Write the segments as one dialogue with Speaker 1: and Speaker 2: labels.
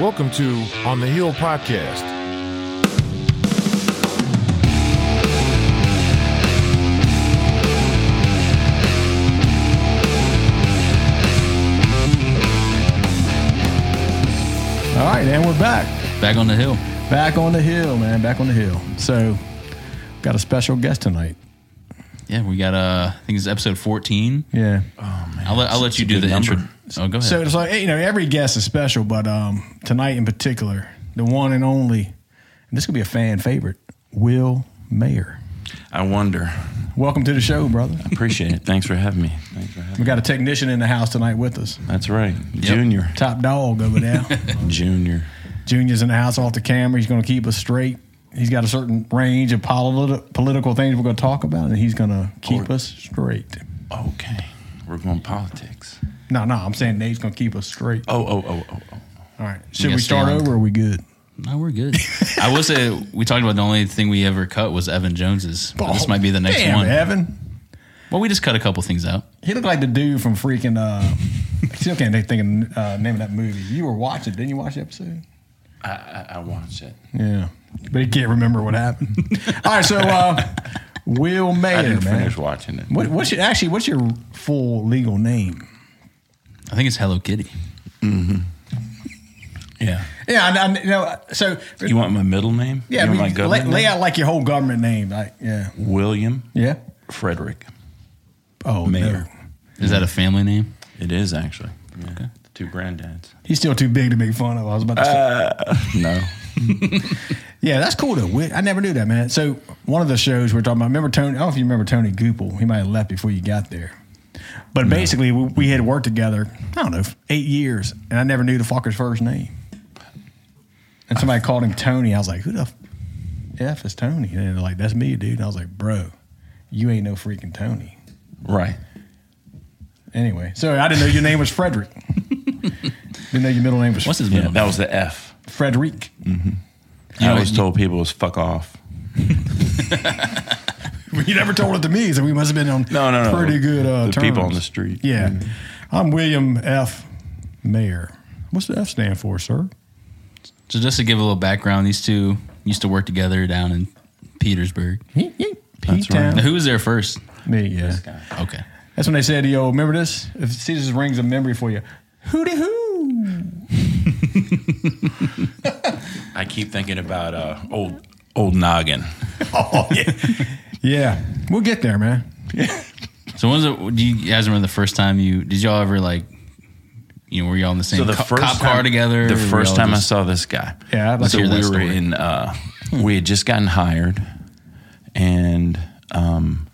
Speaker 1: Welcome to On the Hill Podcast.
Speaker 2: All right, and we're back.
Speaker 3: Back on the hill.
Speaker 2: Back on the hill, man. Back on the hill. So, got a special guest tonight.
Speaker 3: Yeah, we got uh, I think it's episode fourteen.
Speaker 2: Yeah.
Speaker 3: I'll let I'll let you do the intro. Oh, go ahead.
Speaker 2: So it's like you know every guest is special, but um, tonight in particular, the one and only, and this could be a fan favorite, Will Mayer.
Speaker 4: I wonder.
Speaker 2: Welcome to the show, brother.
Speaker 4: Appreciate it. Thanks for having me. Thanks for having me.
Speaker 2: We got a technician in the house tonight with us.
Speaker 4: That's right. Junior.
Speaker 2: Top dog over there.
Speaker 4: Junior.
Speaker 2: Junior's in the house off the camera. He's going to keep us straight. He's got a certain range of politi- political things we're going to talk about, and he's going to keep
Speaker 4: Or-
Speaker 2: us straight.
Speaker 4: Okay. We're going politics.
Speaker 2: No, no, I'm saying Nate's going to keep us straight.
Speaker 4: Oh, oh, oh, oh, oh.
Speaker 2: All right. Should
Speaker 3: gotta
Speaker 2: we
Speaker 3: stay
Speaker 2: start
Speaker 3: on.
Speaker 2: over? Or are we good?
Speaker 3: no, we're good. I will say we talked about the only thing we ever cut was Evan Jones's. but this
Speaker 2: Oh,
Speaker 3: might be the next
Speaker 2: damn,
Speaker 3: one.
Speaker 2: Evan.
Speaker 3: Well, we just cut a couple things out.
Speaker 2: He looked like the dude from freaking. Uh, I still can't think of the uh, name of that movie. You were watching, didn't you watch the episode?
Speaker 4: I, I, I watched it.
Speaker 2: Yeah, but he can't remember what happened. All right, so uh, Will Mayer,
Speaker 4: I didn't
Speaker 2: man.
Speaker 4: finish watching it.
Speaker 2: What, what's your actually? What's your full legal name?
Speaker 3: I think it's Hello Kitty.
Speaker 4: Yeah.
Speaker 2: Yeah, I, I, you know, so
Speaker 4: You want my middle name?
Speaker 2: yeah, I
Speaker 4: You want
Speaker 2: mean,
Speaker 4: my
Speaker 2: lay,
Speaker 4: government
Speaker 2: lay
Speaker 4: name?
Speaker 2: out like your whole government name, like yeah,
Speaker 4: William
Speaker 2: yeah.
Speaker 4: Frederick.
Speaker 2: Oh,
Speaker 4: Mayer.
Speaker 2: no.
Speaker 3: Is that a family name?
Speaker 4: It is actually. Yeah. The two granddads.
Speaker 2: he's still too big to make fun of. I was about to say.
Speaker 4: Uh. No.
Speaker 2: Yeah, that's cool though. We- I never knew that, man. So one of the shows we we're talking about. Remember Tony? I don't know if you remember Tony Goopel. He might have left before you got there. But basically, we, we had worked together. I don't know, eight years, and I never knew the fucker's first name. And somebody called him Tony. I was like, "Who the f, f is Tony?" And they're like, "That's me, dude." And I was like, "Bro, you ain't no freaking Tony."
Speaker 4: Right.
Speaker 2: Anyway, so I didn't know your name was Frederick. didn't know your middle name was
Speaker 3: What's his
Speaker 4: Yeah.
Speaker 3: middle
Speaker 4: That was the F.
Speaker 2: Frederick.
Speaker 4: I
Speaker 3: know,
Speaker 4: always
Speaker 3: you-
Speaker 4: told people it was fuck off.
Speaker 2: You never told it to me, so we must have been on
Speaker 4: No, no, no.
Speaker 2: pretty good uh,
Speaker 4: The
Speaker 2: terms.
Speaker 4: people on the street.
Speaker 2: Yeah. I'm William F. Mayer. What's the F stand for, sir?
Speaker 3: name? So just to give a little background, these two used to work together down in Petersburg.
Speaker 2: P
Speaker 3: Now,
Speaker 2: Town.
Speaker 3: who was there first?
Speaker 2: Me, yeah.
Speaker 3: Okay.
Speaker 2: That's when they said, yo, remember this? If see this rings a memory for you. Hooty hoo.
Speaker 4: I keep thinking about uh, old old noggin.
Speaker 2: Oh, yeah. yeah. We'll get there, man.
Speaker 3: So when was it? Do you guys remember the first time you did y'all ever like? You know, were y'all in the same
Speaker 4: So the
Speaker 3: co-
Speaker 4: first
Speaker 3: cop
Speaker 4: time,
Speaker 3: car together?
Speaker 4: The
Speaker 3: or were
Speaker 4: first
Speaker 3: y'all
Speaker 4: time
Speaker 3: just-
Speaker 4: I saw this guy.
Speaker 2: Yeah, I'd like
Speaker 4: so
Speaker 3: to hear
Speaker 4: we
Speaker 3: that
Speaker 4: were
Speaker 3: story.
Speaker 4: in. Uh, we had just gotten hired, and um,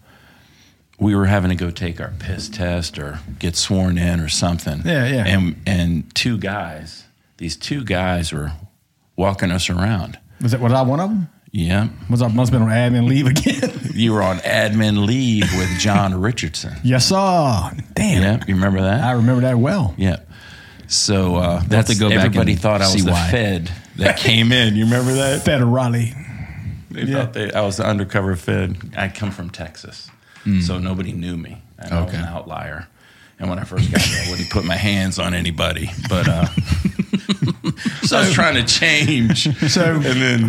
Speaker 4: we were having to go take our piss test or get sworn in or something.
Speaker 2: Yeah, yeah.
Speaker 4: And and two guys, these two guys were walking us around.
Speaker 2: Was that was I one of them?
Speaker 4: Yeah,
Speaker 2: Was I must have been on admin leave again?
Speaker 4: you were on admin leave with John Richardson.
Speaker 2: yes, sir. Damn.
Speaker 4: Yeah, you remember that?
Speaker 2: I remember that well.
Speaker 4: Yeah. So uh, that's
Speaker 3: to go back
Speaker 4: everybody
Speaker 3: and
Speaker 4: thought I
Speaker 3: see
Speaker 4: was the
Speaker 3: why.
Speaker 4: Fed that came in. You remember that?
Speaker 2: Federale.
Speaker 4: They thought they, I was the undercover Fed. I come from Texas, so nobody knew me. I was
Speaker 3: Okay.
Speaker 4: an outlier. And when I first got there, I wouldn't put my hands on anybody. But uh, so I was trying to change.
Speaker 2: So-
Speaker 4: and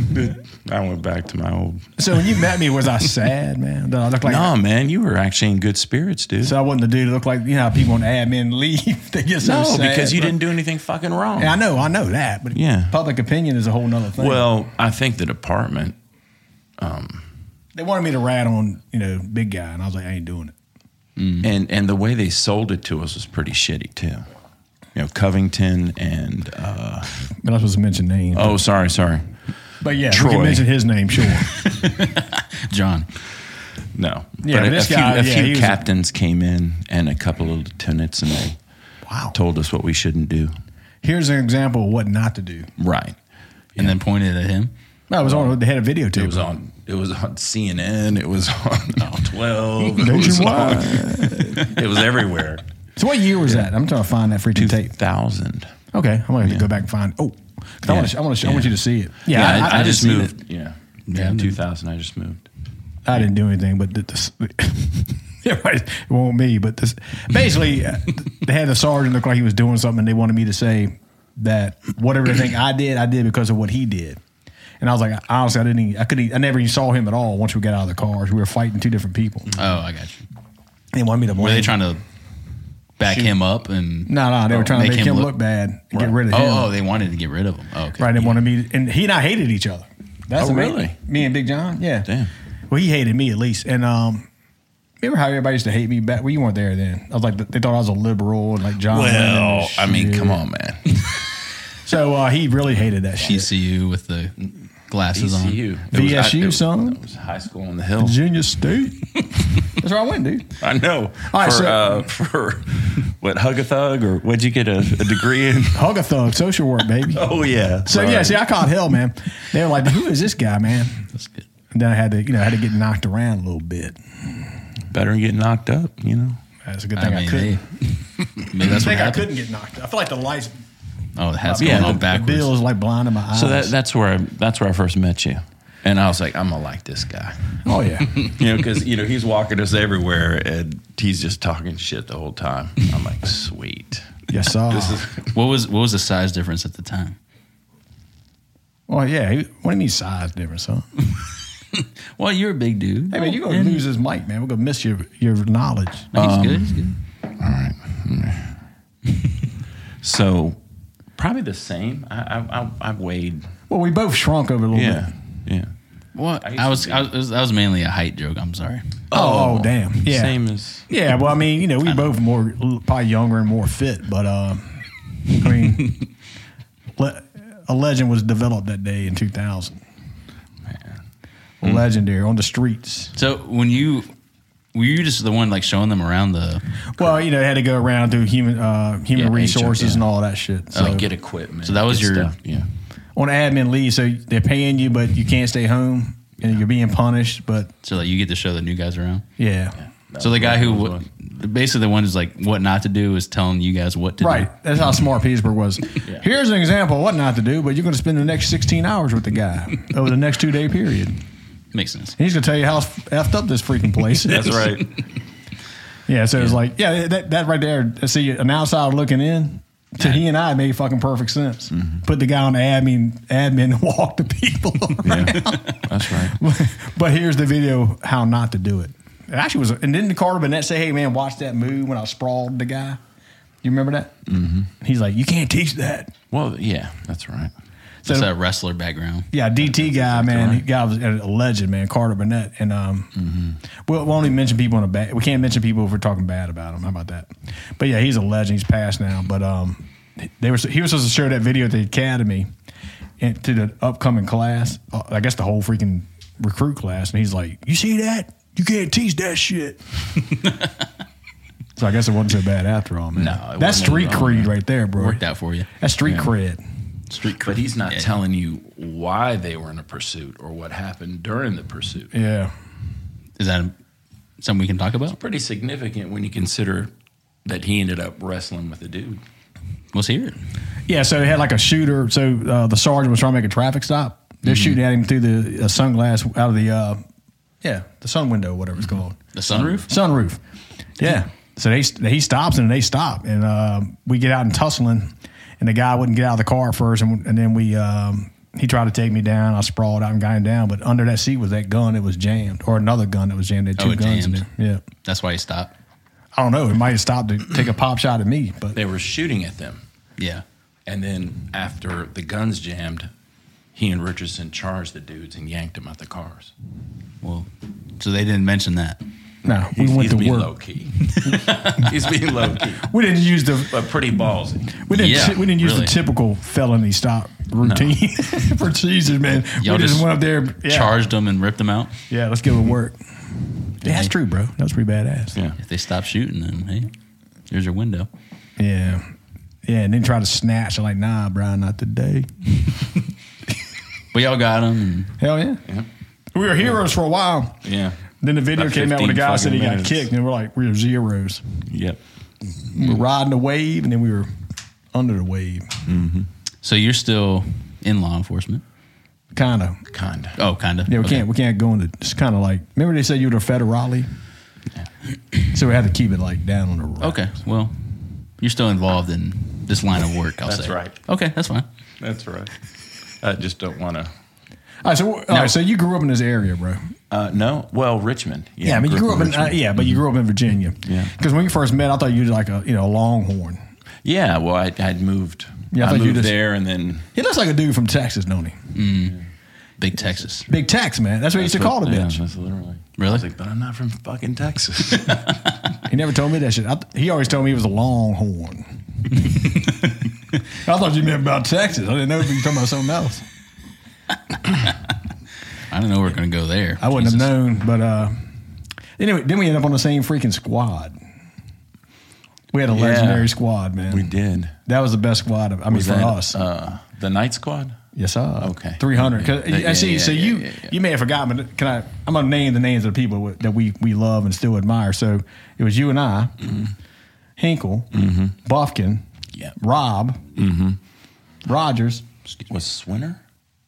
Speaker 4: then I went back to my old.
Speaker 2: So when you met me, was I sad, man? Did I look like
Speaker 4: No, man, you were actually in good spirits, dude.
Speaker 2: So I wasn't the dude that looked like you know how people on admin leave. they get so
Speaker 4: no,
Speaker 2: sad,
Speaker 4: because you
Speaker 2: bro.
Speaker 4: didn't do anything fucking wrong.
Speaker 2: Yeah, I know, I know that, but
Speaker 4: Yeah.
Speaker 2: public opinion is a whole nother thing.
Speaker 4: Well, I think the department
Speaker 2: they wanted me to rat on you know big guy, and I was like, I ain't doing it.
Speaker 4: and and the way they sold it to us was pretty shitty too. You know, Covington and uh,
Speaker 2: But I was supposed to mention names.
Speaker 4: oh, sorry, sorry,
Speaker 2: but yeah, we
Speaker 4: Troy.
Speaker 2: can mention his name, sure.
Speaker 3: John.
Speaker 4: no.
Speaker 2: Yeah,
Speaker 4: but a,
Speaker 2: this
Speaker 4: a few,
Speaker 2: guy,
Speaker 4: a
Speaker 2: yeah,
Speaker 4: few
Speaker 2: he was a-
Speaker 4: captains came in and a couple of lieutenants, and they
Speaker 2: wow.
Speaker 4: told us what we shouldn't do.
Speaker 2: Here's an example of what not to do.
Speaker 4: Right.
Speaker 3: and then pointed at him.
Speaker 2: No, it was on. They had a
Speaker 4: It
Speaker 2: videotape.
Speaker 4: was on. It was on CNN. It was on uh, Twelve. It was, on,
Speaker 2: Oh. nationwide.
Speaker 4: it was everywhere.
Speaker 2: so what year was that? I'm trying to find that freaking tape.
Speaker 4: Thousand.
Speaker 2: Okay, I'm gonna have to go back and find. Oh, 'cause I
Speaker 4: Yeah.
Speaker 2: want to. I want to. I want
Speaker 4: Yeah.
Speaker 2: you to see it. Yeah,
Speaker 4: I, I
Speaker 2: I,
Speaker 4: just
Speaker 3: seen
Speaker 4: moved. Yeah. Yeah. Two thousand. I just moved.
Speaker 2: I didn't do anything, but th- this, everybody, it won't me. But this, basically, uh, they had the sergeant look like he was doing something. and They wanted me to say, that whatever they think I did, I did because of what he did. And I was like, honestly, I didn't. Even, I couldn't. even- I never even saw him at all. Once we got out of the cars, we were fighting two different people.
Speaker 3: Oh, I got you.
Speaker 2: They wanted me to blame.
Speaker 3: Were they trying to Oh, back him up and?
Speaker 2: No, no, they were trying to make him look, bad and get rid of him.
Speaker 3: Oh, oh, they wanted to get rid of him. Oh, okay.
Speaker 2: Right, they wanted me, and he and I hated each other. That's
Speaker 4: Oh,
Speaker 2: the main-
Speaker 4: really?
Speaker 2: Me and Big John, yeah.
Speaker 4: Damn.
Speaker 2: Well, he hated me at least, and um, remember how everybody used to hate me back? Well, you weren't there then. I was like, they thought I was a liberal and like John. Lennon
Speaker 4: Well,
Speaker 2: and
Speaker 4: I mean,
Speaker 2: Oh, shit.
Speaker 4: come on, man.
Speaker 2: So uh, he really hated that shit.
Speaker 3: TCU with the glasses
Speaker 4: ECU.
Speaker 3: on.
Speaker 4: It was- I-
Speaker 2: VSU,
Speaker 4: it was-
Speaker 2: son.
Speaker 4: It was high school on the hill.
Speaker 2: Virginia State. That's where I went, dude.
Speaker 4: I know.
Speaker 2: All right,
Speaker 4: for,
Speaker 2: so-
Speaker 4: uh, for what, Hug a Thug, or what'd you get a, a degree in?
Speaker 2: Hug a thug, social work, baby.
Speaker 4: Oh, yeah.
Speaker 2: So yeah, see, I caught hell, man. They were like, "Who is this guy, man?"
Speaker 3: That's good.
Speaker 2: And then I had to, you know, I had to get knocked around a little bit.
Speaker 4: Better than getting knocked up, you know?
Speaker 2: That's a good
Speaker 3: I
Speaker 2: thing I,
Speaker 3: mean,
Speaker 2: couldn't.
Speaker 3: hey, maybe that's
Speaker 2: I
Speaker 3: what
Speaker 2: think I
Speaker 3: happened.
Speaker 2: couldn't get knocked. I feel like the lights,
Speaker 3: Oh, the hat's
Speaker 4: Yeah,
Speaker 3: going
Speaker 4: the-
Speaker 3: on
Speaker 2: the
Speaker 4: the
Speaker 3: backwards.
Speaker 2: bills, like blinding my eyes.
Speaker 4: So that, that's where I, that's where I first met you, and I was like, I'm gonna like this guy,
Speaker 2: oh yeah,
Speaker 4: you know, because you know he's walking us everywhere, and he's just talking shit the whole time. I'm like, sweet.
Speaker 2: yes, sir.
Speaker 4: Oh.
Speaker 3: What was what was the size difference at the time?
Speaker 2: Well, Oh, yeah. he- What do you mean size difference, huh?
Speaker 3: Well, you're a big dude.
Speaker 2: Hey man, you're gonna lose this mic, man. We're gonna miss your your knowledge.
Speaker 3: No, he's good. He's good.
Speaker 4: So probably the same. I I, I, I weighed.
Speaker 2: Well, we both shrunk over a little bit.
Speaker 4: yeah.
Speaker 3: Well,
Speaker 4: I
Speaker 3: I,
Speaker 4: used
Speaker 3: was,
Speaker 4: to be-
Speaker 3: I was that was mainly a height joke. I'm sorry.
Speaker 2: Oh, oh, damn. Yeah.
Speaker 4: Same as
Speaker 2: Yeah. Well, I mean, you know, we both more probably younger and more fit, but uh, I mean, le- a legend was developed that day in 2000.
Speaker 4: Hmm.
Speaker 2: Legendary on the streets.
Speaker 3: So when you were you just the one like showing them around the
Speaker 2: Well, you know, had to go around through human uh, human
Speaker 4: Yeah,
Speaker 2: resources
Speaker 4: HR, yeah.
Speaker 2: and all that shit. So
Speaker 4: like get equipment.
Speaker 3: uh, So that was
Speaker 4: get
Speaker 3: your-
Speaker 4: stuff. yeah.
Speaker 2: on admin leave, so they're paying you, but you can't stay home and you're being punished. But
Speaker 3: so like you get to show the new guys around.
Speaker 2: yeah,
Speaker 3: So the guy who
Speaker 4: was
Speaker 3: w- basically the one who's like what not to do is telling you guys what to do.
Speaker 2: right. That's how smart Petersburg was. Here's an example of what not to do, but you're going to spend the next 16 hours with the guy over the next two day period. And
Speaker 3: Makes sense.
Speaker 2: he's going to tell you how effed up this freaking place is.
Speaker 4: That's right.
Speaker 2: Yeah. So it's like, yeah, that, that right there. See, an outsider looking in. To he and I it made fucking perfect sense.
Speaker 4: Mm-hmm.
Speaker 2: Put the guy on admin, admin, and walk the people.
Speaker 4: yeah. That's right.
Speaker 2: but here's the video how not to do it. It actually was, and didn't Carter Burnett say, "Hey man, watch that move when I sprawled the guy." You remember that? Mm-hmm. He's like, "You can't teach that."
Speaker 4: Well, yeah, that's right.
Speaker 2: So
Speaker 3: That's a wrestler background.
Speaker 2: yeah, DT guy, man, he guy was a legend, man, Carter Burnett, and um,
Speaker 4: Mm-hmm.
Speaker 2: we'll, we won't even mention people in a bad. We can't mention people if we're talking bad about him. How about that? But yeah, he's a legend. He's passed now, but um, they were he was supposed to show that video at the academy and to the upcoming class. uh, I guess the whole freaking recruit class, and he's like, "You see that? You can't teach that shit." so I guess it wasn't so bad after all, man.
Speaker 4: No, it
Speaker 2: that's
Speaker 4: wasn't
Speaker 2: street
Speaker 4: at all,
Speaker 2: creed right there, bro.
Speaker 3: Worked out for you.
Speaker 2: That's street
Speaker 4: Yeah.
Speaker 2: cred.
Speaker 4: Street but he's not
Speaker 3: Yeah.
Speaker 4: telling you why they were in a pursuit or what happened during the pursuit.
Speaker 2: Yeah.
Speaker 3: Is that something we can talk about?
Speaker 4: Pretty significant when you consider that he ended up wrestling with a dude.
Speaker 3: Let's hear it.
Speaker 2: Yeah, so they had like a shooter. So uh, the sergeant was trying to make a traffic stop. They're shooting at him through the uh, sunglass out of the uh, yeah the sun window, whatever it's called,
Speaker 3: The sunroof.
Speaker 2: sunroof. Yeah. So they he stops and they stop and uh, we get out and tussling, and the guy wouldn't get out of the car first, and, and then we um, he tried to take me down. I sprawled out and got him down, but under that seat was that gun. that was jammed, or another gun that was jammed. They had
Speaker 3: Oh,
Speaker 2: two
Speaker 3: it
Speaker 2: guns in
Speaker 3: jammed.
Speaker 2: there. Yeah.
Speaker 3: That's why he stopped.
Speaker 2: I don't know. It might have stopped to take a pop shot at me, but
Speaker 4: They were shooting at them.
Speaker 3: Yeah.
Speaker 4: And then after the guns jammed, he and Richardson charged the dudes and yanked them out the cars.
Speaker 3: Well, so they didn't mention that.
Speaker 2: no, we
Speaker 4: He's,
Speaker 2: went
Speaker 4: he's
Speaker 2: to
Speaker 4: being
Speaker 2: work.
Speaker 4: low key. he's being low key,
Speaker 2: We didn't use the
Speaker 4: but pretty ballsy.
Speaker 2: We didn't.
Speaker 3: Yeah,
Speaker 2: we didn't use
Speaker 3: really.
Speaker 2: the typical felony stop routine for Jesus, man.
Speaker 3: Y'all
Speaker 2: we just,
Speaker 3: just
Speaker 2: went up there, yeah,
Speaker 3: Charged them and ripped them out.
Speaker 2: Yeah, let's give it work. Yeah, that's true, bro. That was pretty badass.
Speaker 4: Yeah.
Speaker 3: If they stop shooting them, hey, there's your window.
Speaker 2: yeah, yeah. And then try to snatch. I'm like, nah, Brian, not today.
Speaker 3: But y'all got them.
Speaker 2: Hell yeah. We were heroes for a while.
Speaker 4: Yeah.
Speaker 2: Then the video
Speaker 4: About
Speaker 2: came out when the
Speaker 4: 15
Speaker 2: guy said he
Speaker 4: fucking
Speaker 2: got
Speaker 4: minutes.
Speaker 2: kicked, and we're like, we're zeros.
Speaker 4: Yep.
Speaker 2: We're riding the wave, and then we were under the wave,
Speaker 3: So you're still in law enforcement.
Speaker 2: kind of.
Speaker 4: Kind of.
Speaker 3: Oh, kind of.
Speaker 2: Yeah, we can't we can't go into. It's kind of like remember they said you were the federale. So we had to keep it like down on the
Speaker 3: Okay. Well, You're still involved in this line of work. I'll
Speaker 4: That's
Speaker 3: say.
Speaker 4: right.
Speaker 3: Okay, that's fine.
Speaker 4: That's right. I just don't want to.
Speaker 2: All right, so all right, so you grew up in this area, bro.
Speaker 4: Uh, no, well, Richmond.
Speaker 2: Yeah, I mean, you grew up in uh,
Speaker 4: Richmond.
Speaker 2: yeah, but you grew up in Virginia.
Speaker 4: Yeah.
Speaker 2: Because when you first met, I thought you were like a you know a Longhorn.
Speaker 4: yeah, well, I, I'd moved.
Speaker 2: uh, Yeah, I
Speaker 4: I,
Speaker 2: thought you
Speaker 4: moved
Speaker 2: just-
Speaker 4: there, and then
Speaker 2: He looks like a dude from Texas, don't he?
Speaker 3: Big Texas.
Speaker 2: Big Tex, man. That's what he used to call the
Speaker 4: yeah,
Speaker 2: bitch.
Speaker 4: that's literally.
Speaker 3: Really?
Speaker 4: I was like, but I'm not from fucking Texas.
Speaker 2: He never told me that shit. I th- he always told me he was a Longhorn. I thought you meant about Texas. I didn't know if you were talking about something else.
Speaker 3: I don't know. We're gonna go there.
Speaker 2: I wouldn't have known, but uh, anyway, then we end up on the same freaking squad. We had a
Speaker 4: Yeah.
Speaker 2: legendary squad, man.
Speaker 4: we did.
Speaker 2: That was the best squad. Of, I mean,
Speaker 4: Was
Speaker 2: for
Speaker 4: that
Speaker 2: us,
Speaker 4: Uh, the Night Squad?
Speaker 2: yes, sir.
Speaker 4: okay.
Speaker 2: three hundred.
Speaker 4: Yeah, yeah,
Speaker 2: see,
Speaker 4: yeah,
Speaker 2: so
Speaker 4: yeah,
Speaker 2: you
Speaker 4: yeah, yeah.
Speaker 2: you may have forgotten, but can I? I'm gonna name the names of the people that we we love and still admire. So it was you and I,
Speaker 4: Mm-hmm.
Speaker 2: Hinkle, Bofkin,
Speaker 4: Yeah.
Speaker 2: Rob,
Speaker 4: Mm-hmm.
Speaker 2: Rogers,
Speaker 4: Was Swinner?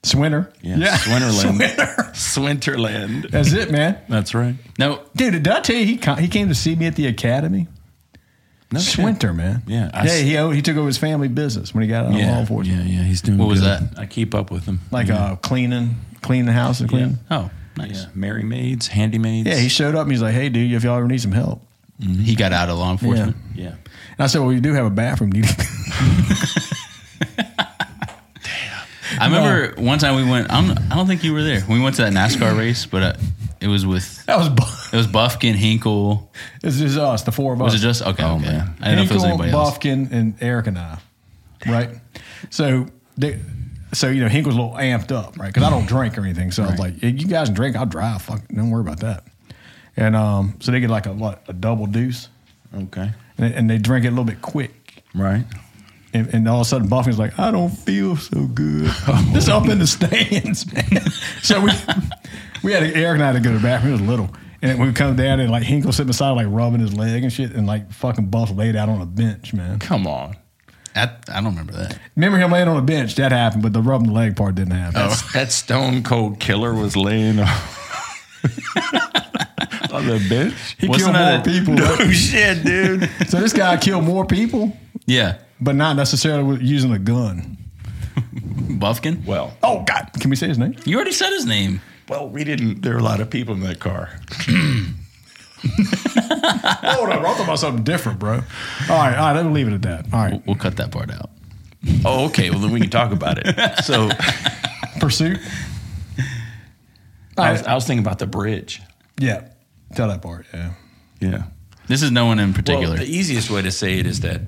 Speaker 2: Swinter,
Speaker 4: Yeah, Swinterland.
Speaker 2: Swinter.
Speaker 4: Swinterland.
Speaker 2: That's it, man.
Speaker 4: That's right.
Speaker 3: No,
Speaker 2: Dude, did I tell you he co- he came to see me at the academy?
Speaker 4: No shit.
Speaker 2: Swinter, man.
Speaker 4: Yeah, I
Speaker 2: yeah.
Speaker 4: s-
Speaker 2: He owned- he took over his family business when he got out of law
Speaker 4: Yeah,
Speaker 2: enforcement,
Speaker 4: yeah, yeah. He's doing.
Speaker 3: What was
Speaker 4: good.
Speaker 3: that?
Speaker 4: I keep up with him.
Speaker 2: like uh, cleaning, cleaning the house and cleaning.
Speaker 3: Oh, nice.
Speaker 4: Yeah, Mary maids, handy maids.
Speaker 2: Yeah, he showed up and he's like, "Hey, dude, if y'all ever need some help."
Speaker 3: He got out of law enforcement.
Speaker 4: yeah.
Speaker 2: And I said, "Well, we do have a bathroom, dude."
Speaker 3: I remember one time we went. I'm, I don't think you were there. We went to that NASCAR race, but uh, it was with
Speaker 2: that was bu-
Speaker 3: it was Buffkin, Hinkle.
Speaker 2: it's just us, the four of us.
Speaker 3: Was it just okay? okay.
Speaker 4: Oh, man.
Speaker 3: I didn't know if it was
Speaker 2: Hinkle,
Speaker 3: anybody else.
Speaker 2: Bufkin, and Eric and I, right? So they, so you know, Hinkle's a little amped up, right? Because I don't drink or anything, so I was like, "Hey, "You guys drink, I'll drive. Fuck, don't worry about that." And um, so they get like a what a double deuce,
Speaker 4: Okay.
Speaker 2: and they, and they drink it a little bit quick.
Speaker 4: Right.
Speaker 2: And, and all of a sudden, Buffy's like, I don't feel so good. This up in the stands, man. So we we had Eric and I had to go to the bathroom. It was little, and we come down and like Hinkle sitting beside, like rubbing his leg and shit, and like fucking Buff laid out on a bench, man.
Speaker 4: Come on.
Speaker 3: I, I don't remember that.
Speaker 2: Remember him laying on a bench? That happened, but the rubbing the leg part didn't
Speaker 3: Oh.
Speaker 2: happen.
Speaker 4: That's, That stone cold killer was laying on, on the bench.
Speaker 2: He
Speaker 3: Wasn't
Speaker 2: killed more
Speaker 3: that a-
Speaker 2: people.
Speaker 4: No shit, dude.
Speaker 2: So this guy killed more people,
Speaker 3: Yeah,
Speaker 2: but not necessarily with using a gun.
Speaker 3: Buffkin.
Speaker 4: well,
Speaker 2: Oh God! Can we say his name?
Speaker 3: You already said his name.
Speaker 4: well, we didn't. There were a lot of people in that car.
Speaker 2: Hold on, bro. I'm talking about something different, bro. All right, all right. Let me leave it at that. All right.
Speaker 3: We'll, we'll cut that part out.
Speaker 4: Oh, okay. Well, then we can talk about it. So
Speaker 2: Pursuit. All
Speaker 4: I
Speaker 2: right.
Speaker 4: was, I was thinking about the bridge.
Speaker 2: Yeah. Tell that part. Yeah.
Speaker 4: Yeah.
Speaker 3: This is no one in particular.
Speaker 4: Well, the easiest way to say it is that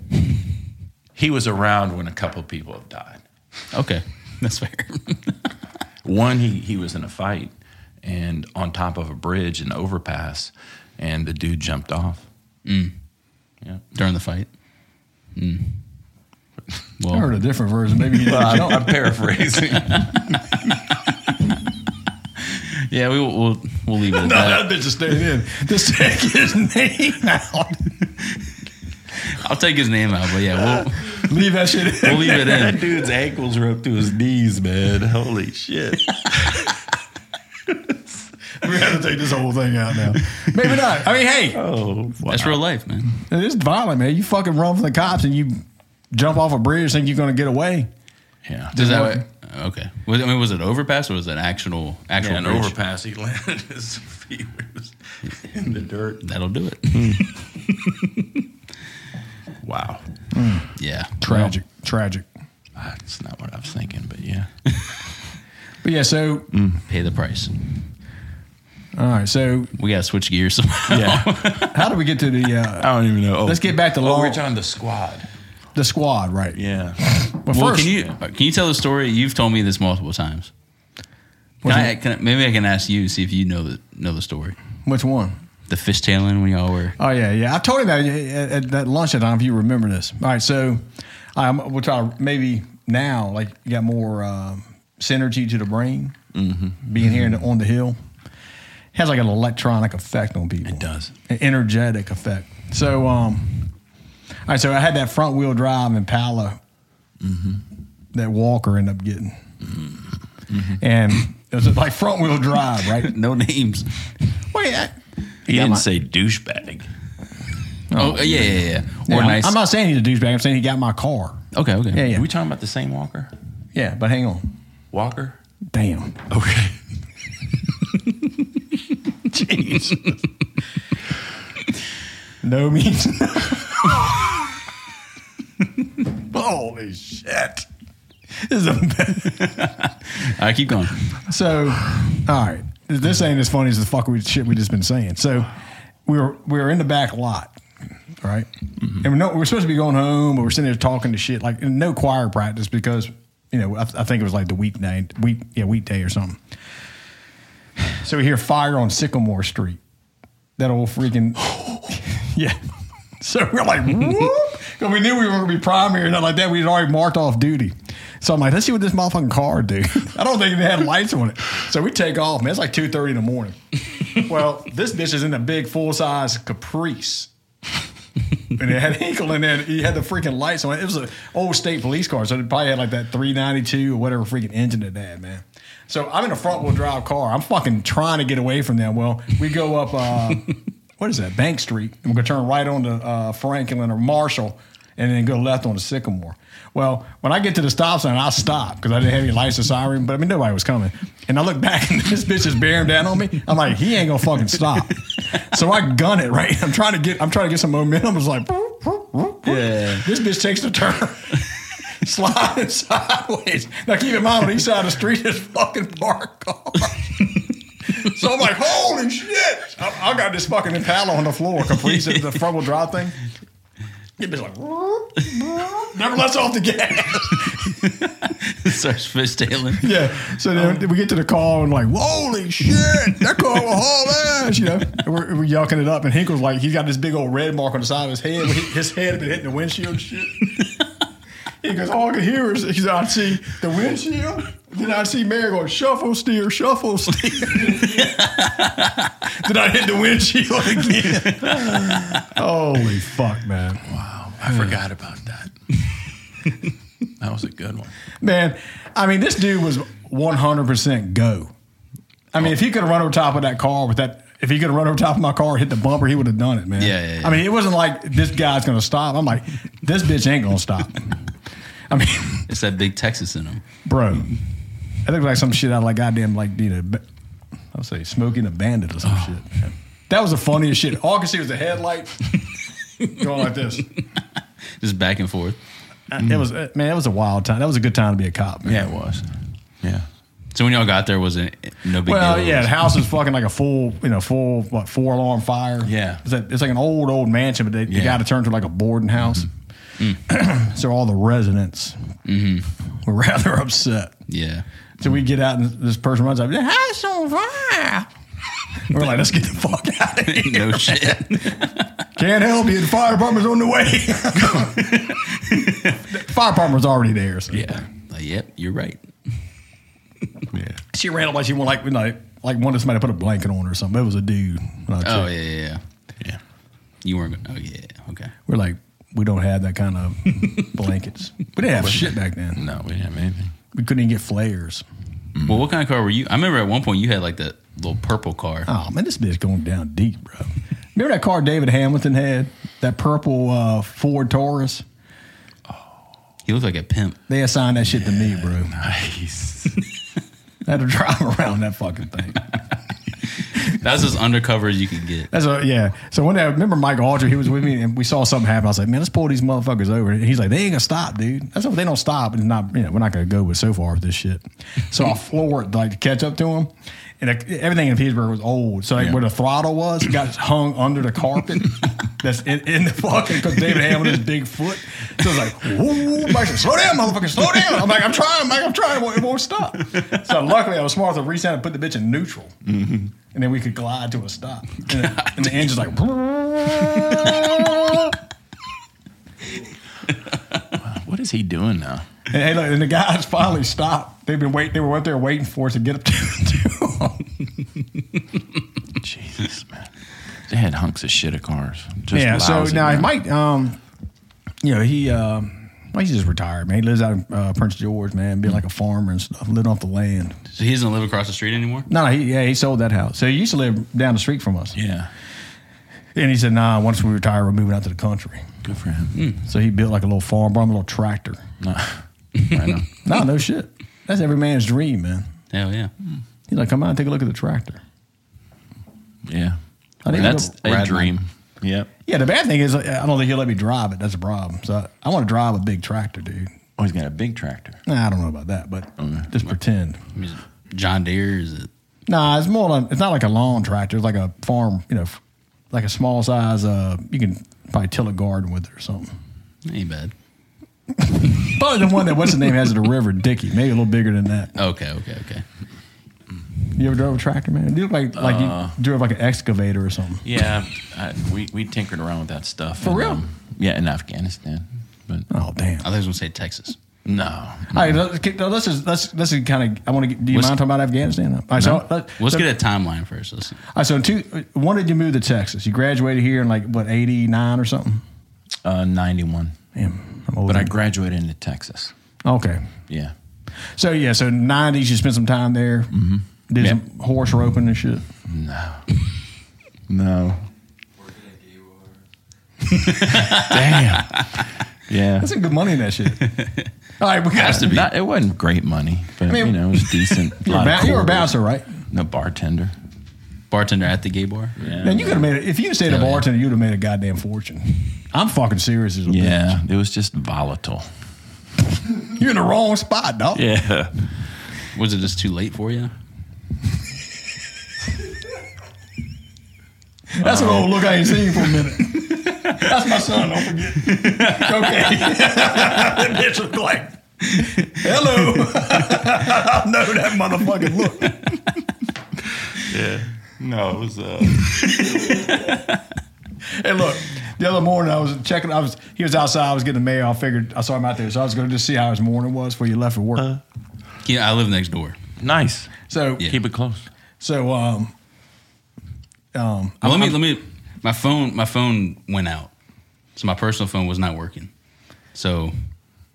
Speaker 4: he was around when a couple of people have died.
Speaker 3: okay, that's fair.
Speaker 4: One, he, he was in a fight and on top of a bridge, an overpass, and the dude jumped off.
Speaker 3: During the fight. Mm.
Speaker 2: I
Speaker 3: Well,
Speaker 2: heard a different version. Maybe he
Speaker 4: Well,
Speaker 2: didn't
Speaker 4: I'm,
Speaker 2: jump.
Speaker 4: I'm paraphrasing.
Speaker 3: yeah, we will, we'll we'll leave it at that.
Speaker 2: That bitch is staying in. Just take his name out.
Speaker 3: I'll take his name out, but yeah, we'll
Speaker 2: Leave that shit in.
Speaker 3: we'll leave it in.
Speaker 4: that dude's ankles were up to his knees, man. Holy shit.
Speaker 2: We got to take this whole thing out now. Maybe not. I mean, hey,
Speaker 4: Oh, wow.
Speaker 3: That's real life, man.
Speaker 2: it is violent, man. You fucking run from the cops and you jump off a bridge, think you're going to get away.
Speaker 4: Yeah.
Speaker 3: Does that
Speaker 2: what-
Speaker 3: okay? Was, I mean, was it overpass or was it actual actual
Speaker 4: Yeah, an
Speaker 3: bridge?
Speaker 4: overpass. He landed his feet was in the dirt.
Speaker 3: That'll do it.
Speaker 4: Wow.
Speaker 3: yeah,
Speaker 2: Tragic. Tragic.
Speaker 4: That's not what I was thinking, but yeah.
Speaker 2: But yeah, so,
Speaker 3: pay the price.
Speaker 2: all right. So,
Speaker 3: We gotta switch gears somehow.
Speaker 4: Yeah.
Speaker 2: how do we get to the uh,
Speaker 4: I don't even know. Oh,
Speaker 2: Let's get back to
Speaker 4: oh,
Speaker 2: law.
Speaker 4: we're talking the squad.
Speaker 2: the squad, right?
Speaker 4: Yeah.
Speaker 2: But
Speaker 3: Well,
Speaker 2: first,
Speaker 3: can you can you tell the story? You've told me this multiple times. Can
Speaker 2: What's
Speaker 3: I, can I- maybe I can ask you see if you know the, know the story.
Speaker 2: which one?
Speaker 3: The fishtailing when y'all were
Speaker 2: Oh yeah, yeah. I told him that at, at that lunch at time. If you remember this, all right. So, um, we'll try maybe now. Like you got more um, synergy to the brain,
Speaker 4: Mm-hmm.
Speaker 2: being here in the, on the hill has like an electronic effect on people.
Speaker 4: It does.
Speaker 2: an energetic effect. So, um, all right. So I had that front wheel drive Impala
Speaker 4: Mm-hmm.
Speaker 2: that Walker ended up getting, and it was like front wheel drive, right?
Speaker 3: no names.
Speaker 2: Wait, I,
Speaker 4: He
Speaker 2: Yeah,
Speaker 4: didn't
Speaker 2: my-
Speaker 4: say douchebag.
Speaker 3: Oh, yeah, yeah, yeah.
Speaker 2: Yeah,
Speaker 3: Or
Speaker 2: I'm-
Speaker 3: nice.
Speaker 2: I'm not saying he's a douchebag. I'm saying he got my car.
Speaker 3: okay, okay.
Speaker 2: Yeah, yeah.
Speaker 4: Are we talking about the same Walker?
Speaker 2: Yeah, but hang on.
Speaker 4: Walker?
Speaker 2: Damn.
Speaker 4: Okay. Jesus.
Speaker 2: No means.
Speaker 4: Holy shit.
Speaker 2: is the
Speaker 3: All right, keep going.
Speaker 2: so, all right. This ain't as funny as the fuck we, shit we just been saying. So, we were we were in the back lot, right? And we're, not, we're supposed to be going home, but we're sitting there talking to shit like and no choir practice because you know I, I think it was like the weekday week yeah weekday or something. So we hear fire on Sycamore Street. That old freaking yeah. So we're like, whoop. 'Cause we knew we were going to be primary and nothing like that. We had already marked off duty. So I'm like, let's see what this motherfucking car do. I don't think it had lights on it. So we take off, man. It's like 2.30 in the morning. well, this bitch is in a big full-size Caprice. and it had ankle in it. He had the freaking lights on it. It was an old state police car. So it probably had like that 392 or whatever freaking engine it had, man. So I'm in a front wheel drive car. I'm fucking trying to get away from them. Well, we go up, uh, what is that, Bank Street. I'm going to turn right onto uh, Franklin or Marshall and then go left onto Sycamore. Well, when I get to the stop sign, I stop because I didn't have any lights or siren, but I mean, nobody was coming. And I look back and this bitch is bearing down on me. I'm like, he ain't going to fucking stop. so I gun it, right? I'm trying to get, I'm trying to get some momentum. It's like,
Speaker 3: Yeah.
Speaker 2: this bitch takes the turn. Sliding sideways. Now keep in mind on each side of the street is fucking parked car. so I'm like, holy shit! I, I got this fucking Impala on the floor, Caprice, the front wheel drive thing. It was like never lets off the gas.
Speaker 3: Starts fishtailing.
Speaker 2: Yeah. So then we get to the call and like, holy shit, that car will haul ass. You know, And we're, we're yucking it up, and Hinkle's like, he's got this big old red mark on the side of his head. His head had been hitting the windshield and shit. He goes, all I can hear is he's, I see the windshield. Then I see Mary going, shuffle steer, shuffle steer. then I hit the windshield again. Holy fuck, man.
Speaker 4: I forgot about that. that was a good one.
Speaker 2: Man, I mean, this dude was 100% go. I mean, if he could have run over top of that car with that, if he could have run over top of my car, hit the bumper, he would have done it, man.
Speaker 3: Yeah, yeah, yeah.
Speaker 2: I mean, it wasn't like this guy's going to stop. I'm like, this bitch ain't going to stop. I mean,
Speaker 3: It's that big Texas in him.
Speaker 2: bro, that looked like some shit out of like goddamn, like, you know, ba- I'll say smoking a bandit or some
Speaker 3: Oh.
Speaker 2: shit. man. That was the funniest shit. All I could see was the headlight going like this.
Speaker 3: Just back and forth. Mm-hmm.
Speaker 2: It was, man, it was a wild time. That was a good time to be a cop, man.
Speaker 4: Yeah, it was. Yeah.
Speaker 3: So when y'all got there, was it no big
Speaker 2: Well,
Speaker 3: deal?
Speaker 2: yeah, the house is fucking like a full, you know, full what four alarm fire.
Speaker 4: Yeah.
Speaker 2: it's like, it's like an old old mansion, but they, you
Speaker 4: Yeah.
Speaker 2: got to turn to like a boarding house. so all the residents were rather upset.
Speaker 3: Yeah.
Speaker 2: So we get out, and this person runs up. The house on fire. We're like, let's get the fuck out of here.
Speaker 3: No shit.
Speaker 2: Can't help you. The fire department's on the way. fire department was already there. So.
Speaker 3: Yeah. Like, yep, you're right.
Speaker 4: Yeah.
Speaker 2: She ran up like she went like, you know, like wanted somebody to put a blanket on her or something. It was a dude. when I
Speaker 3: Oh,
Speaker 2: checked.
Speaker 3: yeah, yeah, yeah.
Speaker 4: Yeah.
Speaker 3: You weren't going to. Oh, yeah. Okay.
Speaker 2: We're like, we don't have that kind of blankets. We didn't have shit back then.
Speaker 4: No, we didn't have anything.
Speaker 2: We couldn't even get flares.
Speaker 3: Well, what kind of car were you? I remember at one point you had like that little purple car.
Speaker 2: Oh man, this bitch going down deep, bro. Remember that car David Hamilton had? That purple uh, Ford Taurus?
Speaker 3: He looked like a pimp.
Speaker 2: They assigned that shit to me, bro.
Speaker 4: Nice.
Speaker 2: I had to drive around that fucking thing.
Speaker 3: That's as undercover as you can get.
Speaker 2: That's a, yeah. So one day, I remember Mike Aldridge, he was with me, and we saw something happen. I was like, man, let's pull these motherfuckers over. And he's like, they ain't gonna stop, dude. That's if they don't stop, and not, you know, we're not gonna go with so far with this shit. So I floored like to catch up to him, and I, everything in Petersburg was old. So like, where the throttle was got hung under the carpet. That's in, in the fucking because David Hamilton's big foot. So it's like, whoa, Mike said, slow down, motherfucker, slow down. I'm like, I'm trying, Mike, I'm trying, it won't- it won't stop. So luckily, I was smart enough to reach out and put the bitch in neutral and then we could glide to a stop. And, the- and the engine's like, and,
Speaker 4: What is he doing now?
Speaker 2: hey, look, and the guys finally stopped. They've been waiting. They were up there waiting for us to get up to, to 'em.
Speaker 4: Jesus, man. They had hunks of shit of cars. Just
Speaker 2: Yeah. So
Speaker 4: lousy,
Speaker 2: now
Speaker 4: man.
Speaker 2: Mike, um, you know, he, um, well, he's just retired, man. He lives out in uh, Prince George, man, being like a farmer and stuff, living off the land.
Speaker 3: So he doesn't live across the street anymore?
Speaker 2: No, no, he, yeah, he sold that house. So he used to live down the street from us.
Speaker 4: Yeah.
Speaker 2: And he said, "Nah, once we retire, we're moving out to the country."
Speaker 4: Good for him.
Speaker 2: So he built like a little farm, brought him a little tractor.
Speaker 4: No, I know.
Speaker 2: No, no shit. That's every man's dream, man.
Speaker 3: Hell yeah.
Speaker 2: He's like, "Come out and take a look at the tractor."
Speaker 4: Yeah,
Speaker 2: I think
Speaker 4: that's
Speaker 2: we'll
Speaker 4: a
Speaker 3: ride
Speaker 4: dream. Yep.
Speaker 2: Yeah, the bad thing is, uh, I don't think he'll let me drive it. That's a problem. So I, I want to drive a big tractor, dude.
Speaker 4: Oh, he's got a big tractor.
Speaker 2: Nah, I don't know about that, but just pretend.
Speaker 3: I mean, is it John Deere is it?
Speaker 2: Nah, it's more like it's not like a lawn tractor. It's like a farm, you know, f- like a small size. Uh, you can probably till a garden with it or something.
Speaker 3: Ain't bad.
Speaker 2: Probably the one that what's the name has at the river, Dicky. Maybe a little bigger than that.
Speaker 3: Okay, okay, okay.
Speaker 2: You ever drove a tractor, man? You look like like
Speaker 3: Uh.
Speaker 2: you drove like an excavator or something.
Speaker 4: Yeah, I, we we tinkered around with that stuff. For
Speaker 2: real?
Speaker 4: yeah, in Afghanistan, but
Speaker 2: Oh damn!
Speaker 3: I thought I was gonna say Texas.
Speaker 4: no.
Speaker 2: All right, let's get, let's just let's let's kind of. I want to. Do you
Speaker 3: Let's-
Speaker 2: mind talking about Afghanistan? All right, so let-
Speaker 3: Let's
Speaker 2: so-
Speaker 3: get a timeline first. Let's,
Speaker 2: All right, so in two, when did you move to Texas? You graduated here in like what eighty nine or something.
Speaker 4: Uh, Ninety-one,
Speaker 2: Damn, I'm old.
Speaker 4: but I graduated into Texas.
Speaker 2: okay.
Speaker 4: Yeah,
Speaker 2: So yeah, so nineties you spent some time there. Mm-hmm. Did
Speaker 4: Yeah.
Speaker 2: some horse roping and shit.
Speaker 4: no. Damn. Yeah.
Speaker 2: That's a good money in that shit. All right, we got to
Speaker 4: Not, it wasn't great money, but
Speaker 2: mean,
Speaker 4: you know, it was decent.
Speaker 2: You're a,
Speaker 4: Lot of
Speaker 2: ba- you're a
Speaker 4: quarters.
Speaker 2: bouncer, right?
Speaker 4: No bartender.
Speaker 3: bartender at the gay bar.
Speaker 4: Yeah.
Speaker 2: Man, you could have made it. If you stayed a
Speaker 3: Hell yeah.
Speaker 2: bartender, you'd have made a goddamn fortune. I'm fucking serious as a
Speaker 4: yeah, it was just volatile.
Speaker 2: bitch. You're in the wrong spot, dog.
Speaker 4: Yeah.
Speaker 3: Was it just too late for you?
Speaker 2: That's an old look I ain't seen for a minute. That's my son. Don't forget. Okay. that bitch was like, "Hello." I know that motherfucking look.
Speaker 4: No, it was. Uh...
Speaker 2: Hey, look. The other morning, I was checking. I was he was outside. I was getting the mail. I figured I saw him out there, so I was going to just see how his morning was before you left for work.
Speaker 3: Yeah, I live next door.
Speaker 4: Nice.
Speaker 2: so,
Speaker 3: Yeah.
Speaker 4: Keep it close.
Speaker 2: so um, um,
Speaker 3: let me let me. My phone my phone went out, so my personal phone was not working. So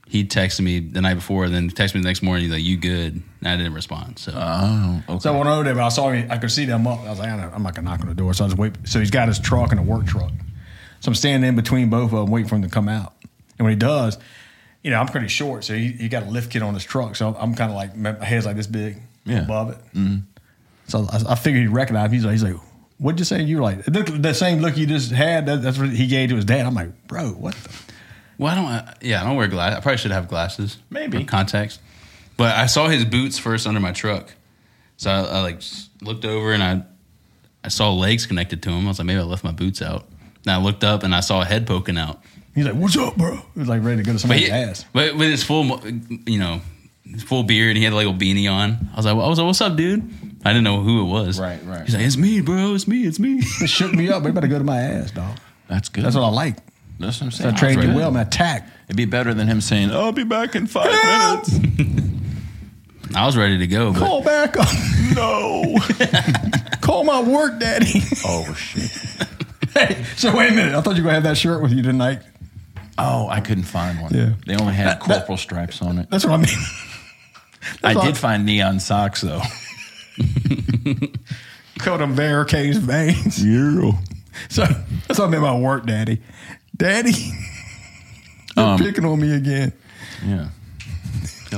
Speaker 3: he texted me the night before, then texted me the next morning. He's like, "You good?" And I didn't respond. So
Speaker 4: Oh, okay.
Speaker 2: So I went over there, but I saw him. I could see them up. I was like, I don't- I'm not gonna knock on the door. So I was wait. So he's got his truck and a work truck. So I'm standing in between both of them, waiting for him to come out. And when he does, you know, I'm pretty short, so he, he got a lift kit on his truck. So I'm kind of like my head's like this big
Speaker 4: Yeah.
Speaker 2: above it. So I, I figured he'd recognize. Me. He's like, he's like, what'd you say? You were like, look, the same look you just had. That, that's what he gave to his dad. I'm like, bro, what? the?
Speaker 3: Well, I don't. I, yeah, I don't wear glasses. I probably should have glasses,
Speaker 4: Maybe.
Speaker 3: or contacts. But I saw his boots first under my truck, so I, I like s- looked over and I, I saw legs connected to him. I was like, maybe I left my boots out. And I looked up and I saw a head poking out.
Speaker 2: He's like, what's up, bro? He was like ready to go to
Speaker 3: But
Speaker 2: somebody's
Speaker 3: he,
Speaker 2: ass.
Speaker 3: but with his full, mo- you know, his full beard, and he had like a beanie on. I was like, well, I was like, what's up, dude? I didn't know who it was.
Speaker 4: Right, right.
Speaker 3: He's like, it's me, bro. It's me. It's me.
Speaker 2: It shook me up. but He better go to my ass, dog.
Speaker 4: That's good.
Speaker 2: That's what I like.
Speaker 4: That's what I'm
Speaker 2: I
Speaker 4: saying.
Speaker 2: trained you
Speaker 4: Good.
Speaker 2: well, my tact.
Speaker 4: It'd be better than him saying, "I'll be back in five minutes."
Speaker 3: I was ready to go, but
Speaker 2: Call back up.
Speaker 4: No.
Speaker 2: Call my work daddy.
Speaker 4: oh shit.
Speaker 2: hey, so wait a minute. I thought you were gonna have that shirt with you tonight.
Speaker 4: Oh, I couldn't find one.
Speaker 2: Yeah.
Speaker 4: They only had
Speaker 2: That- that-
Speaker 4: corporal stripes on it.
Speaker 2: That's what I mean.
Speaker 4: I
Speaker 2: all-
Speaker 4: did find neon socks though.
Speaker 2: Call them varicose veins.
Speaker 4: Yeah.
Speaker 2: So that's what I meant by work daddy. Daddy, you're picking on me again.
Speaker 4: Yeah.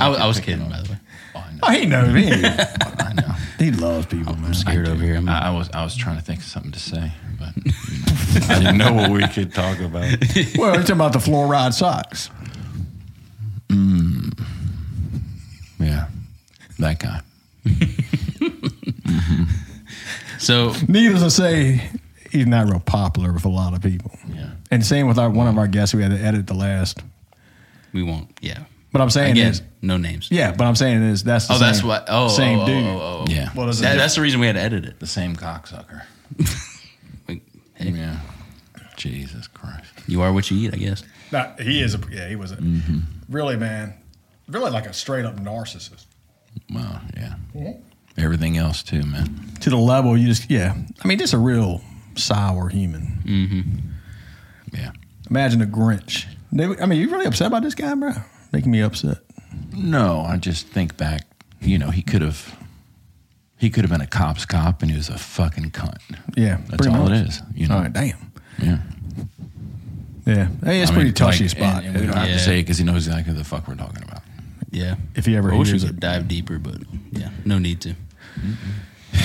Speaker 3: I, was- I was kidding, by the way.
Speaker 4: Oh, I know.
Speaker 2: Oh, he knows me.
Speaker 4: I know.
Speaker 2: he loves people, man.
Speaker 3: Scared over here. I'm
Speaker 4: I, I was I was trying to think of something to say, but you know, I didn't know what we could talk about.
Speaker 2: Well, you're talking about the fluoride socks.
Speaker 4: Yeah. That guy.
Speaker 3: so
Speaker 2: Needless to say, he's not real popular with a lot of people.
Speaker 4: Yeah.
Speaker 2: And same with our one of our guests we had to edit the last.
Speaker 3: we won't. Yeah.
Speaker 2: But I'm saying
Speaker 3: Again,
Speaker 2: is,
Speaker 3: no names.
Speaker 2: yeah. But I'm saying is that's the
Speaker 3: Oh,
Speaker 2: same,
Speaker 3: that's what. Oh,
Speaker 2: same
Speaker 3: oh, oh,
Speaker 2: dude.
Speaker 3: Oh, oh, oh.
Speaker 4: Yeah.
Speaker 2: Well, there's a
Speaker 3: That- that's the reason we had to edit it.
Speaker 4: The same cocksucker.
Speaker 3: Like, hey,
Speaker 4: Yeah. Jesus Christ.
Speaker 3: you are what you eat, I guess.
Speaker 2: Nah, he is a yeah. He was a really man, really like a straight up narcissist.
Speaker 4: Wow. Yeah. Everything else too, man.
Speaker 2: To the level you just yeah. I mean, just a real sour human.
Speaker 4: Yeah.
Speaker 2: Imagine a Grinch. They, I mean, you really upset about this guy, bro? Making me upset.
Speaker 4: No, I just think back. You know, he could have. He could have been a cop's cop, and he was a fucking cunt.
Speaker 2: Yeah,
Speaker 4: That's
Speaker 2: pretty
Speaker 4: all
Speaker 2: much.
Speaker 4: it is. You know.
Speaker 2: All right, damn.
Speaker 4: Yeah.
Speaker 2: Yeah. Hey, it's
Speaker 4: I
Speaker 2: pretty
Speaker 4: mean,
Speaker 2: touchy
Speaker 4: like,
Speaker 2: spot.
Speaker 4: and- and we don't have
Speaker 3: Yeah.
Speaker 4: to say it because he knows exactly who the fuck we're talking about.
Speaker 3: Yeah.
Speaker 2: If he ever
Speaker 3: I wish we
Speaker 2: hears
Speaker 3: could dive deeper, but yeah, no need to. No.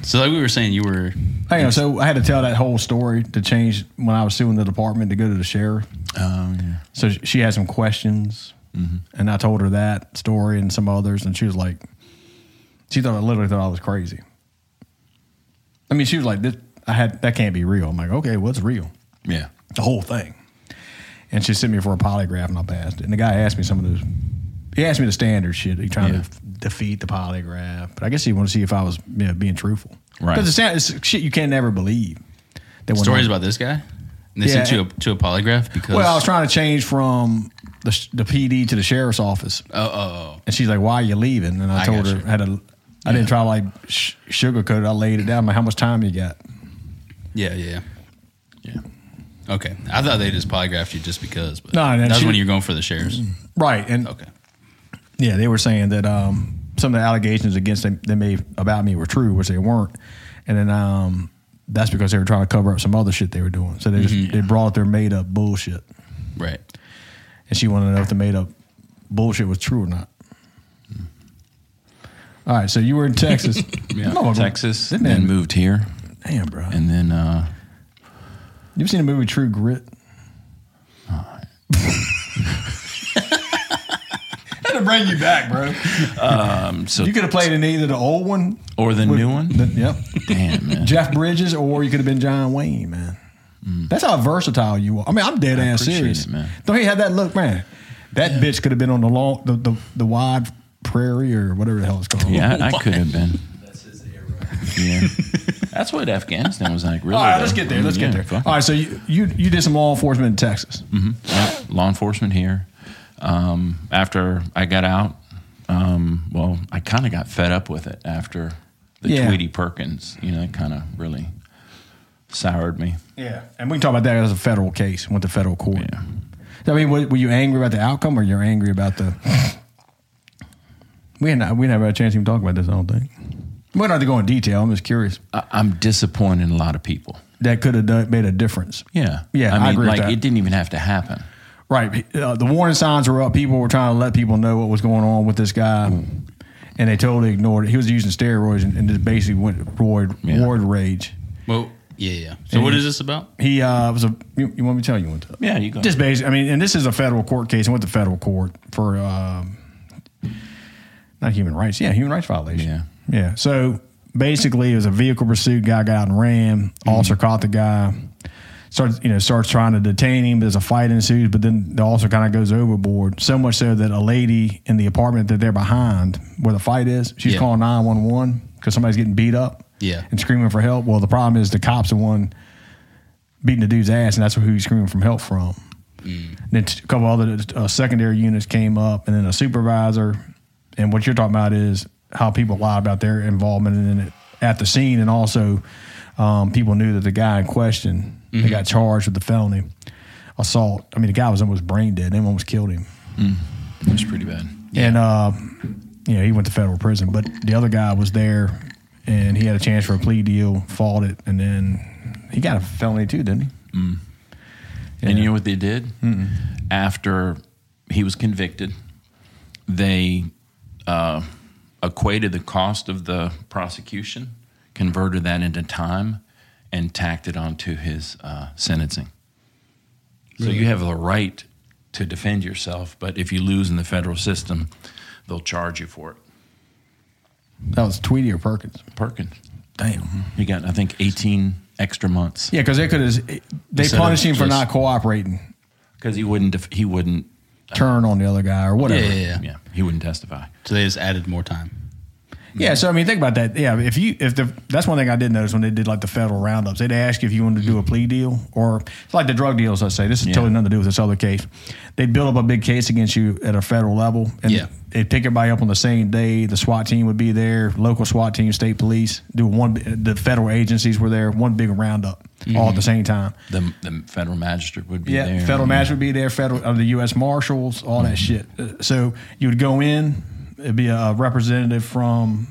Speaker 3: So like we were saying, you were
Speaker 2: Hey, you know, so I had to tell that whole story to change when I was suing the department to go to the sheriff.
Speaker 4: Um, yeah.
Speaker 2: So sh- she had some questions, and I told her that story and some others, and she was like, she thought I literally thought I was crazy. I mean, she was like, this, I had that can't be real. I'm like, okay, what's real?
Speaker 4: Yeah.
Speaker 2: The whole thing. And she sent me for a polygraph, and I passed it. And the guy asked me some of those. He asked me the standard shit. He trying
Speaker 4: Yeah.
Speaker 2: to defeat the polygraph, but I guess he wanted to see if I was you know, being truthful.
Speaker 4: Right.
Speaker 2: Because it's shit you can never believe. That went
Speaker 3: stories
Speaker 2: on.
Speaker 3: about this guy, and they sent
Speaker 2: Yeah.
Speaker 3: you a, to a polygraph because
Speaker 2: Well, I was trying to change from the, sh- the PD to the sheriff's office.
Speaker 3: oh, oh, oh.
Speaker 2: And she's like, "Why are you leaving?" And I,
Speaker 3: I
Speaker 2: told
Speaker 3: got
Speaker 2: her,
Speaker 3: you.
Speaker 2: I "Had a, I didn't try to like sh- sugarcoat it. I laid it down. like, how much time you got?
Speaker 3: yeah, yeah,
Speaker 4: Yeah.
Speaker 3: yeah. Okay, I thought they just polygraphed you just because, but
Speaker 2: No, and then
Speaker 3: that was
Speaker 2: she- Mm-hmm.
Speaker 3: when you were going for the shares.
Speaker 2: Right? And
Speaker 3: Okay,
Speaker 2: yeah, they were saying that um, some of the allegations against them they made about me were true, which they weren't. And then um, that's because they were trying to cover up some other shit they were doing. So they just
Speaker 4: Mm-hmm.
Speaker 2: they brought their made up bullshit,
Speaker 3: right.
Speaker 2: and she wanted to know if the made up bullshit was true or not. All right, so you were in Texas, No,
Speaker 4: Texas,
Speaker 2: that
Speaker 4: and then
Speaker 2: man-
Speaker 4: moved here,
Speaker 2: Damn, bro.
Speaker 4: and then uh,
Speaker 2: You've seen the movie True Grit? Had to bring you back, bro.
Speaker 4: um, so
Speaker 2: You could have played in either the old one,
Speaker 4: or the
Speaker 2: with-
Speaker 4: new one.
Speaker 2: the- yep,
Speaker 4: Damn man,
Speaker 2: Jeff Bridges, or you could have been John Wayne, man. That's how versatile you are. I mean, I'm dead ass
Speaker 4: appreciate
Speaker 2: serious,
Speaker 4: it, man.
Speaker 2: Don't he have that look, man? That bitch could have been on the long, the, the, the wide prairie or whatever the hell it's called.
Speaker 4: yeah, I, I could have been.
Speaker 3: That's his
Speaker 4: Yeah, that's what Afghanistan was like. Really?
Speaker 2: All right,
Speaker 4: though.
Speaker 2: let's get there.
Speaker 4: I
Speaker 2: Let's
Speaker 4: mean,
Speaker 2: get there.
Speaker 4: yeah, fuck Mm-hmm.
Speaker 2: All right, so you, you you did some law enforcement in Texas.
Speaker 4: Yeah, law enforcement here. Um, after I got out, um, well, I kind of got fed up with it after the
Speaker 2: Yeah.
Speaker 4: Tweety Perkins. You know, it kind of really soured me.
Speaker 2: Yeah, and we can talk about that as a federal case. Went to federal court.
Speaker 4: Yeah.
Speaker 2: I mean, were, were you angry about the outcome, or you're angry about the? we didn't. We didn't have a chance to even talk about this. I don't think. We don't have to go in detail. I'm just curious.
Speaker 4: I, I'm disappointed in a lot of people.
Speaker 2: That could have done, made a difference.
Speaker 4: Yeah,
Speaker 2: Yeah,
Speaker 4: I
Speaker 2: I
Speaker 4: mean,
Speaker 2: agree with
Speaker 4: like
Speaker 2: that.
Speaker 4: it didn't even have to happen.
Speaker 2: Right. Uh, the warning signs were up. People were trying to let people know what was going on with this guy, and they totally ignored it. He was using steroids and, and just basically went roid,
Speaker 4: Yeah.
Speaker 2: roid rage.
Speaker 3: Well, yeah, yeah. So what is this about?
Speaker 2: He uh, was a. You, you want me to tell you one time?
Speaker 4: Yeah, you go.
Speaker 2: Just basic. I mean, and this is a federal court case. I went to federal court for um, not human rights. Yeah, human rights violation.
Speaker 4: Yeah.
Speaker 2: yeah. So basically, it was a vehicle pursuit. Guy got out and ran.
Speaker 4: Mm-hmm.
Speaker 2: Officer caught the guy. Starts you know starts trying to detain him. There's a fight ensues, but then the officer kind of goes overboard. So much so that a lady in the apartment that they're behind, where the fight is, she's
Speaker 3: Yeah.
Speaker 2: calling nine one one because somebody's getting beat up.
Speaker 3: Yeah.
Speaker 2: and screaming for help. Well, the problem is the cops are one beating the dude's ass, and that's who he was screaming from help from. And then t- a couple other uh, secondary units came up, and then a supervisor. And what you're talking about is how people lie about their involvement in it at the scene, and also um, people knew that the guy in question they got charged with the felony assault. I mean, the guy was almost brain dead. They almost killed him,
Speaker 4: It was pretty bad.
Speaker 2: and uh, you know he went to federal prison. But the other guy was there, and he had a chance for a plea deal, fought it, and then he got a felony too, didn't he?
Speaker 4: And
Speaker 2: Yeah.
Speaker 4: you know what they did? After he was convicted, they uh, equated the cost of the prosecution, converted that into time, and tacked it onto his uh, sentencing. So you have the right to defend yourself, but if you lose in the federal system, they'll charge you for it.
Speaker 2: That was Tweedy or Perkins.
Speaker 4: Perkins,
Speaker 2: Damn.
Speaker 4: he got I think 18 extra months
Speaker 2: Yeah, because they could have. They
Speaker 4: Instead of
Speaker 2: punished him for
Speaker 4: just-
Speaker 2: not cooperating,
Speaker 4: because he wouldn't def- he wouldn't
Speaker 2: turn on the other guy or
Speaker 3: Yeah,
Speaker 2: whatever.
Speaker 3: yeah,
Speaker 2: yeah.
Speaker 3: yeah,
Speaker 4: yeah he wouldn't testify.
Speaker 3: So they just added more time.
Speaker 2: so I mean, think about that. Yeah, if you if the that's one thing I did notice when they did like the federal roundups, they'd ask you if you wanted to do a plea deal or it's like the drug deals. I say this is
Speaker 4: Yeah.
Speaker 2: totally nothing to do with this other case. They'd build up a big case against you at a federal level, and
Speaker 3: Yeah.
Speaker 2: they'd pick everybody up on the same day. The SWAT team would be there, local SWAT team, state police, do one. The federal agencies were there, one big roundup all at the same time.
Speaker 4: The, the federal magistrate would be
Speaker 2: Yeah,
Speaker 4: there.
Speaker 2: federal
Speaker 4: and-
Speaker 2: magistrate would be there, federal of the U.S. Marshals, all that shit. Uh, So you would go in. It'd be a representative from,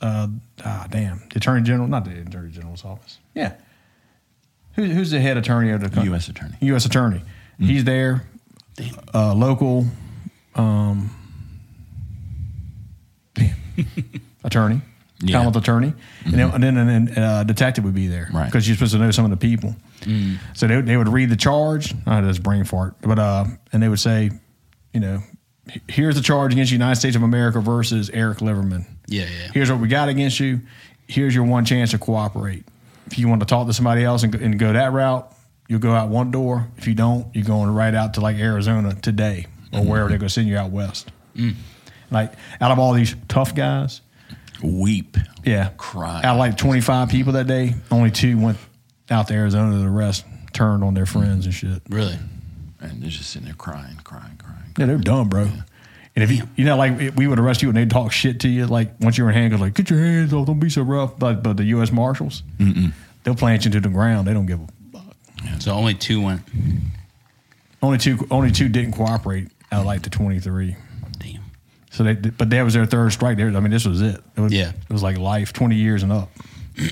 Speaker 2: uh, ah, damn, the Attorney General, not the Attorney General's office. Yeah, Who, who's the head attorney of the country?
Speaker 4: U.S. attorney.
Speaker 2: U.S. attorney. He's there. Uh, local um, damn, attorney,
Speaker 4: Yeah.
Speaker 2: Commonwealth attorney, and then- and then and then uh, detective would be there
Speaker 4: Right. Mm.
Speaker 2: because you're supposed to know some of the people. So they, would- they would read the charge. I had this brain fart, but uh, and they would say, you know, "H- here's the charge against the United States of America versus Eric Liverman.
Speaker 3: Yeah, yeah.
Speaker 2: Here's what we got against you. Here's your one chance to cooperate. If you want to talk to somebody else and, go- and go that route, you'll go out one door. If you don't, you're going right out to like Arizona today or
Speaker 3: Mm-hmm.
Speaker 2: wherever they're going to send you out west.
Speaker 3: Mm.
Speaker 2: Like out of all these tough guys,
Speaker 4: Weep.
Speaker 2: yeah,
Speaker 4: Cry.
Speaker 2: Out of like 25 people that day, only two went out to Arizona. The rest turned on their friends and shit.
Speaker 3: Really?
Speaker 4: And they're just sitting there crying, crying, crying.
Speaker 2: Yeah, they're dumb, bro. And if you, you know, like it- we would arrest you and they'd talk shit to you, like once you were in handcuffs, like get your hands off, don't be so rough. But but the U.S. Marshals, they'll plant you to the ground. They don't give a.
Speaker 3: So only two went.
Speaker 2: Only two, only two didn't cooperate out of like the twenty three.
Speaker 3: Damn.
Speaker 2: So they, but that was their third strike. There, I mean, this was it. it was,
Speaker 3: Yeah.
Speaker 2: it was like life, twenty years and up,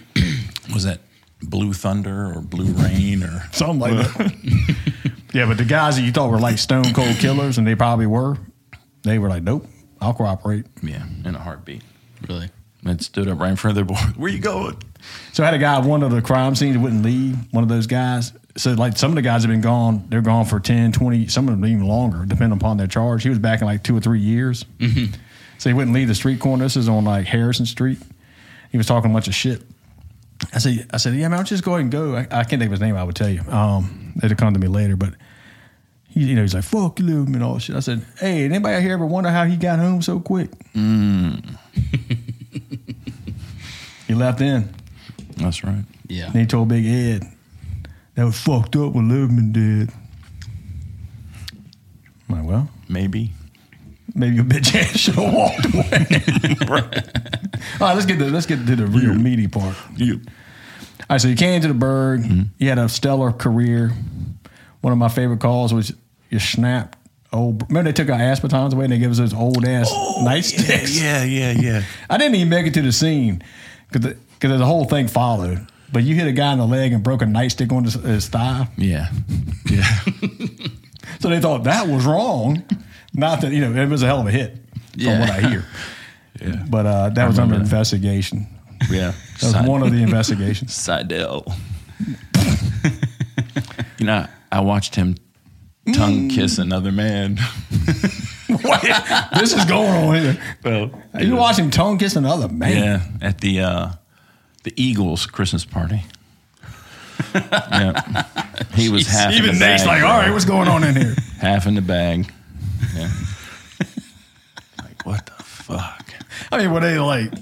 Speaker 4: Was that Blue Thunder or Blue Rain or
Speaker 2: something like that. yeah, but the guys that you thought were like stone cold killers, and they probably were, they were like, nope, I'll cooperate.
Speaker 4: yeah, in a heartbeat.
Speaker 3: Really?
Speaker 4: And it stood up right in front of the board. Where you going?
Speaker 2: So I had a guy, at one of the crime scenes wouldn't leave, one of those guys. So like some of the guys have been gone, they're gone for 10, 20, some of them even longer, depending upon their charge. He was back in like two or three years. So he wouldn't leave the street corner. This is on like Harrison Street. He was talking a bunch of shit. I said, I said, yeah, man, I'll just go ahead and go. I, I can't think of his name. I would tell you. Um, it'll come to me later, but he, you know, he's like, fuck you Lube," and all this shit. I said, hey, did anybody out here ever wonder how he got home so quick? he left in.
Speaker 4: That's right.
Speaker 3: Yeah.
Speaker 2: And he told Big Ed that was fucked up what Lieberman did. I'm like, well,
Speaker 4: Maybe.
Speaker 2: maybe your bitch ass should have walked away. All right, let's get to let's get to the real meaty part. Mm-hmm.
Speaker 4: You.
Speaker 2: All right, so you came to the Berg. You had a stellar career. One of my favorite calls was you snapped old. Remember they took our aspatons away and they gave us those old ass nightsticks.
Speaker 4: Yeah, yeah, yeah.
Speaker 2: I didn't even make it to the scene because the, whole thing followed. But you hit a guy in the leg and broke a nightstick on his, his thigh.
Speaker 4: Yeah. Yeah.
Speaker 2: So they thought that was wrong. Not that you know it was a hell of a hit from
Speaker 3: Yeah.
Speaker 2: what I hear.
Speaker 4: Yeah.
Speaker 2: But uh, that was under
Speaker 4: remember that.
Speaker 2: investigation.
Speaker 4: yeah.
Speaker 2: That was one of the investigations.
Speaker 4: Seidel. you know, I watched him
Speaker 2: Mm.
Speaker 4: tongue kiss another man.
Speaker 2: this is going on here.
Speaker 4: Well,
Speaker 2: You watch him tongue kiss another man.
Speaker 4: Yeah, at the uh, the Eagles Christmas party. yeah, he was half in the bag.
Speaker 2: what's going on in here?
Speaker 4: half in the bag. Yeah. like what the fuck?
Speaker 2: I mean, were they like,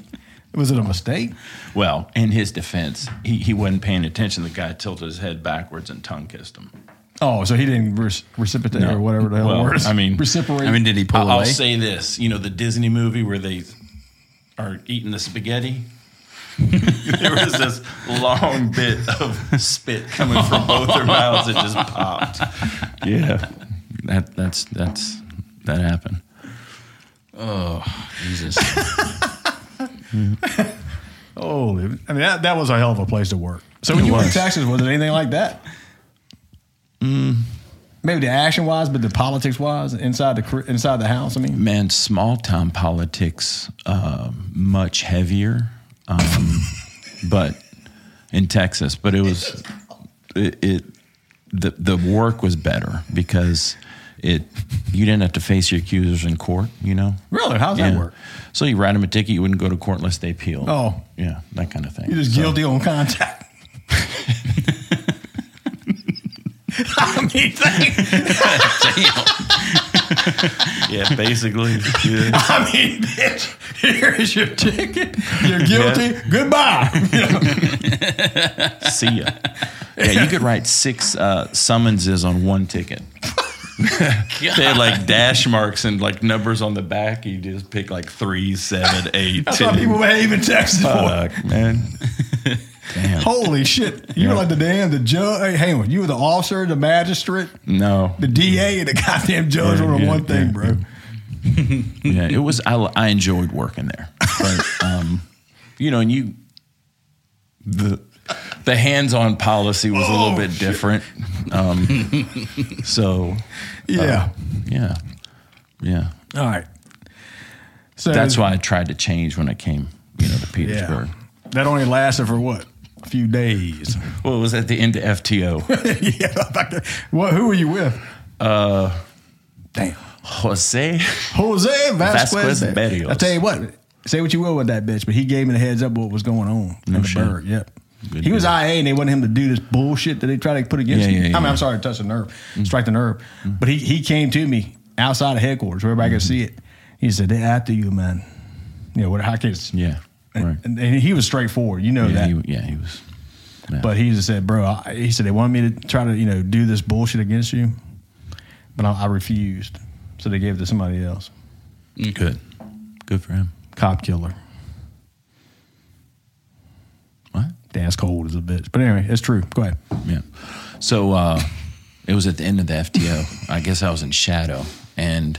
Speaker 2: was it a mistake?
Speaker 4: Well, in his defense, he, he wasn't paying attention. The guy tilted his head backwards and tongue kissed him.
Speaker 2: Oh, so he didn't re- reciprocate
Speaker 4: No.
Speaker 2: or whatever the hell
Speaker 4: Well,
Speaker 2: the word is.
Speaker 4: I mean-
Speaker 2: reciprocate.
Speaker 3: I mean, did he pull
Speaker 4: I- I'll
Speaker 3: away?
Speaker 4: say this: you know the Disney movie where they are eating the spaghetti. there was this long bit of spit coming from both their mouths. It just popped. Yeah, that that's that's that happened.
Speaker 3: Jesus.
Speaker 2: Holy, I mean that, that was a hell of a place to work. So when
Speaker 4: It
Speaker 2: you were in
Speaker 4: was.
Speaker 2: Texas, was it anything like that? Mm. Maybe the action wise, but the politics wise inside the cr- inside the house. I mean,
Speaker 4: Man, small town politics uh, much heavier, um, but in Texas. But it was it, it the the work was better because it you didn't have to face your accusers in court. You know,
Speaker 2: really, how's
Speaker 4: yeah.
Speaker 2: that work?
Speaker 4: So you write them a ticket, you wouldn't go to court unless they appealed.
Speaker 2: Oh.
Speaker 4: yeah, that kind of thing.
Speaker 2: You're just
Speaker 4: So-
Speaker 2: guilty on contact. I mean, think-
Speaker 4: yeah, basically. yeah.
Speaker 2: I mean, bitch, here is your ticket. You're guilty. Goodbye. You know?
Speaker 4: See ya. Yeah, you could write six uh, summonses on one ticket. they had like dash marks and like numbers on the back. You just pick like three, seven, eight,
Speaker 2: That's why people behave in Texas. boy.
Speaker 4: Fuck, man. Damn.
Speaker 2: Holy shit! You were
Speaker 4: Yeah.
Speaker 2: like the damn the judge. Hey, hang on. You were the officer, the magistrate.
Speaker 4: No.
Speaker 2: the DA and the goddamn judge
Speaker 4: Yeah,
Speaker 2: were the
Speaker 4: yeah,
Speaker 2: one thing,
Speaker 4: yeah,
Speaker 2: bro.
Speaker 4: yeah. Yeah, it was. I, I enjoyed working there, but um, you know, and you the the hands-on policy was a little bit different. Um, so
Speaker 2: Yeah.
Speaker 4: yeah, yeah.
Speaker 2: All right. So
Speaker 4: Uh, That's why I tried to change when I came, you know, to Petersburg.
Speaker 2: Yeah. That only lasted for what? A few days.
Speaker 4: Well, it was at the end of FTO.
Speaker 2: yeah. back to- What? Who were you with? Uh, damn.
Speaker 4: Jose,
Speaker 2: Jose Vasquez,
Speaker 4: Vasquez Berrios.
Speaker 2: I tell you what, say what you will with that bitch, but he gave me the heads up what was going on in the
Speaker 4: shit.
Speaker 2: burg. Yep.
Speaker 4: Good
Speaker 2: he was
Speaker 4: deal.
Speaker 2: IA and they wanted him to do this bullshit that they try to put against
Speaker 4: Yeah,
Speaker 2: him.
Speaker 4: yeah,
Speaker 2: I mean,
Speaker 4: yeah. Mm.
Speaker 2: I'm sorry to touch the nerve, strike the nerve. But he, he came to me outside of headquarters where everybody could
Speaker 4: Mm-hmm.
Speaker 2: see it. He said, They're after you, man. You know, what how kids.
Speaker 4: yeah, right.
Speaker 2: And, and he was straightforward. You know
Speaker 4: Yeah,
Speaker 2: that.
Speaker 4: he, yeah, he was. yeah.
Speaker 2: But he just said, bro, I, he said they wanted me to try to, you know, do this bullshit against you, but I, I refused. So they gave it to somebody else.
Speaker 4: good, good for him.
Speaker 2: Cop killer.
Speaker 4: What?
Speaker 2: That's cold as a bitch. But anyway, it's true. Go ahead.
Speaker 4: Yeah. So uh, it was at the end of the FTO. I guess I was in shadow, and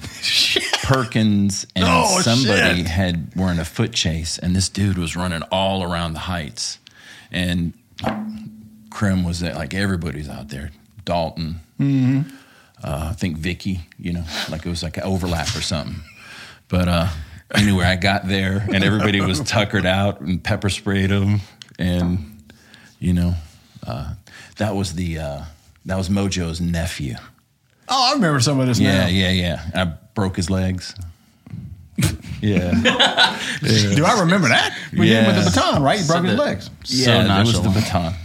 Speaker 4: Perkins and
Speaker 2: Oh,
Speaker 4: somebody
Speaker 2: shit.
Speaker 4: had were in a foot chase, and this dude was running all around the heights, and Krim was there. Like everybody's out there. Dalton,
Speaker 2: Mm-hmm.
Speaker 4: uh, I think Vicky. You know, like it was like an overlap or something. But uh, anyway, I got there, and everybody was tuckered out and pepper sprayed them, and you know, uh, that was the uh, that was Mojo's nephew.
Speaker 2: Oh, I remember some of this
Speaker 4: Yeah,
Speaker 2: now.
Speaker 4: yeah, yeah. I broke his legs. yeah,
Speaker 2: Do I remember that? We hit him with
Speaker 4: Yeah.
Speaker 2: the baton, right? He broke his
Speaker 3: that-
Speaker 2: legs.
Speaker 3: So
Speaker 4: yeah. that was the
Speaker 3: nonchalant.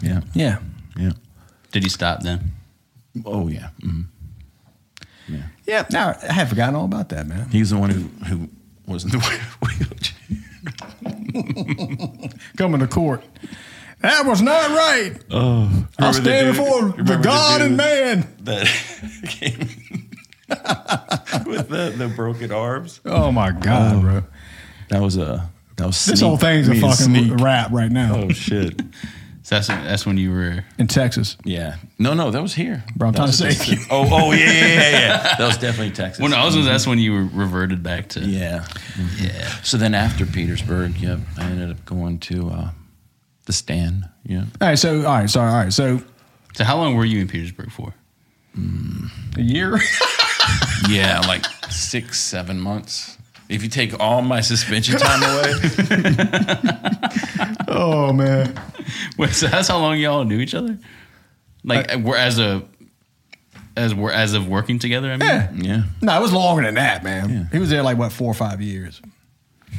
Speaker 4: baton. Yeah,
Speaker 2: Yeah.
Speaker 4: yeah.
Speaker 3: Did he stop then?
Speaker 4: Oh yeah. Mhm. Yeah.
Speaker 2: Yeah. Now I had forgotten all about that, man.
Speaker 4: He's the one who who was in the wheelchair.
Speaker 2: Coming to court. That was not right.
Speaker 4: Oh,
Speaker 2: I stand before the God and man.
Speaker 4: that came with the, the broken arms.
Speaker 2: Oh my God, bro.
Speaker 4: That was a that was
Speaker 2: This
Speaker 4: sneak.
Speaker 2: whole thing's a
Speaker 4: Me and
Speaker 2: fucking
Speaker 4: sneak.
Speaker 2: rap right now.
Speaker 4: Oh shit!
Speaker 3: So that's that's when you were.
Speaker 2: In Texas.
Speaker 4: Yeah, no, no, that was here.
Speaker 2: Bro, I'm
Speaker 4: That
Speaker 2: trying
Speaker 4: was
Speaker 2: to
Speaker 4: at
Speaker 2: say-
Speaker 4: the- Oh, oh yeah, yeah, yeah, yeah. That was definitely Texas.
Speaker 3: Well,
Speaker 4: Mm-hmm.
Speaker 3: no, I was
Speaker 2: Mm-hmm.
Speaker 3: gonna say that's when you were reverted back to.
Speaker 4: yeah. Mm-hmm.
Speaker 3: yeah.
Speaker 4: So then after Petersburg, yep, I ended up going to uh, the Stan. Yeah,
Speaker 2: All right, so all right, sorry, all right. So
Speaker 3: So how long were you in Petersburg for?
Speaker 2: a year?
Speaker 4: yeah, like six, seven months. If you take all my suspension time away,
Speaker 2: oh man.
Speaker 3: Wait, so that's how long y'all knew each other? Like we're as a as we're as of working together. I mean,
Speaker 2: Yeah.
Speaker 4: yeah,
Speaker 2: No, it was longer than that, man.
Speaker 4: Yeah.
Speaker 2: He was there like what four or five years.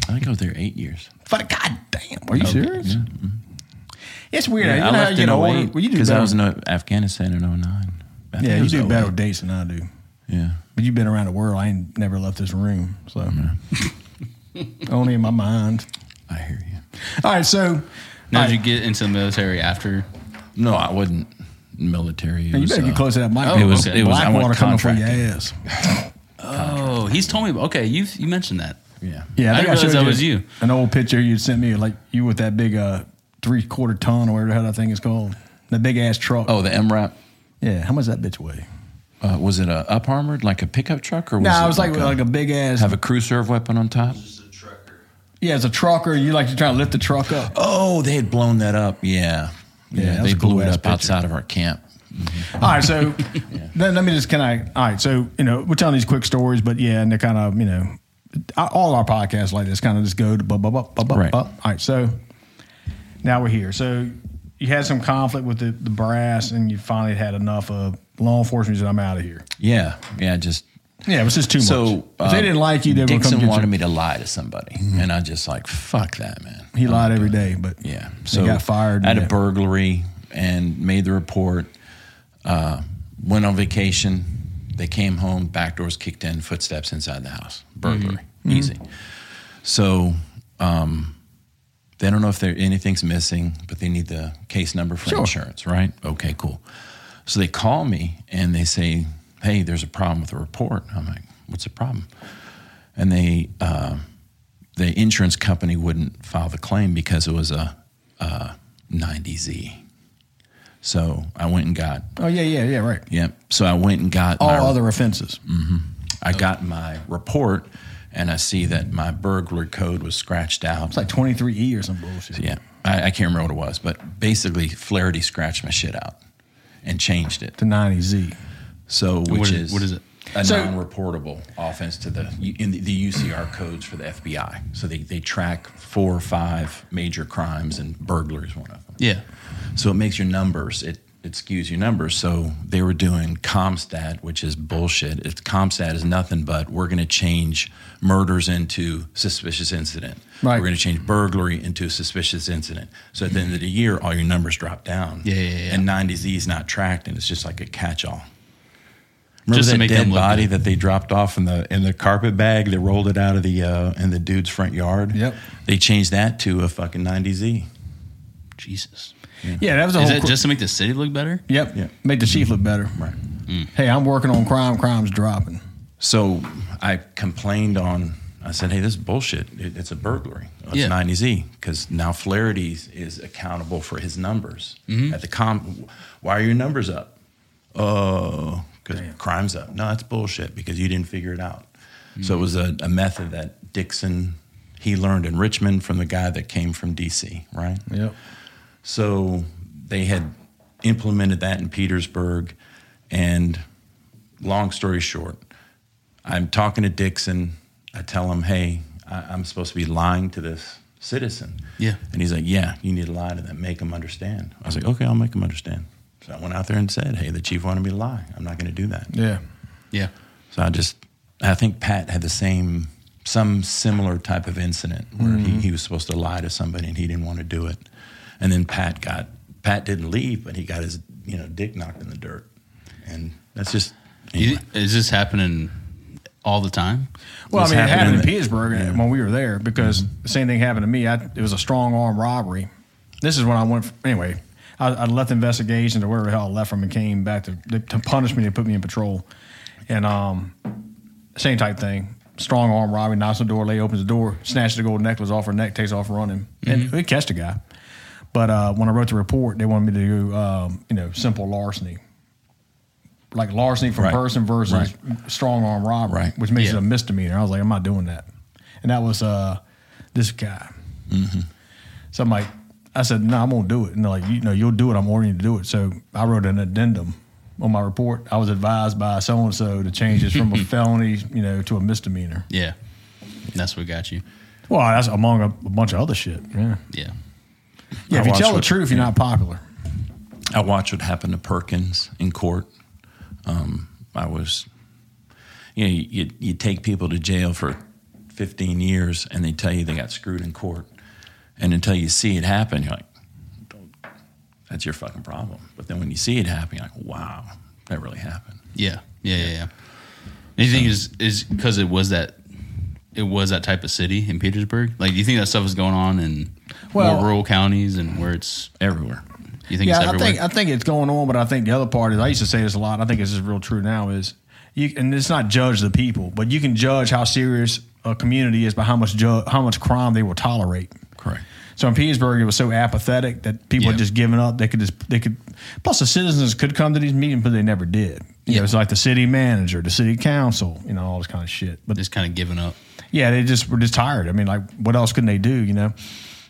Speaker 4: I think I was there eight years.
Speaker 2: But god damn, are you serious? Mm-hmm.
Speaker 4: Yeah.
Speaker 2: It's weird.
Speaker 4: Yeah,
Speaker 2: you know
Speaker 4: I
Speaker 2: how
Speaker 4: left
Speaker 2: you
Speaker 4: in
Speaker 2: get older.
Speaker 4: 08
Speaker 2: Well, you do
Speaker 4: because
Speaker 2: better.
Speaker 4: I was in uh, Afghanistan in 09. I think
Speaker 2: yeah,
Speaker 4: it
Speaker 2: you
Speaker 4: was
Speaker 2: do
Speaker 4: 08.
Speaker 2: better with dates than I do.
Speaker 4: Yeah.
Speaker 2: But you've been around the world. I ain't never left this room, so only in my mind.
Speaker 4: I hear you.
Speaker 2: All right, so
Speaker 3: Now
Speaker 2: all
Speaker 3: did you
Speaker 2: right.
Speaker 3: get into the military after?
Speaker 4: No, I wasn't military. It
Speaker 2: Man, you
Speaker 4: was,
Speaker 2: better get
Speaker 4: uh,
Speaker 2: close to that mic.
Speaker 3: oh,
Speaker 2: man.
Speaker 4: It was,
Speaker 3: Okay.
Speaker 4: it was, I
Speaker 2: black water
Speaker 4: went
Speaker 2: coming from your
Speaker 4: contracting.
Speaker 2: ass.
Speaker 3: Oh, he's told me. about- Okay, you you mentioned that.
Speaker 2: eh?
Speaker 4: Yeah.
Speaker 2: Yeah,
Speaker 3: I
Speaker 2: think
Speaker 3: didn't realize
Speaker 2: showed
Speaker 3: that was you.
Speaker 2: An old picture you sent me, like you with that big uh, three quarter ton or whatever the hell that thing is called, the big ass truck.
Speaker 4: Oh, the MRAP.
Speaker 2: yeah. How much does that bitch weigh?
Speaker 4: Uh, was it a up armored, like a pickup truck, or was
Speaker 2: No,
Speaker 4: it
Speaker 2: it was like like a,
Speaker 4: a,
Speaker 2: big ass.
Speaker 4: have a crew serve weapon on top?
Speaker 2: yeah, it's a trucker. You like to try to lift the truck up.
Speaker 4: Oh, they had blown that up. Yeah,
Speaker 2: Yeah,
Speaker 4: yeah,
Speaker 2: that was
Speaker 4: they
Speaker 2: a cool
Speaker 4: blew it
Speaker 2: ass
Speaker 4: up
Speaker 2: picture.
Speaker 4: outside of our camp.
Speaker 2: All right, so then let me just can I? All right, so you know we're telling these quick stories, but yeah, and they're kind of you know all our podcasts like this kind of just go to blah blah blah blah blah.
Speaker 4: Right.
Speaker 2: blah. All right, so now we're here. So you had some conflict with the, the brass, and you finally had enough of law enforcement. That I'm out of here.
Speaker 4: Yeah, yeah, just
Speaker 2: Yeah, it was just too much.
Speaker 4: so
Speaker 2: if they
Speaker 4: uh,
Speaker 2: didn't like you, they would come
Speaker 4: Dixon
Speaker 2: get
Speaker 4: wanted
Speaker 2: you.
Speaker 4: me to lie to somebody, and I just like fuck that man.
Speaker 2: He lied every day, but
Speaker 4: Yeah.
Speaker 2: so he got fired.
Speaker 4: I had
Speaker 2: yeah.
Speaker 4: a burglary and made the report. Uh, went on vacation. They came home. Back doors kicked in. Footsteps inside the house.
Speaker 2: Mm-hmm.
Speaker 4: Burglary. Easy. So um, they don't know if there anything's missing, but they need the case number for
Speaker 2: Sure.
Speaker 4: insurance, right? Okay, cool. So they call me and they say, "Hey, there's a problem with the report." I'm like, "What's the problem?" And they uh, the insurance company wouldn't file the claim because it was a, a 90Z. So I went and got
Speaker 2: Oh yeah, yeah, yeah, right.
Speaker 4: yep. So I went and got
Speaker 2: All
Speaker 4: my,
Speaker 2: other offenses.
Speaker 4: I got my report, and I see that my burglar code was scratched out.
Speaker 2: It's like 23E E or some bullshit.
Speaker 4: Yeah. I, I can't remember what it was, but basically Flaherty scratched my shit out and changed it.
Speaker 2: to 90Z.
Speaker 4: So which
Speaker 3: what is-
Speaker 4: is
Speaker 3: what is it?
Speaker 4: A
Speaker 2: So-
Speaker 4: non-reportable offense to the in the, the UCR codes for the FBI. So they, they track four or five major crimes and burglary is one of them.
Speaker 3: Yeah.
Speaker 4: So it makes your numbers, it, it skews your numbers. So they were doing Comstat, which is bullshit. It's Comstat is nothing but we're going to change murders into suspicious incident.
Speaker 2: Right.
Speaker 4: We're going to change burglary into suspicious incident. So at the end of the year, all your numbers drop down.
Speaker 3: Yeah, yeah, yeah.
Speaker 4: And 90Z is not tracked, and it's just like a catch-all. Remember
Speaker 3: Just to
Speaker 4: that
Speaker 3: make
Speaker 4: dead
Speaker 3: them look
Speaker 4: body
Speaker 3: good.
Speaker 4: that they dropped off in the in the carpet bag? They rolled it out of the uh, in the dude's front yard.
Speaker 2: Yep.
Speaker 4: They changed that to a fucking 90Z.
Speaker 3: Jesus.
Speaker 2: Yeah, that was a
Speaker 3: Is
Speaker 2: whole.
Speaker 3: that
Speaker 2: qu-
Speaker 3: just to make the city look better?
Speaker 2: Yep.
Speaker 4: Yeah.
Speaker 2: Made the chief look better.
Speaker 4: Right.
Speaker 2: Hey, I'm working on crime. Crime's dropping.
Speaker 4: So I complained on. I said, "Hey, this is bullshit. It, it's a burglary. It's
Speaker 3: Yeah.
Speaker 4: 90Z because now Flaherty is accountable for his numbers at the com. Why are your numbers up? Oh, because crime's up. No, that's bullshit because you didn't figure it out. So it was a, a method that Dixon he learned in Richmond from the guy that came from DC, right?
Speaker 2: Yep.
Speaker 4: So they had implemented that in Petersburg. And long story short, I'm talking to Dixon. I tell him, hey, I- I'm supposed to be lying to this citizen.
Speaker 3: Yeah.
Speaker 4: And he's like, yeah, you need to lie to them, make them understand. I was like, okay, I'll make them understand. So I went out there and said, hey, the chief wanted me to lie. I'm not going to do that.
Speaker 2: Yeah.
Speaker 3: Yeah.
Speaker 4: So I just, I think Pat had the same, some similar type of incident where he, he was supposed to lie to somebody and he didn't want to do it. And then Pat got, Pat didn't leave, but he got his, you know, dick knocked in the dirt. And that's just,
Speaker 3: You-
Speaker 4: anyway.
Speaker 3: Is this happening all the time?
Speaker 2: Well,
Speaker 4: What's
Speaker 2: I mean, it happened
Speaker 4: happening Mm-hmm.
Speaker 2: in
Speaker 4: that-
Speaker 2: Petersburg uh, when we were there because the same thing happened to me. I, it was a strong arm robbery. This is when I went. Anyway, I, I left investigations or wherever the hell I left from and came back to, they- to punish me. They put me in patrol, and um, same type thing. Strong arm robbery, knocks on the door, lady opens the door, snatches the gold necklace off her neck, takes off running, and
Speaker 4: Mm-hmm.
Speaker 2: we catch the guy. But uh, when I wrote the report, they wanted me to do um, you know simple larceny, like larceny from
Speaker 4: Right.
Speaker 2: person versus
Speaker 4: Right.
Speaker 2: strong arm robbery,
Speaker 4: Right.
Speaker 2: which makes it
Speaker 3: Yeah.
Speaker 2: a misdemeanor. I was like, I'm not doing that. And that was uh, this guy. Mm-hmm. So I'm like, I said, no, I'm gonna do it. And they're like, you know, you'll do it. I'm ordering you to do it. So I wrote an addendum on my report. I was advised by so and so to change this from a felony, you know, to a misdemeanor.
Speaker 3: Yeah. That's what got you.
Speaker 2: Well, that's among a, a bunch of other shit. Yeah.
Speaker 3: Yeah.
Speaker 2: Yeah.
Speaker 4: I
Speaker 2: if you
Speaker 4: watched
Speaker 2: tell the
Speaker 4: what-
Speaker 2: truth, you're not popular.
Speaker 4: I watched what happened to Perkins in court. Um, I was, you know, you, you, you take people to jail for 15 years and they tell you they got screwed in court. And until you see it happen, you're like, that's your fucking problem. But then when you see it happen, you're like, wow, that really happened.
Speaker 3: Yeah. Yeah. Yeah. yeah. Do you think is is because it was that it was that type of city in Petersburg? Like, do you think that stuff is going on in
Speaker 2: Well-
Speaker 3: more rural counties and where it's?
Speaker 4: Everywhere.
Speaker 3: You think it's
Speaker 2: Yeah, I
Speaker 3: everywhere?
Speaker 2: think I think it's going on, but I think the other part is I used to say this a lot. I think this is real true now is you and it's not judge the people, but you can judge how serious a community is by how much ju- how much crime they will tolerate.
Speaker 4: Correct.
Speaker 2: So in Petersburg, it was so apathetic that people
Speaker 3: Yeah.
Speaker 2: had just given up. They could just they could. Plus, the citizens could come to these meetings, but they never did. You
Speaker 3: Yeah.
Speaker 2: know, it's like the city manager, the city council, you know, all this kind of shit. But
Speaker 3: just kind of giving up.
Speaker 2: yeah, they just were just tired. I mean, like, what else could they do? You know.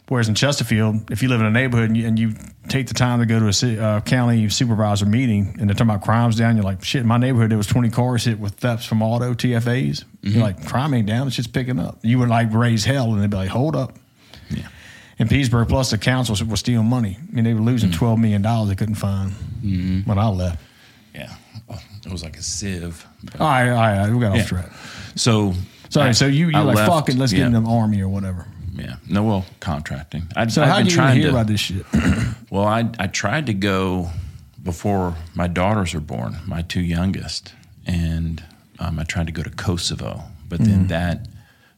Speaker 2: Whereas in Chesterfield, if you live in a neighborhood and you, and you take the time to go to a ci- uh, county supervisor meeting and they're talking about crimes down, you're like, shit, in my neighborhood there was 20 cars hit with thefts from auto TFAs.
Speaker 4: Mm-hmm.
Speaker 2: You're like, crime ain't down, it's just picking up. You would like raise hell and they'd be like, hold up.
Speaker 4: Yeah.
Speaker 2: In Petersburg, plus the council was stealing money. I mean, they were losing
Speaker 4: Mm-hmm.
Speaker 2: $12 million they couldn't find when I left.
Speaker 4: Yeah. Well, it was like a sieve.
Speaker 2: All right, all right, all right we got
Speaker 4: Yeah.
Speaker 2: off track.
Speaker 4: So,
Speaker 2: Sorry, so you,
Speaker 4: I
Speaker 2: you're like,
Speaker 4: left-
Speaker 2: fuck it, let's
Speaker 4: yeah.
Speaker 2: get in the army or whatever.
Speaker 4: Yeah. No, well, contracting. I,
Speaker 2: So
Speaker 4: I've
Speaker 2: how
Speaker 4: been
Speaker 2: do you even
Speaker 4: trying
Speaker 2: hear
Speaker 4: to,
Speaker 2: about this shit?
Speaker 4: Well, I, I tried to go before my daughters were born, my two youngest, and um, I tried to go to Kosovo, but then that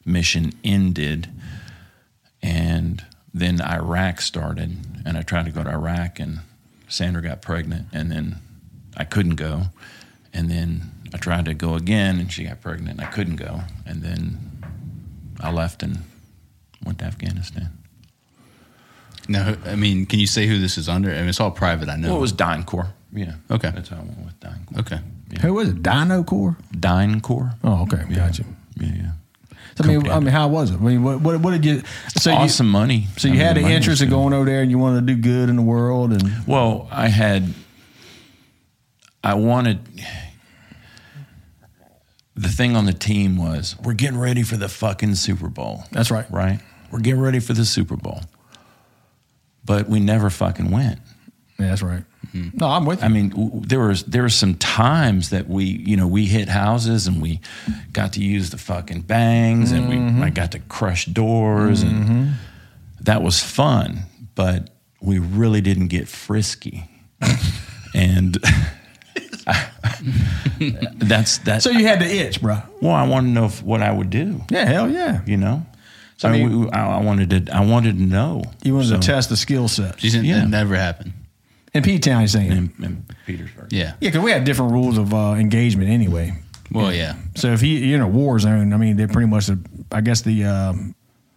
Speaker 4: mission ended, and then Iraq started, and I tried to go to Iraq, and Sandra got pregnant, and then I couldn't go, and then I tried to go again, and she got pregnant, and I couldn't go, and then I left and went to Afghanistan.
Speaker 3: No, I mean, can you say who this is under? I mean, it's all private. I know.
Speaker 4: Well, it was
Speaker 2: Uh-huh.
Speaker 4: DynCorp. Yeah.
Speaker 3: Okay.
Speaker 4: That's how I went with DynCorp.
Speaker 3: okay.
Speaker 2: Who was it? Dino Corps?
Speaker 4: DynCorp.
Speaker 2: Oh, okay.
Speaker 4: Yeah.
Speaker 2: Gotcha.
Speaker 4: Yeah, yeah.
Speaker 2: So, I mean, I mean, how was it? I mean, what what, what did you? So
Speaker 4: awesome
Speaker 2: You,
Speaker 4: money.
Speaker 2: so you
Speaker 4: I mean,
Speaker 2: had
Speaker 4: the
Speaker 2: an
Speaker 4: money
Speaker 2: interest
Speaker 4: was
Speaker 2: in
Speaker 4: good.
Speaker 2: going over there, and you wanted to do good in the world, and
Speaker 4: Well, I had, I wanted, the thing on the team was we're getting ready for the fucking Super Bowl.
Speaker 2: That's right.
Speaker 4: Right? We're getting ready for the Super Bowl. But we never fucking went.
Speaker 2: yeah, that's right. Mm-hmm. No, I'm with you.
Speaker 4: I mean, w- w- there was there were some times that we, you know, we hit houses and we got to use the fucking bangs
Speaker 2: Mm-hmm.
Speaker 4: and we I got to crush doors and that was fun, but we really didn't get frisky. and that's that.
Speaker 2: so you had the itch, bro.
Speaker 4: well, I want to know if, what I would do.
Speaker 2: Yeah, hell yeah.
Speaker 4: You know,
Speaker 2: So,
Speaker 4: I,
Speaker 2: I
Speaker 4: mean,
Speaker 2: mean-
Speaker 4: we- I, I wanted to. I wanted to know.
Speaker 2: You wanted
Speaker 4: So-
Speaker 2: to test the skill set.
Speaker 3: She didn't,
Speaker 4: Yeah.
Speaker 3: That never happened.
Speaker 2: In P Town, he's saying.
Speaker 4: in, in Petersburg.
Speaker 3: Yeah.
Speaker 2: Yeah, because we had different rules of uh, engagement anyway.
Speaker 3: Well, yeah.
Speaker 2: So if you, you're in a war zone, I mean, they're pretty much, the, I guess the um,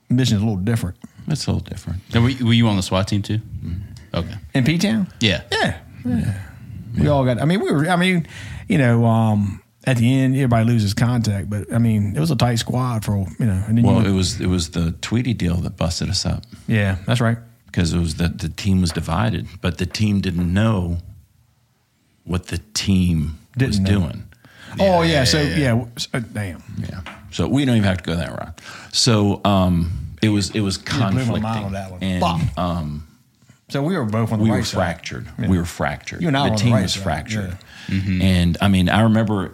Speaker 2: mission is a little different.
Speaker 4: it's a little different.
Speaker 3: Now, were, were you on the SWAT team too? Okay.
Speaker 2: In P Town?
Speaker 3: Yeah.
Speaker 2: Yeah. Yeah. We all got, I mean, we were, I mean, you know, um, at the end, everybody loses contact, but I mean, it was a tight squad for, you know, and then
Speaker 4: Well,
Speaker 2: you,
Speaker 4: it was it was the Tweety deal that busted us up.
Speaker 2: yeah, that's right.
Speaker 4: because it was that the team was divided, but the team didn't know what the team was
Speaker 2: Didn't know.
Speaker 4: doing.
Speaker 2: oh, yeah.
Speaker 3: yeah,
Speaker 2: so,
Speaker 3: yeah,
Speaker 2: yeah. so- damn.
Speaker 4: Yeah. So we don't even have to go that route. So um, it was it was
Speaker 2: blew my mind
Speaker 4: conflicting,
Speaker 2: on that one.
Speaker 4: and
Speaker 2: Fuck.
Speaker 4: um,
Speaker 2: So we were both on the
Speaker 4: we
Speaker 2: right
Speaker 4: were
Speaker 2: side.
Speaker 4: fractured.
Speaker 2: Yeah.
Speaker 4: We were fractured.
Speaker 2: You and I were
Speaker 4: the
Speaker 2: on the
Speaker 4: team
Speaker 2: right
Speaker 4: was
Speaker 2: side,
Speaker 4: fractured. And I mean, I remember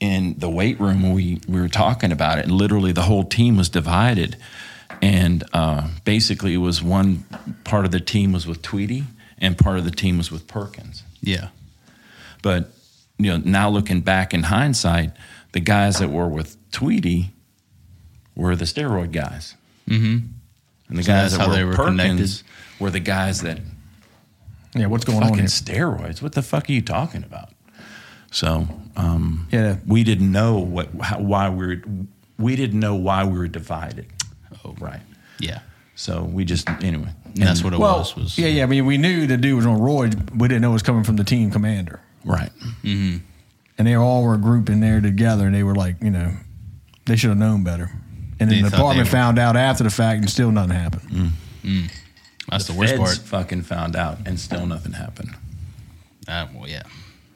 Speaker 4: in the weight room when we we were talking about it, and literally the whole team was divided. And uh, basically, it was one part of the team was with Tweety, and part of the team was with Perkins.
Speaker 3: Yeah.
Speaker 4: But you know, now looking back in hindsight, the guys that were with Tweety were the steroid guys, mm-hmm. and the
Speaker 3: So
Speaker 4: guys
Speaker 3: that's
Speaker 4: that
Speaker 3: how
Speaker 4: were,
Speaker 3: they were
Speaker 4: Perkins
Speaker 3: connected.
Speaker 4: were the guys that
Speaker 2: Yeah. What's going on
Speaker 4: fucking
Speaker 2: here?
Speaker 4: steroids. What the fuck are you talking about? So um,
Speaker 2: Yeah.
Speaker 4: we didn't know what how, why we were we didn't know why we were divided. Oh, right.
Speaker 3: Yeah.
Speaker 4: So we just anyway.
Speaker 3: And that's what it
Speaker 2: Well,
Speaker 3: was. Was
Speaker 2: yeah, yeah. I mean, we knew the dude was on roid. We didn't know it was coming from the team commander.
Speaker 4: Right.
Speaker 2: and they all were grouped in there together, and they were like, you know, they should have known better. And
Speaker 3: They
Speaker 2: then the
Speaker 3: thought
Speaker 2: department
Speaker 3: they were-
Speaker 2: found out after the fact, and still nothing happened.
Speaker 3: that's the, worst
Speaker 4: Feds
Speaker 3: part.
Speaker 4: fucking found out, and still nothing happened.
Speaker 3: Uh, well, yeah.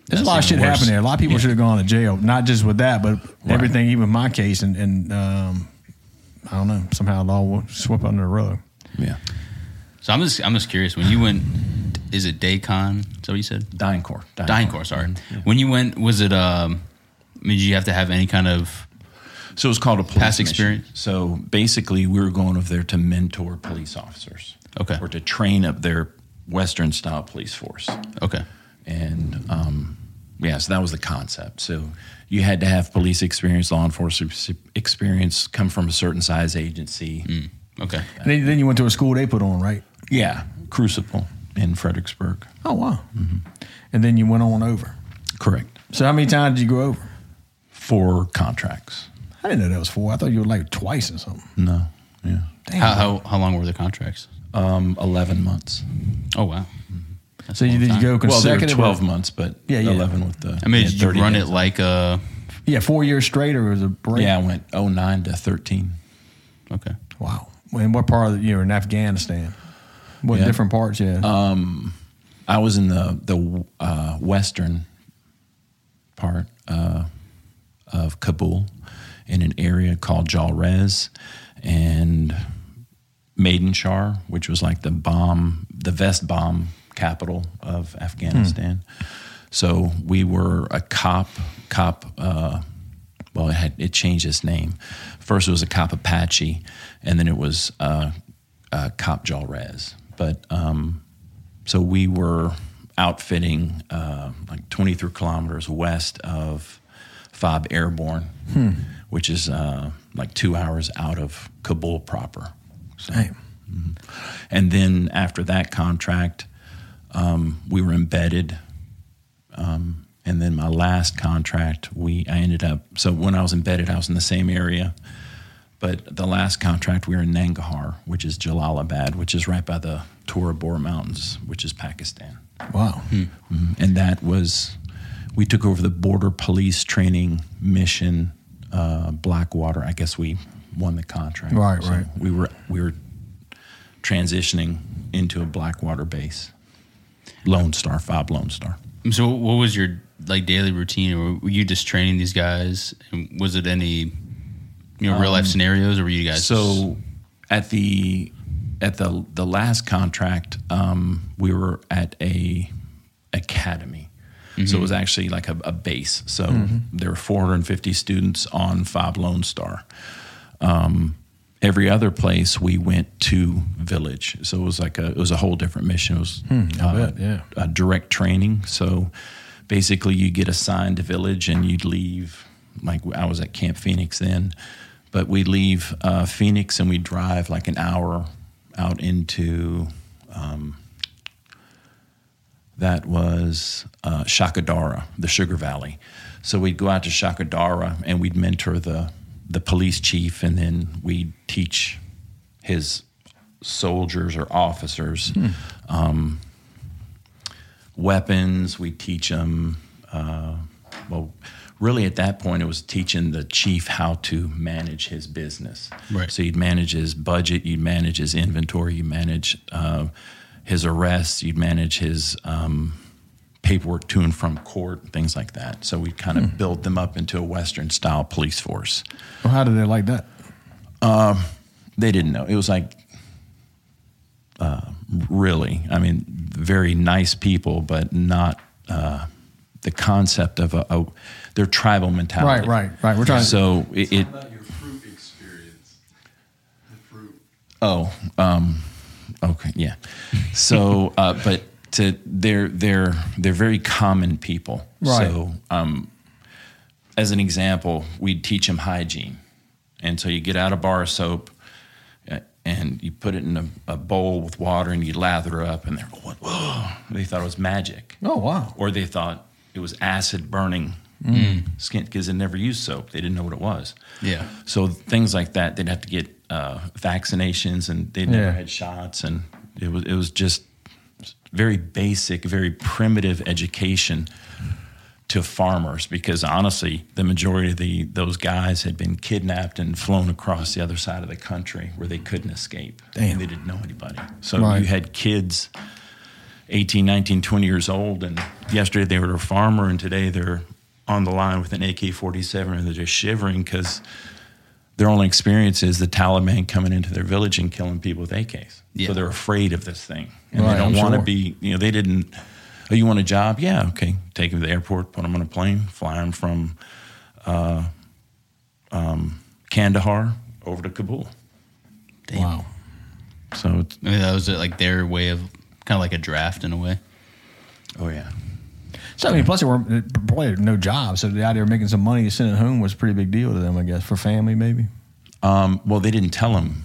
Speaker 2: There's a lot of
Speaker 3: That's
Speaker 2: shit
Speaker 3: even worse.
Speaker 2: happened there. A lot of people should have gone to jail, not just with that, but everything, even my case, and, and um, I don't know. Somehow it all wa- swept under the rug.
Speaker 4: Yeah.
Speaker 3: So I'm just I'm just curious. When you went, is it Daycon? Is that what you said?
Speaker 4: Dying core.
Speaker 3: DynCore, sorry. When you went, was it? Um, I mean, did you have to have any kind of?
Speaker 4: So it was called a police
Speaker 3: Past
Speaker 4: mission.
Speaker 3: experience?
Speaker 4: So basically, we were going over there to mentor police officers,
Speaker 3: Okay.
Speaker 4: or to train up their Western style police force.
Speaker 3: Okay.
Speaker 4: and um, yeah, so that was the concept. So you had to have police experience, law enforcement s- experience, come from a certain size agency.
Speaker 3: Okay.
Speaker 2: And then, then you went to a school they put on, right?
Speaker 4: Yeah, Crucible in Fredericksburg.
Speaker 2: Oh, wow. And then you went on over.
Speaker 4: Correct.
Speaker 2: So how many times did you go over?
Speaker 4: Four contracts.
Speaker 2: I didn't know that was four. I thought you were like twice or something.
Speaker 4: No. Yeah.
Speaker 3: How, how how long were the contracts?
Speaker 4: Um, eleven months.
Speaker 3: Oh wow. That's
Speaker 2: So
Speaker 3: a
Speaker 2: you
Speaker 3: long
Speaker 2: did you
Speaker 3: time.
Speaker 2: go
Speaker 4: Well, there were
Speaker 2: consecutive? or-
Speaker 4: twelve months, but
Speaker 2: Yeah, yeah.
Speaker 4: eleven with the.
Speaker 3: I mean,
Speaker 4: yeah,
Speaker 3: did you
Speaker 4: 30
Speaker 3: run
Speaker 4: days.
Speaker 3: it like a?
Speaker 2: Yeah, four years straight, or was it a break?
Speaker 4: Yeah, I went 09 to thirteen.
Speaker 3: Okay.
Speaker 2: Wow. And what part of the, you were in Afghanistan? What
Speaker 4: Yeah.
Speaker 2: different parts? Yeah.
Speaker 4: I was in the the uh, western part uh, of Kabul in an area called Jalrez and Maidenshar, which was like the bomb, the vest bomb capital of Afghanistan. So we were a cop, cop. Uh, well, it had it changed its name. First, it was a cop Apache, and then it was uh, uh, cop Jalrez. But um, so we were outfitting uh, like 23 kilometers west of Fob Airborne, which is uh, like two hours out of Kabul proper. So,
Speaker 2: Damn.
Speaker 4: and then after that contract, um, we were embedded. Um, and then my last contract, we I ended up. So when I was embedded, I was in the same area. But the last contract, we were in Nangarhar, which is Jalalabad, which is right by the Tora Bor Mountains, which is Pakistan.
Speaker 2: wow.
Speaker 4: And that was, we took over the border police training mission uh, Blackwater. I guess we won the contract.
Speaker 2: Right, right.
Speaker 4: We were we were transitioning into a Blackwater base. Lone Star, five Lone Star.
Speaker 3: So, what was your like daily routine? Were- Were you just training these guys? And was it any you know real life scenarios, or were you guys
Speaker 4: So at the at the the last contract, um, we were at a academy. So it
Speaker 2: Mm-hmm.
Speaker 4: was actually like a, a base. So there were 450 students on Five Lone Star. every other place we went to village so it was like a it was a whole different mission it was uh,
Speaker 2: Hmm, bet, yeah.
Speaker 4: a direct training so basically you get assigned to village and you'd leave like i was at camp phoenix then but we leave uh, phoenix and we drive like an hour out into um, that was uh, Shakadara, the Sugar Valley. So we'd go out to Shakadara and we'd mentor the the police chief, and then we'd teach his soldiers or officers um, weapons. We'd teach them. Uh, well, really, at that point, it was teaching the chief how to manage his business.
Speaker 3: Right.
Speaker 4: So you'd manage his budget, you'd manage his inventory, you manage uh, his arrests, you'd manage his um, paperwork to and from court, things like that. So we kind of build them up into a Western style police force.
Speaker 2: Well, how did they like that?
Speaker 4: They didn't know. It was like, uh, really, I mean, very nice people, but not uh, the concept of a, a their tribal mentality.
Speaker 2: Right, right, right. We're trying.
Speaker 4: So it, it
Speaker 5: about your fruit experience. The fruit.
Speaker 4: Oh, um, okay, yeah. So, uh, but to they're they're they're very common people.
Speaker 2: Right.
Speaker 4: So, um, as an example, we'd teach them hygiene, and so you get out a bar of soap. uh, And you put it in a, a bowl with water and you lather up, and they're going, whoa. They thought it was magic
Speaker 2: oh wow.
Speaker 4: or they thought it was acid burning skin because they never used soap. They didn't know what it was.
Speaker 3: Yeah.
Speaker 4: So things like that, they'd have to get uh, vaccinations, and they never
Speaker 2: Yeah.
Speaker 4: had shots, and it was it was just very basic, very primitive education to farmers because honestly, the majority of the those guys had been kidnapped and flown across the other side of the country where they couldn't escape.
Speaker 2: Damn.
Speaker 4: They didn't know anybody. So
Speaker 2: Right.
Speaker 4: you had kids 18, 19, 20 years old. And yesterday they were a farmer, and today they're on the line with an AK 47 and they're just shivering because their only experience is the Taliban coming into their village and killing people with AKs.
Speaker 3: Yeah.
Speaker 4: So they're afraid of this thing. And
Speaker 2: Right,
Speaker 4: they don't
Speaker 2: I'm
Speaker 4: want to
Speaker 2: sure.
Speaker 4: be, you know, they didn't, oh, you want a job? Yeah, okay. Take them to the airport, put them on a plane, fly them from uh, um, Kandahar over to Kabul.
Speaker 2: Wow.
Speaker 4: So, it's,
Speaker 3: I mean, that was like their way of kind of like a draft in a way.
Speaker 4: oh, yeah.
Speaker 2: So I mean, plus there were there probably were no jobs, so the idea of making some money to send it home was a pretty big deal to them, I guess, for family maybe.
Speaker 4: Um, well, they didn't tell him.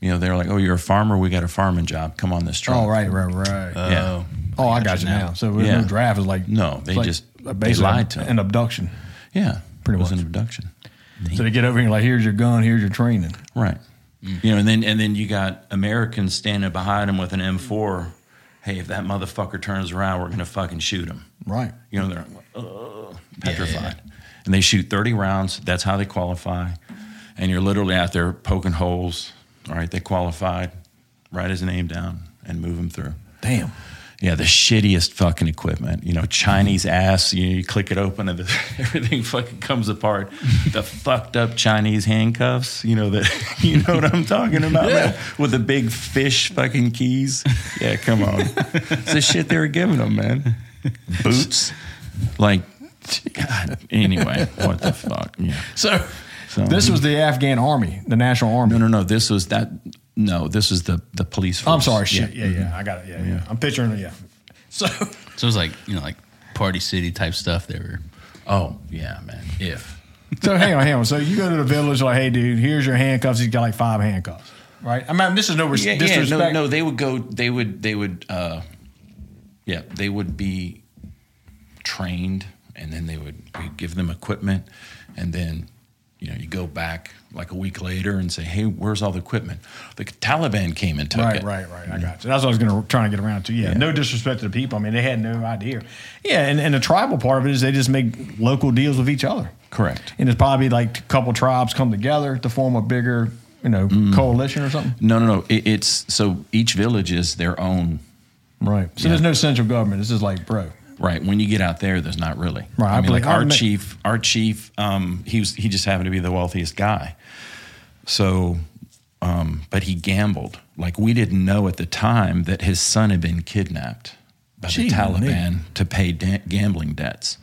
Speaker 4: You know, they're like, "Oh, you're a farmer. We got a farming job. Come on this truck."
Speaker 2: Oh right, right, right.
Speaker 4: Yeah.
Speaker 2: oh, I got you now. So there's
Speaker 4: Uh, Yeah.
Speaker 2: no draft is like
Speaker 4: No, they
Speaker 2: it's like
Speaker 4: just- they
Speaker 2: basically
Speaker 4: lied to 'em.
Speaker 2: an abduction.
Speaker 4: Yeah.
Speaker 2: Pretty
Speaker 4: it was
Speaker 2: much.
Speaker 4: an abduction.
Speaker 2: So they get over here and like, here's your gun, here's your training.
Speaker 4: Right. Mm. You know, and then and then you got Americans standing behind him with an M4. Hey, if that motherfucker turns around, we're gonna fucking shoot him.
Speaker 2: Right.
Speaker 4: You know, they're like, "Ugh," petrified, and they shoot thirty rounds. That's how they qualify. And you're literally out there poking holes. All right, they qualified. Write his name down and move him through.
Speaker 2: Damn.
Speaker 4: Yeah, the shittiest fucking equipment. You know, Chinese ass. You, you click it open and the, everything fucking comes apart. The fucked up Chinese handcuffs. You know that. You know what I'm talking about? man? With the big fish fucking keys. Yeah, come on. it's the shit they were giving them, man. Boots. Like, God. Anyway, what the fuck? Yeah.
Speaker 2: So,
Speaker 4: So-
Speaker 2: this was the Afghan army, the national army.
Speaker 4: No, no, no. This was that. No, this was the the police. Force.
Speaker 2: I'm sorry, shit. Yeah, yeah, I got it. Yeah, yeah. I'm picturing it. Yeah. So
Speaker 3: So it was like you know like Party City type stuff. They were
Speaker 4: Oh yeah, man. If.
Speaker 2: So hang on, hang on. So you go to the village, like, hey, dude, here's your handcuffs. He's got like five handcuffs, right? I mean, this is no res-
Speaker 4: yeah, yeah,
Speaker 2: disrespect.
Speaker 4: no, no, they would go. They would. They would. Uh, yeah, they would be trained, and then they would we'd give them equipment, and then you know, you go back like a week later and say, "Hey, where's all the equipment?" The Taliban came and took
Speaker 2: Right,
Speaker 4: it.
Speaker 2: right, right. I got you. That's what I was going to trying to get around to. Yeah, no disrespect to the people. I mean, they had no idea. Yeah, and, and the tribal part of it is they just make local deals with each other.
Speaker 4: Correct.
Speaker 2: And it's probably like a couple tribes come together to form a bigger, you know, coalition or something.
Speaker 4: No, no, no. It, it's so each village is their own.
Speaker 2: Right. So there's no central government. This is like, bro.
Speaker 4: Right. When you get out there, there's not really.
Speaker 2: Right, I
Speaker 4: I mean,
Speaker 2: believe-
Speaker 4: like our
Speaker 2: I admit-
Speaker 4: chief, our chief, um, he was he just happened to be the wealthiest guy. So, um, but he gambled. Like we didn't know at the time that his son had been kidnapped by
Speaker 2: Gee,
Speaker 4: the Taliban to pay da- gambling debts.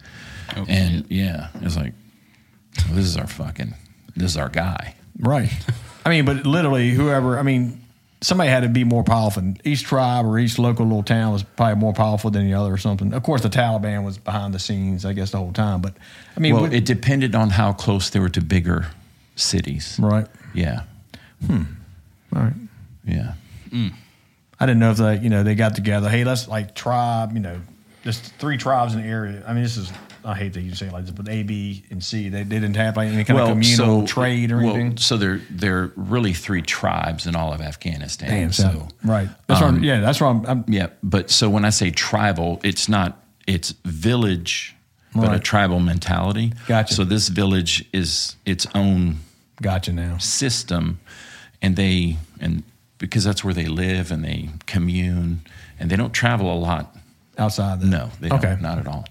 Speaker 4: and yeah, it's like well, this is our fucking this is our guy.
Speaker 2: Right. I mean, but literally, whoever. I mean, somebody had to be more powerful. And Each tribe or each local little town was probably more powerful than the other or something. Of course, the Taliban was behind the scenes, I guess, the whole time. But I mean,
Speaker 4: Well,
Speaker 2: what-
Speaker 4: it depended on how close they were to bigger cities.
Speaker 2: right.
Speaker 4: Yeah.
Speaker 2: All right.
Speaker 4: Yeah.
Speaker 2: I didn't know if they, you know, they got together. Hey, let's like tribe, you know, just three tribes in the area. I mean, this is I hate that you say it like this, but A, B, and C, they, they didn't have like any kind of communal trade or
Speaker 4: well,
Speaker 2: anything.
Speaker 4: So there, there are really three tribes in all of Afghanistan. so Um,
Speaker 2: right. That's what I'm, yeah, that's what I'm. I'm
Speaker 4: yeah, but so when I say tribal, it's not it's village, but a
Speaker 2: Right.
Speaker 4: tribal mentality.
Speaker 2: Gotcha.
Speaker 4: So this village is its own
Speaker 2: gotcha now.
Speaker 4: system, and they and because that's where they live and they commune and they don't travel a lot.
Speaker 2: Outside that.
Speaker 4: No, they
Speaker 2: Okay.
Speaker 4: don't, not at all.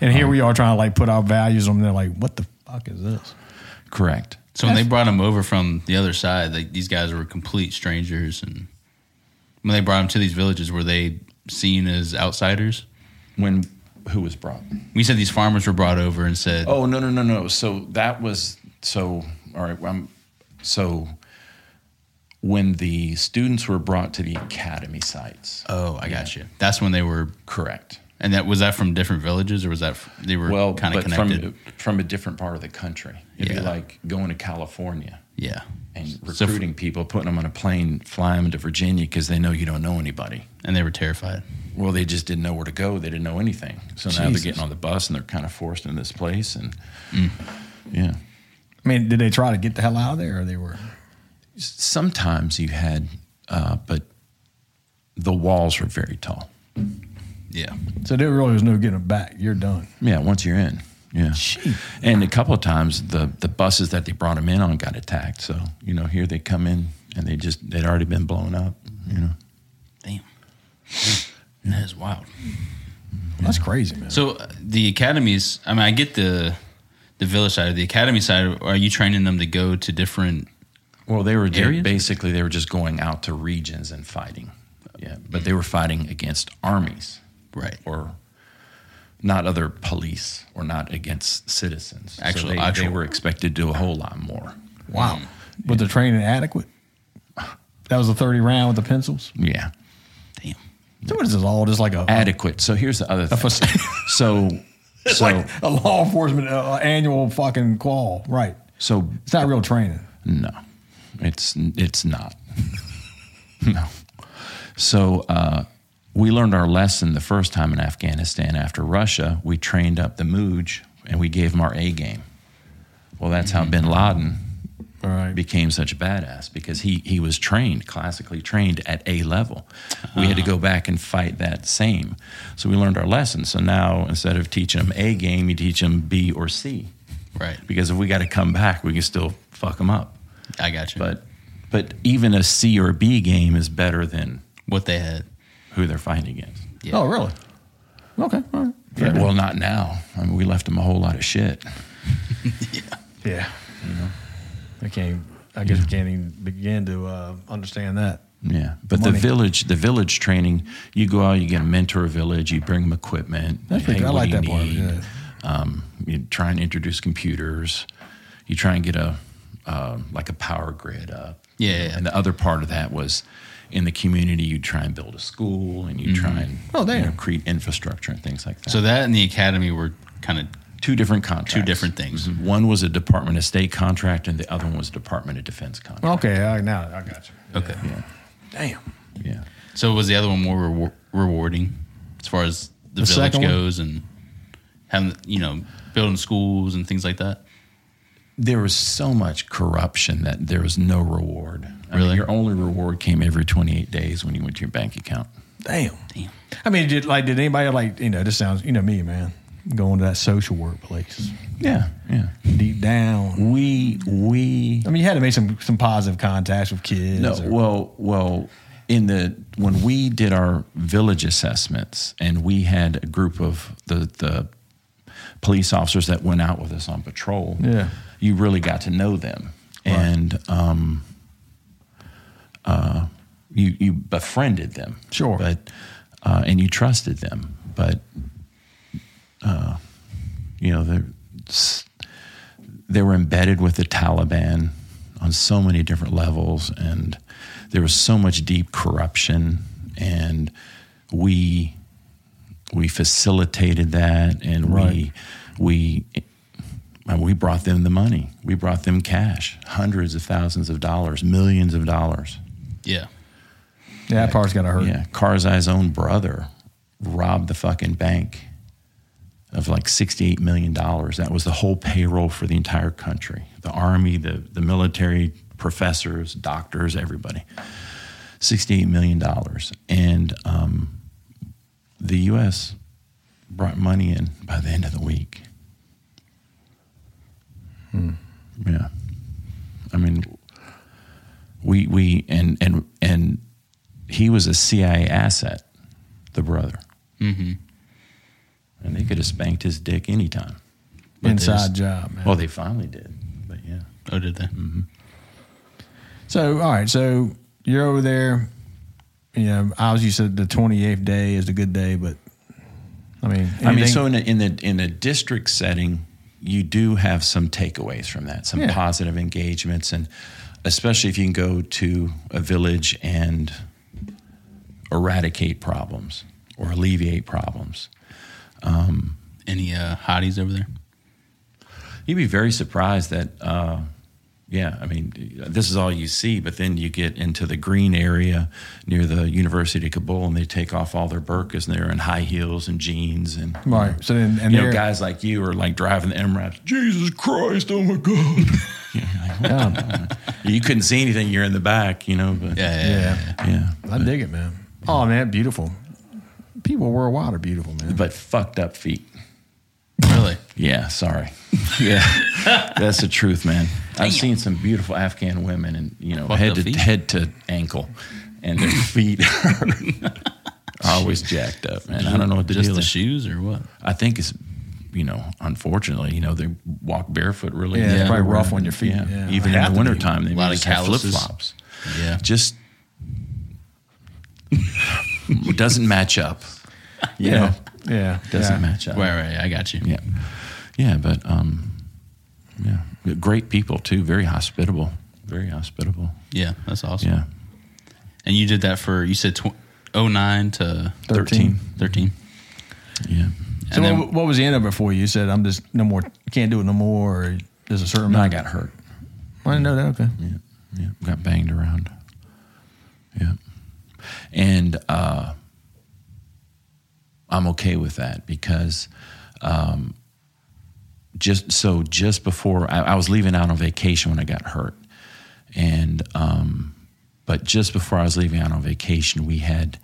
Speaker 2: And here we are trying to like put our values on. them. They're like, what the fuck is this?
Speaker 4: Correct.
Speaker 3: So when they brought him over from the other side, like these guys were complete strangers, and when they brought him to these villages, were they seen as outsiders?
Speaker 4: When who was brought?
Speaker 3: We said these farmers were brought over and said,
Speaker 4: Oh no no no no. So that was so. All right. well, I'm, so when the students were brought to the academy sites,
Speaker 3: "Oh, I got you." That's when they were,
Speaker 4: correct.
Speaker 3: and that was that from different villages, or was that f- they were
Speaker 4: Well,
Speaker 3: kind of
Speaker 4: but
Speaker 3: connected?
Speaker 4: from from a different part of the country. It'd
Speaker 3: Yeah.
Speaker 4: be like going to California
Speaker 3: yeah,
Speaker 4: and
Speaker 3: So f-
Speaker 4: recruiting people, putting them on a plane, flying them to Virginia because they know you don't know anybody.
Speaker 3: and they were terrified.
Speaker 4: Well, they just didn't know where to go. They didn't know anything. So now
Speaker 2: Jesus.
Speaker 4: they're getting on the bus and they're kind of forced in this place. And
Speaker 3: Mm.
Speaker 4: yeah.
Speaker 2: I mean, did they try to get the hell out of there or they were?
Speaker 4: sometimes you had, uh, but the walls were very tall.
Speaker 3: Yeah,
Speaker 2: So there really was no getting them back. You're done.
Speaker 4: Yeah, once you're in. Yeah.
Speaker 2: Gee.
Speaker 4: And a couple of times the, the buses that they brought them in on got attacked. So, you know, here they come in and they just, they'd already been blown up, you know.
Speaker 3: damn, that is wild.
Speaker 2: That's crazy, man.
Speaker 3: So uh, the academies, I mean, I get the the village side, the academy side. Are you training them to go to different?
Speaker 4: Well, they were
Speaker 3: Areas?
Speaker 4: basically, they were just going out to regions and fighting. Yeah. But they were fighting against armies
Speaker 3: Right.
Speaker 4: or not other police or not against citizens. So
Speaker 3: Actual-
Speaker 4: they, they
Speaker 3: actual-
Speaker 4: were expected to do a whole lot more.
Speaker 2: Wow.
Speaker 4: Mm.
Speaker 2: Was the training adequate? That was the 30 round with the pencils.
Speaker 4: Yeah.
Speaker 3: Damn.
Speaker 2: So what is this all just like a,
Speaker 4: adequate. So here's the other thing. so so
Speaker 2: Uh, like a law enforcement uh, annual fucking call? Right.
Speaker 4: so
Speaker 2: It's not real training.
Speaker 4: no, it's it's not. no. So uh, we learned our lesson the first time in Afghanistan after Russia. We trained up the Mooj and we gave them our A game. Well, that's how Bin Laden
Speaker 2: All right.
Speaker 4: became such a badass because he he was trained classically trained at A level. We had to go back and fight that same. So we learned our lesson. So now instead of teaching them A game, you teach them B or C.
Speaker 3: Right.
Speaker 4: Because if we got to come back, we can still fuck them up.
Speaker 3: I got you.
Speaker 4: But but even a C or B game is better than
Speaker 3: what they had.
Speaker 4: who they're fighting against.
Speaker 3: Yeah.
Speaker 2: Oh, really? Okay. All right. Fair enough.
Speaker 4: Well, not now. I mean, we left them a whole lot of shit.
Speaker 2: Yeah. I can't. I guess we can't even begin to uh, understand that.
Speaker 4: Yeah, but
Speaker 2: Money.
Speaker 4: the village, the village training, you go out, you get a mentor village, you bring them equipment.
Speaker 2: That's pretty good. I like
Speaker 4: what do you
Speaker 2: that part of it,
Speaker 4: need? Um, you try and introduce computers. You try and get a uh, like a power grid up.
Speaker 3: Yeah, yeah, yeah.
Speaker 4: And the other part of that was in the community, you try and build a school, and you try and
Speaker 2: Oh,
Speaker 4: you know,
Speaker 2: damn.
Speaker 4: create infrastructure and things like that.
Speaker 3: So that and the academy were kind of
Speaker 4: two different contracts, Mm-hmm.
Speaker 3: two different things.
Speaker 4: One was a Department of State contract, and the other one was a Department of Defense contract.
Speaker 2: Okay. I, now I got you.
Speaker 3: Okay.
Speaker 2: Damn.
Speaker 4: yeah.
Speaker 3: So was the other one more rewar- rewarding as far as the,
Speaker 2: The
Speaker 3: village
Speaker 2: second one?
Speaker 3: goes and having you know building schools and things like that?
Speaker 4: there was so much corruption that there was no reward. I
Speaker 3: Really?
Speaker 4: mean, your only reward came every 28 days when you went to your bank account.
Speaker 2: Damn. Damn. I mean, did like did anybody like you know? This sounds you know me, man. Going to that social workplace
Speaker 4: Yeah, yeah.
Speaker 2: deep down.
Speaker 4: We we
Speaker 2: I mean, you had to make some some positive contacts with kids.
Speaker 4: No,
Speaker 2: or-
Speaker 4: well, well, in the when we did our village assessments, and we had a group of the the police officers that went out with us on patrol.
Speaker 2: Yeah.
Speaker 4: you really got to know them, and um, uh, you you befriended them,
Speaker 2: Sure.
Speaker 4: but uh, and you trusted them, but uh, you know they're. s- they were embedded with the Taliban on so many different levels, and there was so much deep corruption, and we we facilitated that, and
Speaker 2: Right.
Speaker 4: we we and we brought them the money, we brought them cash, hundreds of thousands of dollars, millions of dollars.
Speaker 3: Yeah.
Speaker 2: yeah, that part's got to hurt.
Speaker 4: Yeah, Karzai's own brother robbed the fucking bank of like sixty-eight million dollars. That was the whole payroll for the entire country: the army, the the military, professors, doctors, everybody. Sixty-eight million dollars, and um, the U.S. brought money in by the end of the week. Yeah, I mean, we we and and and he was a CIA asset, the brother. Mm-hmm. And they could have spanked his dick anytime. But they
Speaker 2: Inside
Speaker 4: just-
Speaker 2: job, man.
Speaker 4: Well, they finally did. But yeah.
Speaker 3: Oh, did they?
Speaker 4: Mm-hmm.
Speaker 2: So all right, so you're over there. You know, I was used to the 28th day is a good day, but I mean,
Speaker 4: I mean,
Speaker 2: anything-
Speaker 4: so in a, in the in a district setting, you do have some takeaways from that, some
Speaker 2: Yeah.
Speaker 4: positive engagements, and especially if you can go to a village and eradicate problems or alleviate problems.
Speaker 3: Any uh, hotties over there?
Speaker 4: You'd be very surprised that, uh, yeah, I mean, this is all you see, but then you get into the green area near the University of Kabul and they take off all their burkas and they're in high heels and jeans. And,
Speaker 2: right. So then, and
Speaker 4: you know,
Speaker 2: they're-
Speaker 4: guys like you are like driving the MRAPs, Jesus Christ, oh my God. You know, like, what the hell? you couldn't see anything, you're in the back, you know, but
Speaker 3: Yeah. Yeah. yeah.
Speaker 2: yeah,
Speaker 4: yeah.
Speaker 2: I dig it, man. Oh man, beautiful. People worldwide are beautiful, man.
Speaker 4: But fucked up feet.
Speaker 3: Really?
Speaker 4: Yeah, sorry. Yeah, that's the truth, man. I've seen some beautiful Afghan women, and you know,
Speaker 3: Fuck
Speaker 4: head
Speaker 3: their
Speaker 4: to
Speaker 3: feet.
Speaker 4: head to ankle, and their feet are always jacked up, man. I don't know what the
Speaker 3: Just
Speaker 4: deal
Speaker 3: the
Speaker 4: is.
Speaker 3: shoes or what?
Speaker 4: I think it's, you know, unfortunately, you know, they walk barefoot really.
Speaker 2: Yeah, it's
Speaker 4: everywhere.
Speaker 2: probably rough on your feet.
Speaker 4: Yeah,
Speaker 2: Yeah.
Speaker 4: even
Speaker 2: Have to
Speaker 4: in the
Speaker 2: be.
Speaker 4: wintertime, they
Speaker 3: A lot of
Speaker 4: just have flip
Speaker 3: calluses.
Speaker 4: flops.
Speaker 3: Yeah.
Speaker 4: Just doesn't match up. You know,
Speaker 2: yeah,
Speaker 4: doesn't
Speaker 2: yeah.
Speaker 4: match up.
Speaker 3: Right. Right. I got you.
Speaker 4: Yeah. Yeah, but um, yeah, great people too. Very hospitable. Very hospitable.
Speaker 3: Yeah. That's awesome.
Speaker 4: Yeah.
Speaker 3: And you did that for you said tw- 09 to
Speaker 2: 13.
Speaker 3: 13.
Speaker 4: Yeah.
Speaker 2: So
Speaker 3: And then-
Speaker 2: what, what was the end of it for you? You said I'm just no more, can't do it no more. Or there's a certain.
Speaker 4: No, I
Speaker 2: amount-
Speaker 4: got hurt.
Speaker 2: I didn't know that. Okay.
Speaker 4: Yeah. Yeah. Got banged around. Yeah. And uh, I'm okay with that because um, just so just before I, I was leaving out on vacation when I got hurt, and um, but just before I was leaving out on vacation, we had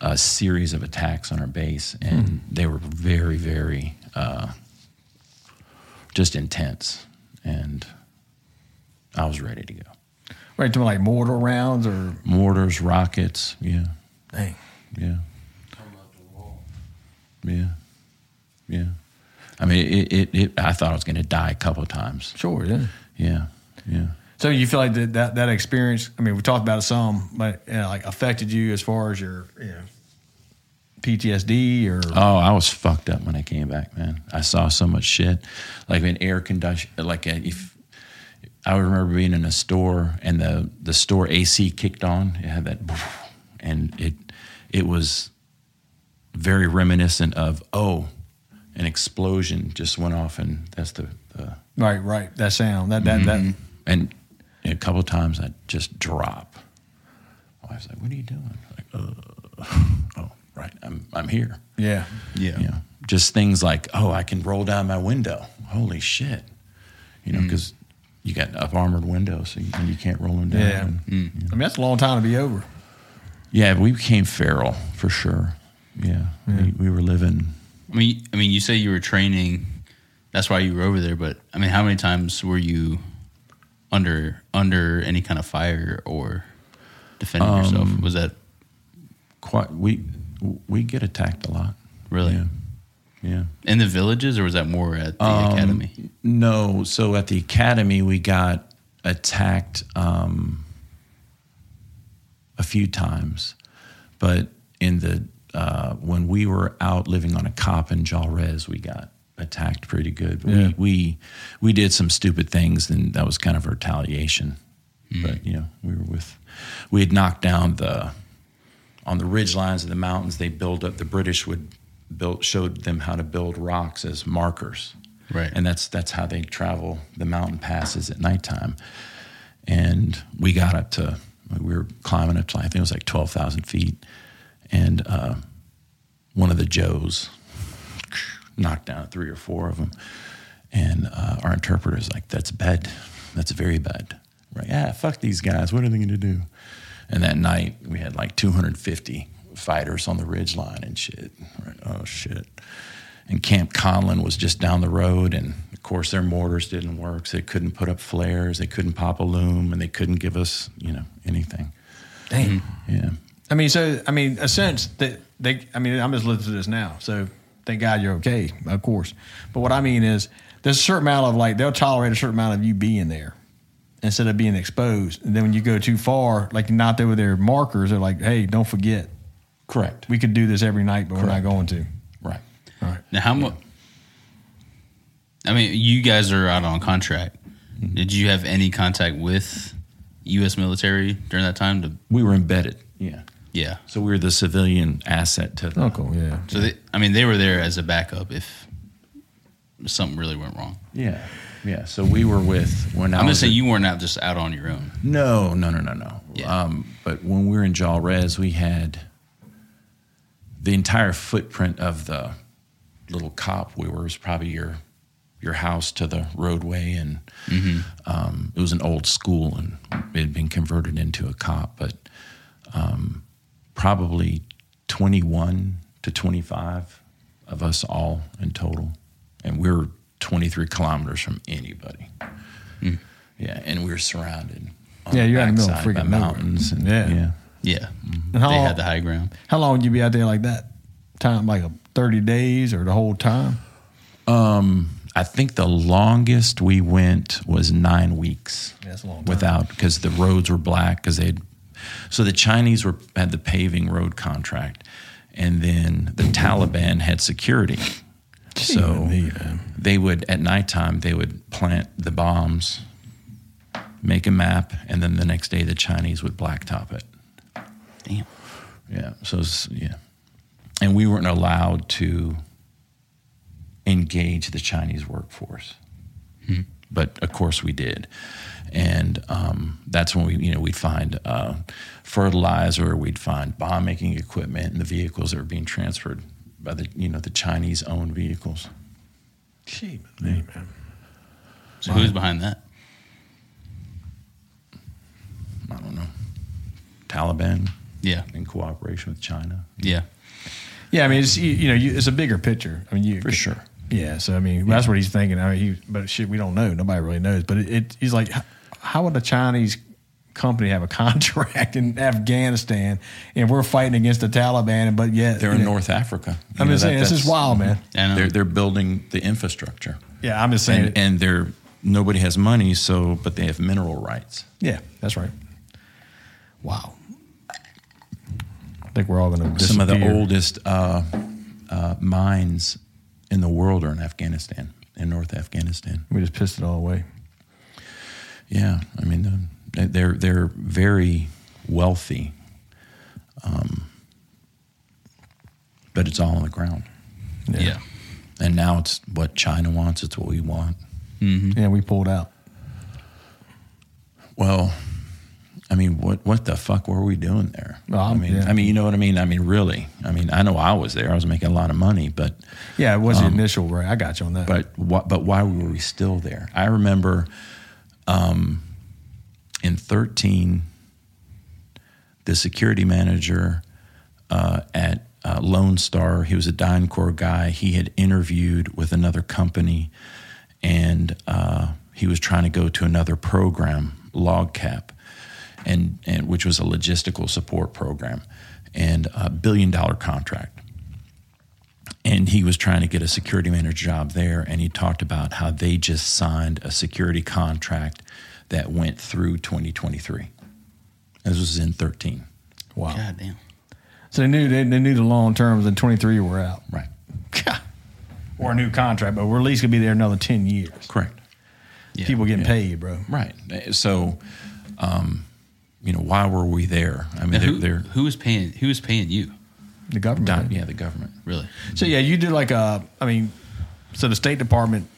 Speaker 4: a series of attacks on our base, and they were very, very uh, just intense, and I was ready to go.
Speaker 2: Right to like mortar rounds or
Speaker 4: Mortars, rockets, yeah,
Speaker 2: dang.
Speaker 4: yeah,
Speaker 5: Come up the wall.
Speaker 4: yeah, yeah. I mean, it, it, it I thought I was going to die a couple of times.
Speaker 2: Sure. Yeah.
Speaker 4: Yeah, yeah.
Speaker 2: So you feel like that that, that experience? I mean, we talked about it some, but you know, like affected you as far as your you know, PTSD or
Speaker 4: Oh, I was fucked up when I came back, man. I saw so much shit, like an air condition, like a, if I remember being in a store and the the store AC kicked on, it had that, and it it was very reminiscent of oh, an explosion just went off, and that's the, the
Speaker 2: right, right that sound that that
Speaker 4: Mm-hmm.
Speaker 2: that.
Speaker 4: and a couple of times I just drop. My wife's like, "What are you doing?" Like, uh, oh, right, I'm I'm here.
Speaker 2: Yeah.
Speaker 3: Yeah.
Speaker 4: You know, just things like, oh, I can roll down my window. Holy shit. You know, because you got up armored windows, so you, and you can't roll them down.
Speaker 2: Yeah. I mean, that's a long time to be over.
Speaker 4: Yeah, we became feral for sure. Yeah, We, we were living.
Speaker 3: I mean, I mean, you say you were training. That's why you were over there. But I mean, how many times were you under under any kind of fire or defending yourself?
Speaker 4: Um,
Speaker 3: Was that
Speaker 4: quite we we get attacked a lot.
Speaker 3: Really?
Speaker 4: Yeah. Yeah.
Speaker 3: in the villages, or was that more at the
Speaker 4: Um,
Speaker 3: academy?
Speaker 4: No, so at the academy we got attacked um, a few times, but in the uh, when we were out living on a cop in Jalrez, we got attacked pretty good. But we, we we did some stupid things, and that was kind of retaliation. But you know, we were with we had knocked down the on the ridge lines of the mountains. They built up the British would built showed them how to build rocks as markers
Speaker 3: Right.
Speaker 4: and that's that's how they travel the mountain passes at nighttime. And we got up to we were climbing up to I think it was like twelve thousand feet, and uh, one of the Joes knocked down three or four of them, and uh, our interpreter's like, "That's bad, that's very bad." We're like, "Yeah, fuck these guys. What are they going to do?" And that night we had like two hundred fifty fighters on the ridge line and shit. We're like, oh shit and Camp Conlin was just down the road. And of course, their mortars didn't work. So they couldn't put up flares. They couldn't pop a loom, and they couldn't give us, you know, anything.
Speaker 2: Dang.
Speaker 4: Yeah,
Speaker 2: I mean, so I mean, a sense that they. I mean, I'm just living through this now, so thank God you're okay, of course. But what I mean is, there's a certain amount of like they'll tolerate a certain amount of you being there instead of being exposed. And then when you go too far, like you're not there with their markers, they're like, hey, don't forget,
Speaker 4: correct.
Speaker 2: we could do this every night, but we're not
Speaker 4: Correct.
Speaker 2: going to.
Speaker 4: right.
Speaker 2: All right.
Speaker 3: Now, how much? I mean, you guys are out on contract. Did you have any contact with U.S. military during that time? To
Speaker 4: We were embedded. Yeah.
Speaker 3: yeah, Oh,
Speaker 4: So we were the civilian asset to the.
Speaker 2: Yeah.
Speaker 3: so they, I mean, they were there as a backup if something really went wrong.
Speaker 4: Yeah. Yeah. So we were with when I
Speaker 3: I'm
Speaker 4: was
Speaker 3: just saying
Speaker 4: at-
Speaker 3: you weren't out just out on your own.
Speaker 4: No, no, no, no, no.
Speaker 3: Yeah.
Speaker 4: Um, but when we were in Jalrez, we had the entire footprint of the little cop we were was probably your your house to the roadway, and um, it was an old school, and it had been converted into a cop, but um, probably twenty one to twenty five of us all in total, and we were twenty three kilometers from anybody. Yeah, and we were surrounded. on
Speaker 2: Yeah, you're out in the middle of
Speaker 4: backside by
Speaker 2: freaking nowhere.
Speaker 4: mountains and
Speaker 2: Yeah.
Speaker 4: yeah.
Speaker 3: Yeah,
Speaker 2: And how
Speaker 3: they
Speaker 2: long-
Speaker 3: had the high ground.
Speaker 2: How long would you be out there like that? Time like a 30 days or the whole time?
Speaker 4: I think the longest we went was nine weeks.
Speaker 2: Yeah, that's a long time.
Speaker 4: Without because the roads were black because they, so the Chinese were had the paving road contract, and then the Taliban had security. so they would at nighttime they would plant the bombs, make a map, and then the next day the Chinese would blacktop it.
Speaker 3: Damn.
Speaker 4: Yeah. So it's- yeah, and we weren't allowed to engage the Chinese workforce, Hmm. but of course we did, and um, that's when we you know we'd find uh, fertilizer, we'd find bomb making equipment, and the vehicles that were being transferred by the you know the Chinese owned vehicles.
Speaker 2: Gee, man.
Speaker 3: So who's behind that?
Speaker 4: I don't know, Taliban
Speaker 3: Yeah,
Speaker 4: in cooperation with China.
Speaker 3: yeah.
Speaker 2: Yeah, I mean, it's you, you know, you, it's a bigger picture. I mean, you
Speaker 4: For sure.
Speaker 2: Yeah, so I mean, that's what he's thinking. I mean, he, but shit, we don't know. Nobody really knows. But it, it he's like, "H- how would a Chinese company have a contract in Afghanistan and we're fighting against the Taliban? But yet
Speaker 4: They're
Speaker 2: you
Speaker 4: in
Speaker 2: know,
Speaker 4: North Africa.
Speaker 2: I'm
Speaker 4: You know,
Speaker 2: just
Speaker 4: that-
Speaker 2: saying, this is
Speaker 4: that's-
Speaker 2: wild, man.
Speaker 3: I know.
Speaker 4: They're they're building the infrastructure.
Speaker 2: Yeah, I'm just saying.
Speaker 4: and, and they're nobody has money, so but they have mineral rights.
Speaker 2: yeah, that's right. Wow. I think we're all going to
Speaker 4: Some of the oldest uh, uh, mines in the world are in Afghanistan, in North Afghanistan.
Speaker 2: We just pissed it all away.
Speaker 4: Yeah, I mean uh, they- they're they're very wealthy, um, but it's all on the ground.
Speaker 3: yeah.
Speaker 4: And now it's what China wants. It's what we want.
Speaker 2: Yeah, we pulled out.
Speaker 4: Well, I mean, what what the fuck were we doing there?
Speaker 2: Well,
Speaker 4: I
Speaker 2: I'm-
Speaker 4: mean,
Speaker 2: yeah.
Speaker 4: I mean, you know what I mean. I mean, really. I mean, I know I was there. I was making a lot of money, but
Speaker 2: Yeah, it was the initial right. I got you on that.
Speaker 4: but wh- but why were we still there? I remember um, in 13, the security manager uh, at uh, Lone Star, he was a DynCorp guy. He had interviewed with another company and uh, he was trying to go to another program, LogCap, and, and, which was a logistical support program and a billion dollar contract and he was trying to get a security manager job there and he talked about how they just signed a security contract that went through 2023 this was in 13
Speaker 2: Wow.
Speaker 3: God damn.
Speaker 2: So they knew they, they knew the long terms in 23 were out.
Speaker 4: right
Speaker 2: Or a new contract, but we're at least going to be there another 10 years.
Speaker 4: correct
Speaker 3: Yeah.
Speaker 2: People getting paid, bro.
Speaker 4: right so um, you know why were we there i mean
Speaker 3: Now,
Speaker 4: they're,
Speaker 3: who,
Speaker 4: they're
Speaker 3: who is paying? Who is paying you?
Speaker 2: The government.
Speaker 4: not yeah the government
Speaker 3: Really?
Speaker 2: So yeah, you did like a. I mean, so the State Department.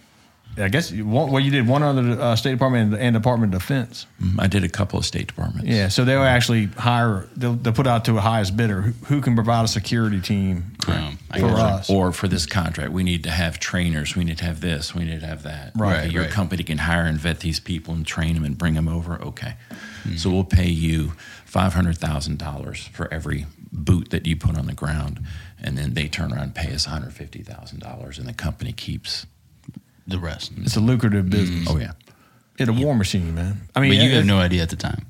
Speaker 2: I guess you- one, well, you did one other uh, State Department and, and Department of Defense.
Speaker 4: Mm, i did a couple of state departments
Speaker 2: Yeah, so they'll actually hire. They'll, they'll put out to a highest bidder who, who can provide a security team
Speaker 3: Um, I
Speaker 2: for
Speaker 3: guess.
Speaker 2: us.
Speaker 4: or for this contract, we need to have trainers. We need to have this. We need to have that.
Speaker 2: Right,
Speaker 4: Okay, Your
Speaker 3: right.
Speaker 4: company can hire and vet these people and train them and bring them over. Okay.
Speaker 2: Mm-hmm.
Speaker 4: So we'll pay you five hundred thousand dollars for every boot that you put on the ground, and then they turn around and pay us one hundred fifty thousand dollars, and the company keeps.
Speaker 3: the rest.
Speaker 2: it's a lucrative business.
Speaker 4: Oh yeah.
Speaker 2: It's a war machine, man. I mean,
Speaker 3: But you
Speaker 2: it-
Speaker 3: have no idea at the time.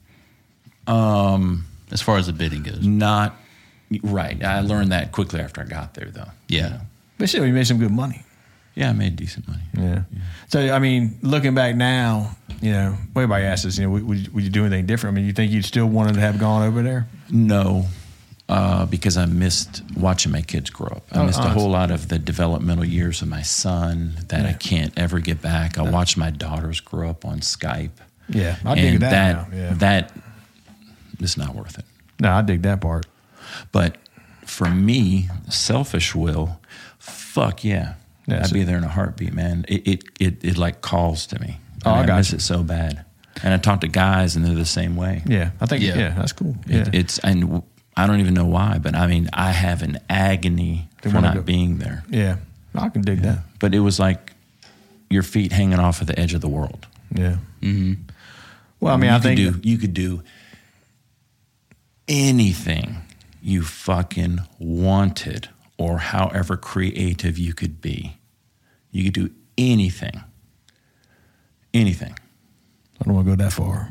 Speaker 3: Um, as far as the bidding goes,
Speaker 4: Not right. I learned that quickly after I got there, though.
Speaker 3: yeah.
Speaker 2: But still, you made some good money.
Speaker 4: Yeah, I made decent money.
Speaker 2: Yeah. So I mean, looking back now, you know, everybody asks us, you know, would, would you- would you do anything different? I mean, you think you'd still wanted to have gone over there?
Speaker 4: No, uh, because I missed watching my kids grow up. I
Speaker 2: Oh,
Speaker 4: missed a
Speaker 2: honest.
Speaker 4: whole lot of the developmental years of my son that I can't ever get back. I watched my daughters grow up on Skype.
Speaker 2: Yeah, I dig
Speaker 4: and
Speaker 2: that
Speaker 4: That,
Speaker 2: now, yeah.
Speaker 4: that is not worth it.
Speaker 2: No, I dig that part.
Speaker 4: But for me, selfish will, fuck yeah.
Speaker 2: Yeah,
Speaker 4: I'd
Speaker 2: so-
Speaker 4: be there in a heartbeat, man. It it it, it like calls to me.
Speaker 2: Oh, I
Speaker 4: And
Speaker 2: got
Speaker 4: miss
Speaker 2: you.
Speaker 4: it so bad. And I talk to guys, and they're the same way.
Speaker 2: Yeah, I think. Yeah,
Speaker 3: Yeah.
Speaker 2: that's cool. Yeah.
Speaker 4: It, It's and w- I don't even know why, but I mean, I have an agony
Speaker 2: They
Speaker 4: for
Speaker 2: wanna
Speaker 4: not
Speaker 2: go-
Speaker 4: being there.
Speaker 2: yeah, I can dig that.
Speaker 4: But it was like your feet hanging off of the edge of the world.
Speaker 2: Yeah. Mm-hmm. Well, I mean, I
Speaker 4: you
Speaker 2: think
Speaker 4: could do, you could do anything you fucking wanted, or however creative you could be. You could do anything, anything.
Speaker 2: I don't want to go that far.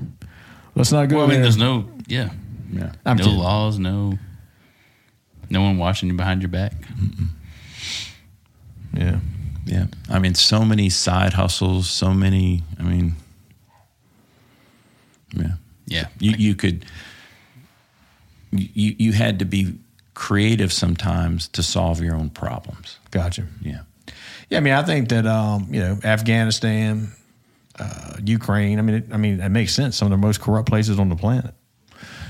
Speaker 2: Let's not go
Speaker 3: Well, I mean,
Speaker 2: there.
Speaker 3: there's no, yeah,
Speaker 4: Yeah.
Speaker 2: I'm
Speaker 3: no
Speaker 2: kidding.
Speaker 3: laws, no, no one watching you behind your back.
Speaker 2: Yeah.
Speaker 4: Yeah. I mean, so many side hustles, so many, I mean, yeah.
Speaker 3: Yeah,
Speaker 4: You, you could, you, you had to be creative sometimes to solve your own problems.
Speaker 2: Gotcha.
Speaker 4: Yeah.
Speaker 2: Yeah, I mean, I think that um, you know Afghanistan, uh, Ukraine. I mean, it, I mean, it makes sense. Some of the most corrupt places on the planet.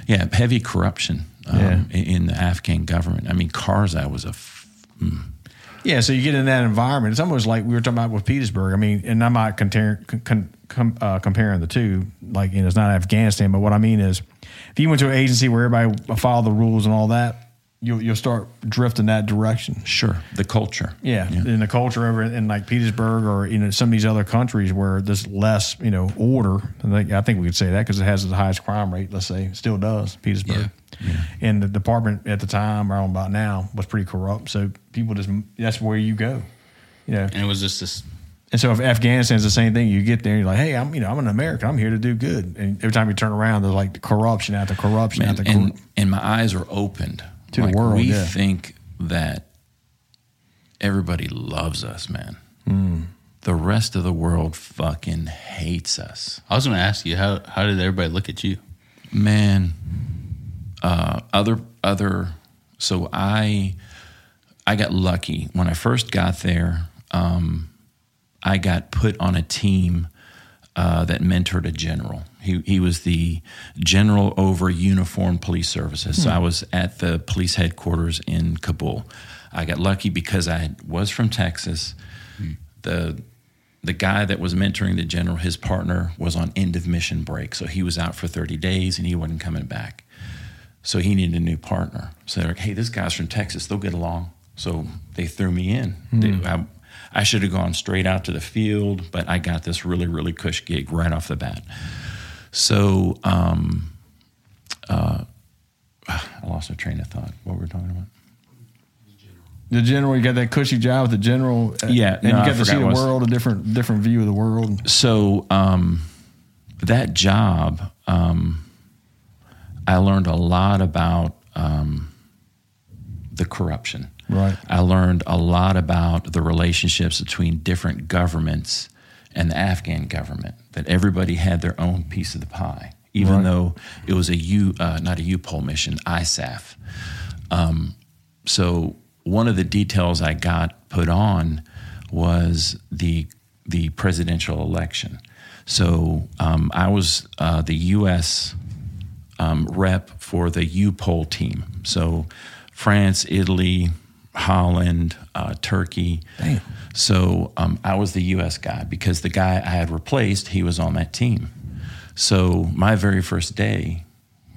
Speaker 4: Yeah. Heavy corruption um,
Speaker 2: Yeah.
Speaker 4: in, in the Afghan government. I mean, Karzai was a, f-
Speaker 2: Yeah, so you get in that environment. It's almost like we were talking about with Petersburg. I mean, and I'm not comparing con, com, uh, comparing the two. Like, you know, it's not Afghanistan, but what I mean is, if you went to an agency where everybody follow the rules and all that, you'll you'll start drifting that direction.
Speaker 4: sure, the culture.
Speaker 2: Yeah, in the culture over in like Petersburg or you know some of these other countries where there's less you know order. I think, I think we could say that because it has the highest crime rate. Let's say It still does Petersburg. And the department at the time, around about now, was pretty corrupt. So people just that's where you go, you know.
Speaker 3: and it was just this.
Speaker 2: And so if Afghanistan's the same thing, you get there, and you're like, hey, I'm you know I'm an American, I'm here to do good. And every time you turn around, there's like corruption after corruption
Speaker 4: and,
Speaker 2: after corruption.
Speaker 4: and, and my eyes are opened
Speaker 2: To the world,
Speaker 4: We
Speaker 2: yeah.
Speaker 4: think that everybody loves us, man.
Speaker 2: Hmm.
Speaker 4: The rest of the world fucking hates us,
Speaker 3: I was going to ask you how how did everybody look at you?
Speaker 4: man. Uh, other other, so I I got lucky when I first got there. Um, I got put on a team uh, that mentored a general. He, he was the general over uniformed police services. So I was at the police headquarters in Kabul. I got lucky because I was from Texas. The the guy that was mentoring the general, his partner was on end of mission break. So he was out for 30 days and he wasn't coming back. So he needed a new partner. So they're like, hey, this guy's from Texas. They'll get along. So they threw me in. They- I, I should have gone straight out to the field, but I got this really, really cush gig right off the bat. So um, uh, I lost my train of thought. What were we talking about?
Speaker 2: The general, you got that cushy job with the general. uh,
Speaker 4: Yeah,
Speaker 2: and
Speaker 4: no, I
Speaker 2: you got to see
Speaker 4: forgot
Speaker 2: the
Speaker 4: what I was-
Speaker 2: world, a different different view of the world.
Speaker 4: so um, that job, um, I learned a lot about um, the corruption.
Speaker 2: Right.
Speaker 4: I learned a lot about the relationships between different governments and the Afghan government. That everybody had their own piece of the pie, even
Speaker 2: Right.
Speaker 4: though it was a U, uh, not a U-POL mission, ISAF. So one of the details I got put on was the the presidential election. So um, I was uh, the U.S. Um, rep for the U poll team. So France, Italy, Holland, uh, Turkey.
Speaker 2: Damn.
Speaker 4: So um, I was the U.S. guy because the guy I had replaced, he was on that team. So my very first day,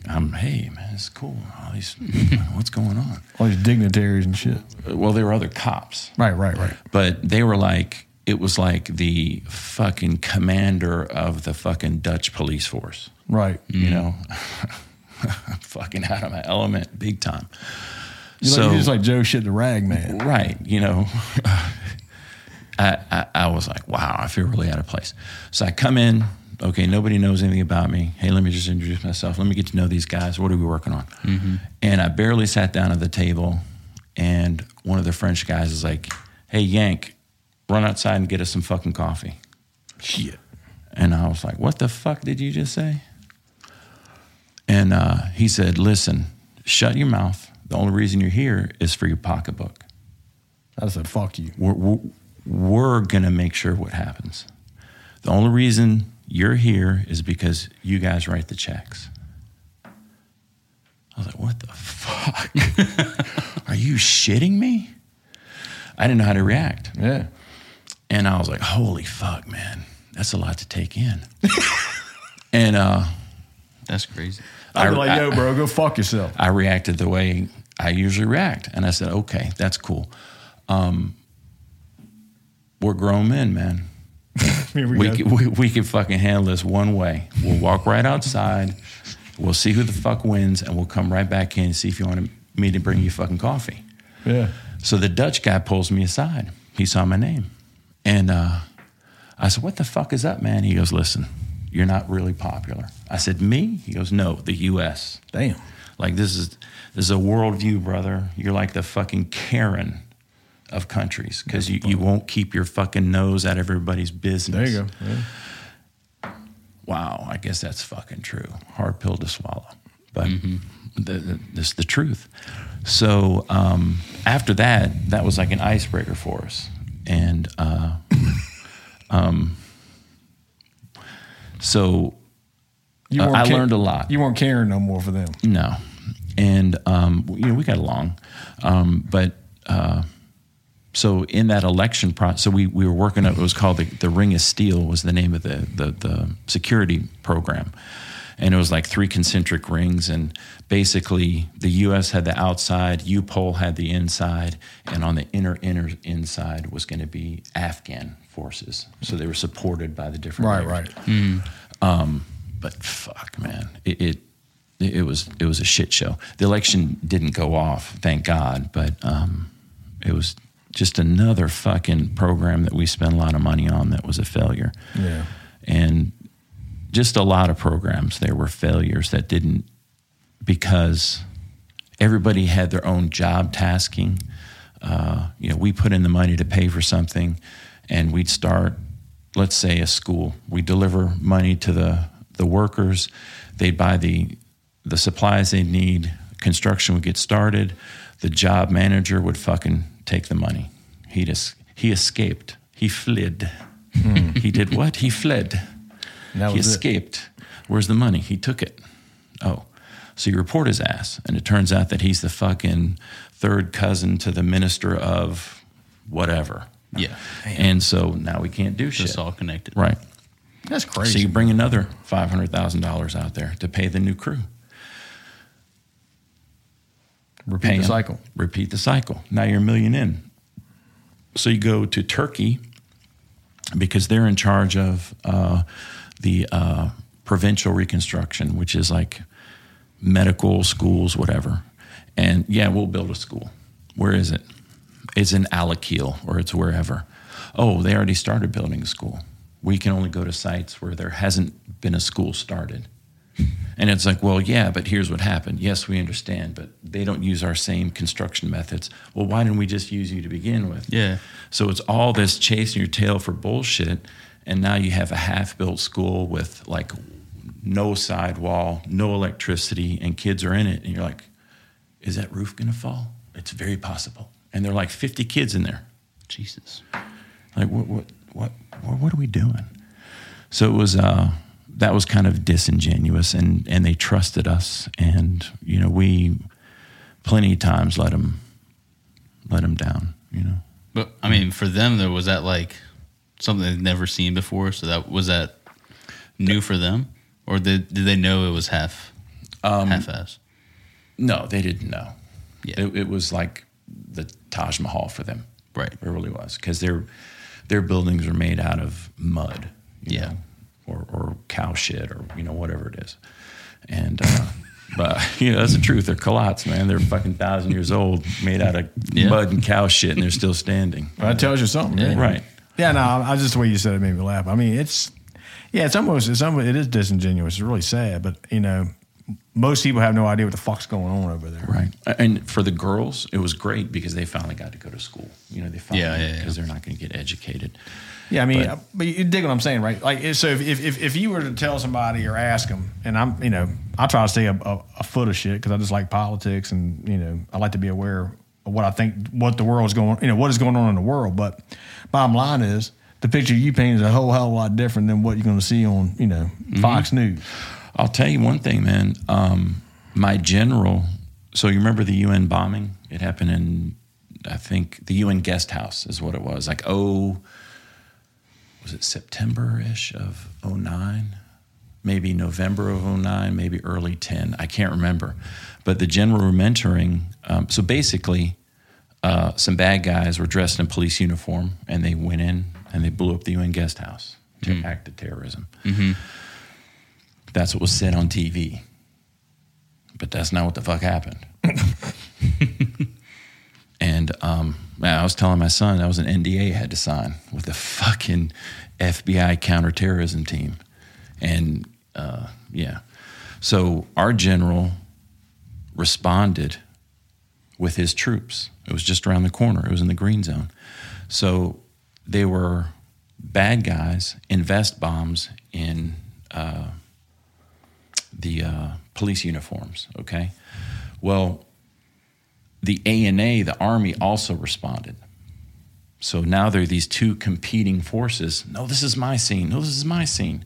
Speaker 4: I'm hey man, it's cool. All these, what's going on?
Speaker 2: All these dignitaries and shit.
Speaker 4: well, there were other cops,
Speaker 2: Right, right, right.
Speaker 4: but they were like, it was like the fucking commander of the fucking Dutch police force.
Speaker 2: Right.
Speaker 4: You know, I'm fucking out of my element big time.
Speaker 2: You're, like,
Speaker 4: so,
Speaker 2: you're just like Joe shit the rag man.
Speaker 4: right, you know, I, I, I was like, wow, I feel really out of place. So I come in, okay, nobody knows anything about me. Hey, let me just introduce myself. Let me get to know these guys. What are we working on? And I barely sat down at the table, and one of the French guys is like, hey, Yank, run outside and get us some fucking coffee. Shit. And I was like, what the fuck did you just say? And uh, he said, listen, shut your mouth. The only reason you're here is for your pocketbook
Speaker 2: I said, fuck you.
Speaker 4: we're, we're, we're going to make sure what happens. The only reason you're here is because you guys write the checks. I was like, what the fuck? Are you shitting me? I didn't know how to react.
Speaker 2: Yeah.
Speaker 4: And I was like, holy fuck, man. That's a lot to take in. and uh,
Speaker 3: That's crazy.
Speaker 2: I'd be
Speaker 4: I-
Speaker 2: like, yo,
Speaker 4: I-
Speaker 2: bro, go fuck yourself.
Speaker 4: I reacted the way I usually react. And I said, okay, that's cool. Um, we're grown men, man.
Speaker 2: Here we,
Speaker 4: we,
Speaker 2: go.
Speaker 4: can, we, we can fucking handle this one way. We'll walk right outside. We'll see who the fuck wins, and we'll come right back in and see if you want me to bring you fucking coffee.
Speaker 2: yeah.
Speaker 4: So the Dutch guy pulls me aside. He saw my name. And uh, I said, What the fuck is up, man? He goes, Listen, you're not really popular. I said, Me? He goes, No, the US.
Speaker 2: Damn.
Speaker 4: Like this is this is a worldview, brother. You're like the fucking Karen of countries because you, you won't keep your fucking nose out of everybody's business.
Speaker 2: There you go. Yeah.
Speaker 4: wow, I guess that's fucking true. Hard pill to swallow, but the, the, this the truth. So um, after that, that was like an icebreaker for us, and uh, um, so
Speaker 2: You
Speaker 4: Uh,
Speaker 2: weren't
Speaker 4: I learned a lot.
Speaker 2: You weren't caring no more for them.
Speaker 4: no, and um, you know we got along, um, but uh, so in that election process, so we, we were working up. It was called the, the Ring of Steel was the name of the, the the security program, and it was like three concentric rings, and basically the U.S. had the outside, U-Pol had the inside, and on the inner inner inside was going to be Afghan forces. So they were supported by the different
Speaker 2: Right,
Speaker 4: layers
Speaker 2: right.
Speaker 4: but fuck, man, it, it it was it was a shit show. The election didn't go off, thank God, but um, it was just another fucking program that we spent a lot of money on that was a failure.
Speaker 2: Yeah.
Speaker 4: and just a lot of programs there were failures that didn't because everybody had their own job tasking. Uh, you know, we put in the money to pay for something, and we'd start, let's say, a school. We deliver money to the the workers. They'd buy the the supplies they need. Construction would get started. The job manager would fucking take the money. He just he escaped. He fled. he did what? He fled
Speaker 2: And that
Speaker 4: he
Speaker 2: was it.
Speaker 4: escaped. Where's the money? He took it. Oh, so you report his ass, and it turns out that he's the fucking third cousin to the minister of whatever.
Speaker 3: Yeah.
Speaker 4: And so now we can't do shit.
Speaker 3: It's all connected.
Speaker 4: Right.
Speaker 2: That's
Speaker 4: So
Speaker 2: crazy.
Speaker 4: you bring another five hundred thousand dollars out there to pay the new crew.
Speaker 2: Repeat
Speaker 4: Pay
Speaker 2: the
Speaker 4: 'em.
Speaker 2: cycle.
Speaker 4: Repeat the cycle. Now you're a million in. So you go to Turkey because they're in charge of uh, the uh, provincial reconstruction, which is like medical schools, whatever. And yeah, we'll build a school. Where is it? It's in Alakil or it's wherever. Oh, they already started building a school. We can only go to sites where there hasn't been a school started. And it's like, well, yeah, but here's what happened. Yes, we understand, but they don't use our same construction methods. Well, why didn't we just use you to begin with?
Speaker 3: Yeah.
Speaker 4: So it's all this chasing your tail for bullshit. And now you have a half built school with like no sidewall, no electricity, and kids are in it. And you're like, is that roof going to fall? It's very possible. And there are like 50 kids in there.
Speaker 3: Jesus.
Speaker 4: Like, what, what, what, what, what are we doing? So it was, uh, that was kind of disingenuous and, and they trusted us. And, you know, we plenty of times let them, let them down, you know?
Speaker 3: But I mean, for them, though, was that like something they've never seen before? So that was that new for them, or did, did they know it was half Um, half-ass?
Speaker 4: No, they didn't know.
Speaker 3: Yeah.
Speaker 4: It, it was like the Taj Mahal for them.
Speaker 3: Right.
Speaker 4: It really was because their their buildings are made out of mud. you
Speaker 3: Yeah.
Speaker 4: know, or or cow shit or you know whatever it is, and. Uh, But you know that's the truth. They're culottes, man. They're fucking thousand years old, made out of
Speaker 3: Yeah.
Speaker 4: mud and cow shit, and they're still standing.
Speaker 2: Well, that tells you something,
Speaker 3: Yeah.
Speaker 2: man.
Speaker 4: Right.
Speaker 2: Yeah, no, I I just the way you said it made me laugh. I mean, it's yeah, it's almost it's almost, it is disingenuous. It's really sad, but you know, most people have no idea what the fuck's going on over there.
Speaker 4: Right. And for the girls, it was great because they finally got to go to school. You know, they finally
Speaker 3: Yeah, yeah, yeah.
Speaker 4: because they're not going to get educated.
Speaker 2: Yeah, I mean,
Speaker 4: But-
Speaker 2: but, you dig what I'm saying, right? Like, if- so if, if if you were to tell somebody or ask them, and I'm, you know, I try to stay a, a, a foot of shit because I just like politics, and you know, I like to be aware of what I think, what the world's going, you know, what is going on in the world. But bottom line is, the picture you paint is a whole hell of a lot different than what you're going to see on, you know,
Speaker 4: Mm-hmm.
Speaker 2: Fox News.
Speaker 4: I'll tell you one thing, man. Um, my general. So you remember the UN bombing? It happened in, I think, the UN guest house is what it was. Like oh, was it September ish of 09? Maybe November of 09, maybe early 10. I can't remember. But the general were mentoring. Um, so basically, uh, some bad guys were dressed in police uniform and they went in and they blew up the UN guest house to act of terrorism. That's what was said on TV. But that's not what the fuck happened. and um, I was telling my son that was an NDA I had to sign with the fucking FBI counterterrorism team. And uh, yeah. So our general responded with his troops. It was just around the corner, it was in the green zone. So they were bad guys, invest bombs in the uh, police uniforms. Okay, well, the A and A, the Army, also responded. So now there are these two competing forces. No, this is my scene. No, this is my scene.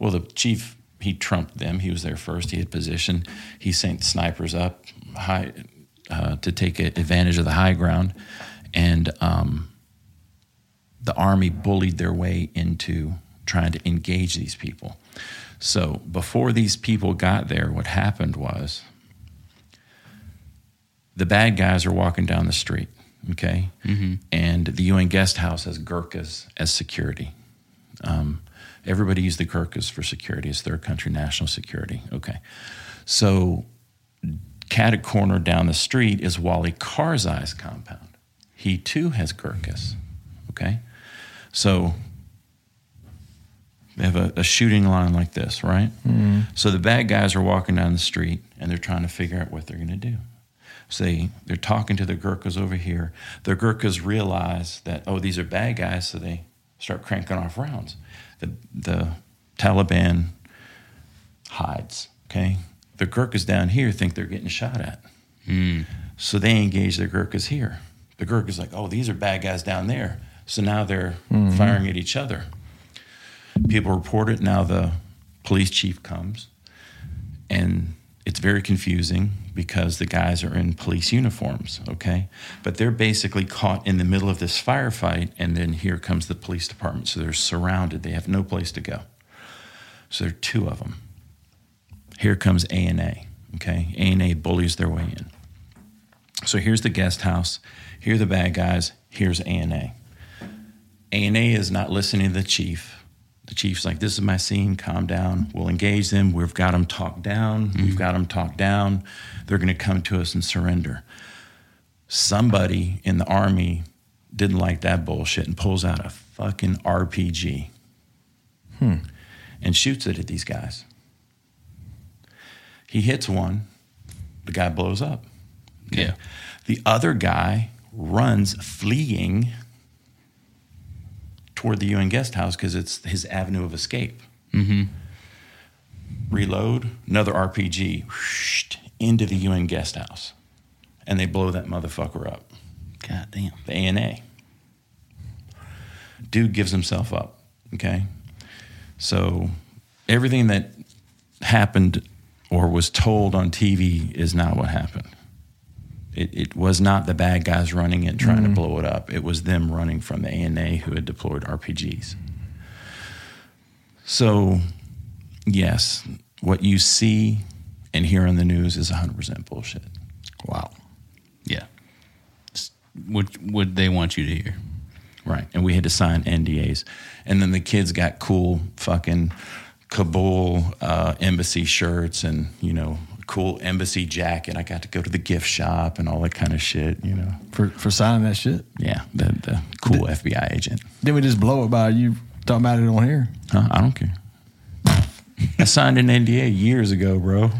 Speaker 4: Well, the chief he trumped them. He was there first. He had position. He sent snipers up high uh, to take advantage of the high ground, and um, the army bullied their way into trying to engage these people. So before these people got there, what happened was the bad guys are walking down the street, okay? And the UN guest house has Gurkhas as security. Um, everybody used the Gurkhas for security, it's their country national security, okay? So cat a corner down the street is Wally Karzai's compound. He too has Gurkhas. Okay? So they have a, a shooting line like this, right? So the bad guys are walking down the street and they're trying to figure out what they're going to do. So they, they're talking to the Gurkhas over here. The Gurkhas realize that, oh, these are bad guys, so they start cranking off rounds. The, the Taliban hides. Okay, the Gurkhas down here think they're getting shot at, so they engage their Gurkhas here. The Gurkhas like, oh, these are bad guys down there, so now they're firing at each other. People report it. Now the police chief comes, and it's very confusing because the guys are in police uniforms. Okay, but they're basically caught in the middle of this firefight, and then here comes the police department. So they're surrounded. They have no place to go. So there are two of them here comes A and A. Okay, A and A bullies their way in. So here's the guest house. Here are the bad guys. Here's A and A. A and A is not listening to the chief. The chief's like, "This is my scene. Calm down. We'll engage them. We've got them talked down. We've got them talked down. They're going to come to us and surrender." Somebody in the army didn't like that bullshit and pulls out a fucking RPG and shoots it at these guys. He hits one. The guy blows up.
Speaker 3: Yeah.
Speaker 4: The other guy runs fleeing toward the UN guest house because it's his avenue of escape. Reload, another RPG whoosh, into the UN guest house. And they blow that motherfucker up,
Speaker 3: God damn.
Speaker 4: the ANA. Dude gives himself up, okay? So everything that happened or was told on TV is not what happened. It, it was not the bad guys running it trying to blow it up. It was them running from the ANA who had deployed RPGs. So, yes, what you see and hear on the news is 100% bullshit.
Speaker 2: Wow.
Speaker 3: Yeah. S- What would they want you to hear?
Speaker 4: Right. And we had to sign NDAs. And then the kids got cool fucking Kabul uh, embassy shirts and, you know, cool embassy jacket. I got to go to the gift shop and all that kind of shit, you know.
Speaker 2: For for signing that shit.
Speaker 4: Yeah, the, the cool FBI agent.
Speaker 2: Then we just blow it by you talking about it on here.
Speaker 4: Huh? I don't care. I signed an NDA years ago, bro.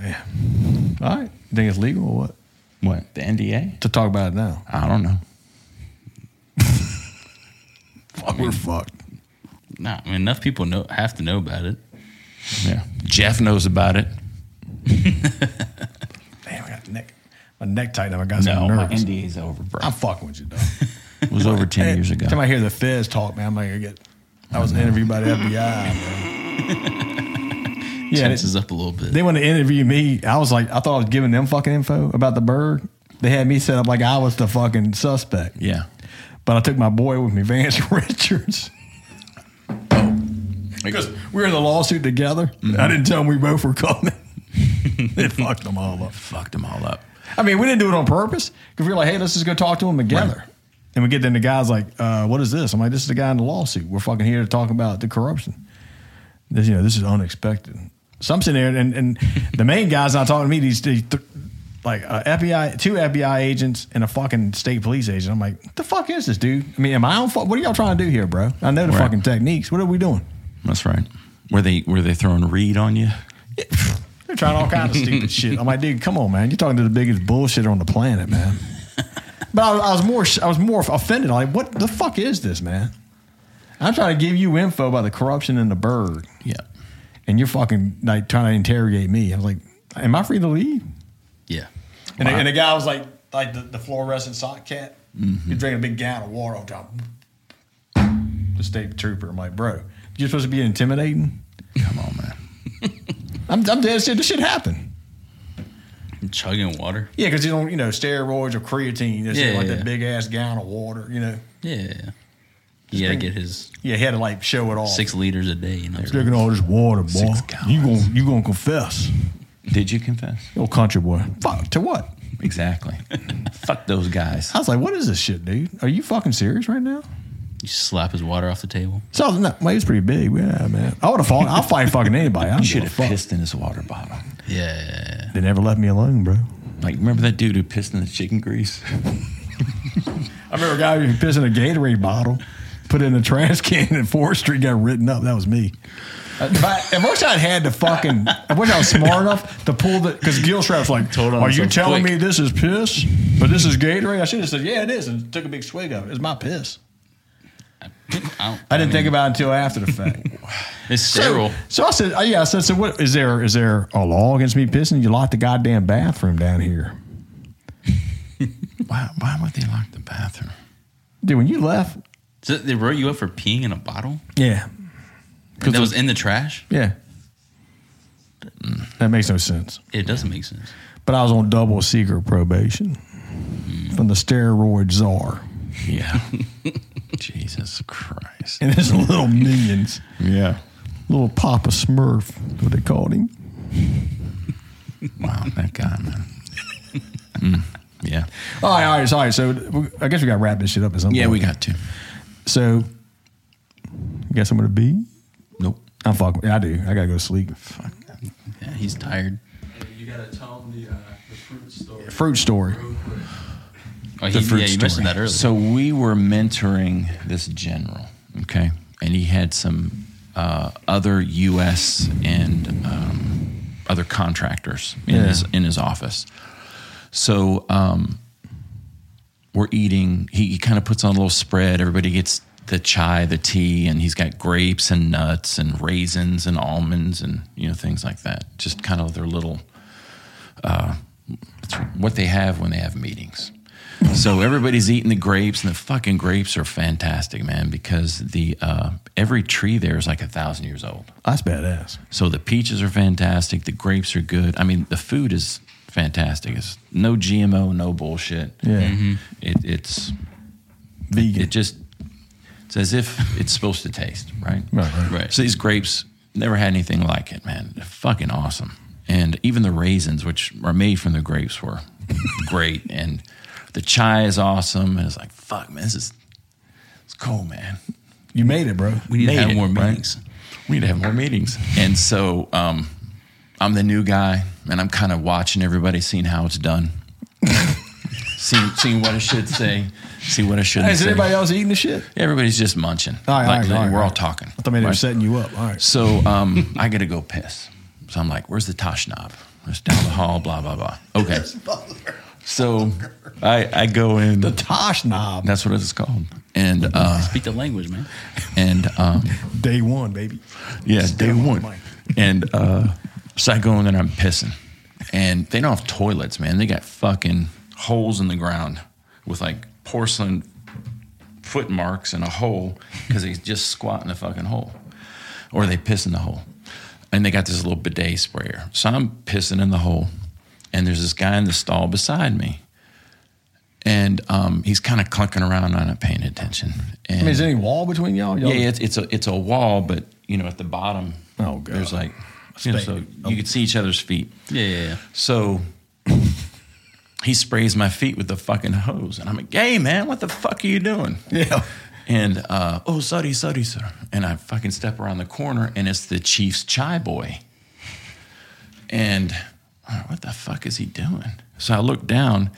Speaker 2: All right. You think it's legal or what?
Speaker 4: what? The NDA?
Speaker 2: To talk about it now.
Speaker 4: I don't know.
Speaker 2: We're fucked.
Speaker 3: Nah, I mean, enough people know have to know about it.
Speaker 4: Yeah. Jeff knows about it.
Speaker 2: Damn, I got neck. My neck tightened up. I got
Speaker 4: No,
Speaker 2: so
Speaker 4: my
Speaker 2: nervous.
Speaker 4: NDA's over, bro.
Speaker 2: I'm fucking with you, dog.
Speaker 4: It was over 10 years ago.
Speaker 2: Time I hear the Fez talk, man, I'm like, I get. I was interviewed by the FBI. man. yeah,
Speaker 3: Tenses
Speaker 2: they,
Speaker 3: up a little bit.
Speaker 2: they want to interview me. I was like, I thought I was giving them fucking info about the bird. They had me set up like I was the fucking suspect.
Speaker 4: Yeah.
Speaker 2: But I took my boy with me, Vance Richards. Because we were in the lawsuit together.
Speaker 4: Mm-hmm.
Speaker 2: I didn't tell him we both were coming. it fucked them all up.
Speaker 4: Fucked them all up.
Speaker 2: I mean, we didn't do it on purpose because we were like, hey, let's just go talk to him together. And we get then the guy's like, uh, what is this? I'm like, this is the guy in the lawsuit. We're fucking here to talk about the corruption. This, you know, this is unexpected. So I'm sitting there, and, and the main guy's not talking to me. These, these th- like uh, FBI, two FBI agents and a fucking state police agent. I'm like, the fuck is this, dude? I mean, am I on? Fu- what are y'all trying to do here, bro? I know the
Speaker 4: Right.
Speaker 2: fucking techniques. What are we doing?
Speaker 4: That's right. Were they were they throwing reed on you?
Speaker 2: They're trying all kinds of stupid shit. I'm like, dude, come on, man. You're talking to the biggest bullshitter on the planet, man. But I, I was more, I was more offended. I'm like, what the fuck is this, man? I'm trying to give you info about the corruption in the bird,
Speaker 4: Yeah.
Speaker 2: and you're fucking like trying to interrogate me. I was like, am I free to leave?
Speaker 3: yeah.
Speaker 2: And, the, and the guy was like, like the, the fluorescent sock cat. You're drinking a big gallon of water all the time. The state trooper. I'm like, bro, you're supposed to be intimidating.
Speaker 4: Come on, man.
Speaker 2: I'm, I'm dead serious. This shit happened.
Speaker 3: Chugging water.
Speaker 2: Yeah, because you don't, you know, steroids or creatine. It's
Speaker 3: Yeah,
Speaker 2: like
Speaker 3: yeah.
Speaker 2: that big ass gallon of water, you know.
Speaker 3: Yeah. You gotta get his
Speaker 2: Yeah, he had to like show it all.
Speaker 3: six liters a day. You know. what I'm saying?
Speaker 2: Drinking all this water, boy.
Speaker 4: Six
Speaker 2: you gonna you gonna confess,
Speaker 4: Did you confess?
Speaker 2: you old country boy? Fuck to what?
Speaker 4: Exactly. Fuck those guys.
Speaker 2: I was like, what is this shit, dude? Are you fucking serious right now?
Speaker 3: You slap his water off the table.
Speaker 2: So I was, no, well, he was pretty big, yeah, man. I would have fought. I'll fight fucking anybody. I
Speaker 4: You should
Speaker 2: should
Speaker 4: have
Speaker 2: have
Speaker 4: pissed in his water bottle.
Speaker 3: Yeah.
Speaker 2: They never left me alone, bro.
Speaker 4: Like, remember that dude who pissed in the chicken grease?
Speaker 2: I remember a guy who pissed in a Gatorade bottle, put it in a trash can, and Forest Street got written up. That was me. I, if I, I wish I'd had the fucking. I wish I was smart enough to pull the. Because Gil Strap's like,
Speaker 3: Told on
Speaker 2: "Are you
Speaker 3: so
Speaker 2: telling
Speaker 3: quick."
Speaker 2: me this is piss? But this is Gatorade." I should have said, "Yeah, it is," and took a big swig of it. It's my piss.
Speaker 3: I,
Speaker 2: I didn't think about it until after the fact.
Speaker 3: It's sterile.
Speaker 2: So, so I said, uh, "Yeah." I said, "So what is there? Is there a law against me pissing? You locked the goddamn bathroom down here,
Speaker 4: why, why would they lock the bathroom?
Speaker 2: dude. When you left,
Speaker 3: So they wrote you up for peeing in a bottle
Speaker 2: yeah,
Speaker 3: that was in the trash.
Speaker 2: yeah." That makes no sense.
Speaker 3: It doesn't make sense.
Speaker 2: But I was on double secret probation from the steroid czar
Speaker 4: Yeah. Jesus Christ.
Speaker 2: and his little minions,
Speaker 4: Yeah.
Speaker 2: little Papa Smurf, what they called him.
Speaker 4: Wow, that guy, man. Mm. Yeah.
Speaker 2: All right, all right, all right. So we- I guess we got to wrap this shit up at some
Speaker 4: Yeah,
Speaker 2: point.
Speaker 4: we got to.
Speaker 2: So you got somewhere to be?
Speaker 4: Nope.
Speaker 2: I'm fucking. yeah, I do. I gotta go to sleep.
Speaker 3: Yeah, he's tired.
Speaker 5: Hey, you gotta tell them the, uh, the fruit story.
Speaker 2: Fruit story.
Speaker 5: Real quick.
Speaker 3: Oh, he,
Speaker 2: fruit
Speaker 3: yeah, you
Speaker 2: story.
Speaker 3: mentioned that earlier.
Speaker 4: So we were mentoring this general, okay, and he had some uh, other U.S. and um, other contractors in his in his office. So um, we're eating. He, he kind of puts on a little spread. Everybody gets the chai, the tea, and he's got grapes and nuts and raisins and almonds and you know things like that. Just kind of their little uh, it's what they have when they have meetings. So everybody's eating the grapes, and the fucking grapes are fantastic, man, because the uh, every tree there is like a thousand years old.
Speaker 2: That's badass.
Speaker 4: So the peaches are fantastic, the grapes are good. I mean, the food is fantastic. It's no GMO, no bullshit.
Speaker 2: Yeah.
Speaker 4: It, it's
Speaker 2: Vegan.
Speaker 4: it just it's as if it's supposed to taste right.
Speaker 2: Right, right.
Speaker 3: Right.
Speaker 4: So these grapes never had anything like it, man. They're fucking awesome. And even the raisins, which are made from the grapes, were great. And the chai is awesome. And it's like, fuck, man, this is it's cool, man.
Speaker 2: you made it, bro.
Speaker 3: we need to
Speaker 4: made
Speaker 3: have
Speaker 4: it,
Speaker 3: more
Speaker 4: right?
Speaker 3: meetings.
Speaker 4: We need to have more meetings. And so um, I'm the new guy, and I'm kind of watching everybody, seeing how it's done, seeing, seeing what I should say, see what I shouldn't
Speaker 2: Is
Speaker 4: say.
Speaker 2: everybody else eating the shit?
Speaker 4: Everybody's just munching.
Speaker 2: All right,
Speaker 4: Like,
Speaker 2: all right, all right,
Speaker 4: we're
Speaker 2: all
Speaker 4: all
Speaker 2: right.
Speaker 4: talking.
Speaker 2: I thought maybe they were
Speaker 4: right?
Speaker 2: setting you up. All right.
Speaker 4: So um, I got to go piss. So I'm like, where's the Tosh knob? It's down the hall, blah, blah, blah. Okay. So I, I go in.
Speaker 2: The Tosh knob.
Speaker 4: That's what it's called. And, uh,
Speaker 3: Speak the language, man.
Speaker 4: and, um,
Speaker 2: Day one, baby.
Speaker 4: yeah,
Speaker 2: Just
Speaker 4: day
Speaker 2: down on
Speaker 4: one.
Speaker 2: the mic.
Speaker 4: And, uh, so I go in there and I'm pissing. And they don't have toilets, man. They got fucking holes in the ground with like porcelain foot marks in a hole because they just squat in the fucking hole or they piss in the hole. And they got this little bidet sprayer. So I'm pissing in the hole and there's this guy in the stall beside me. And um, he's kind of clunking around, I'm not paying attention. And
Speaker 2: I mean, is there any wall between y'all? y'all
Speaker 4: yeah, yeah, it's, it's a it's a wall, but you know at the bottom,
Speaker 2: Oh, God.
Speaker 4: there's like you know, so
Speaker 2: Space.
Speaker 4: you could see each other's feet.
Speaker 3: Yeah, yeah, yeah.
Speaker 4: So he sprays my feet with the fucking hose, and I'm like, "Hey, man, what the fuck are you doing?"
Speaker 2: Yeah.
Speaker 4: And uh, oh, sorry, sorry, sir. And I fucking step around the corner, and it's the chief's chai boy. And I'm like, what the fuck is he doing? So I look down,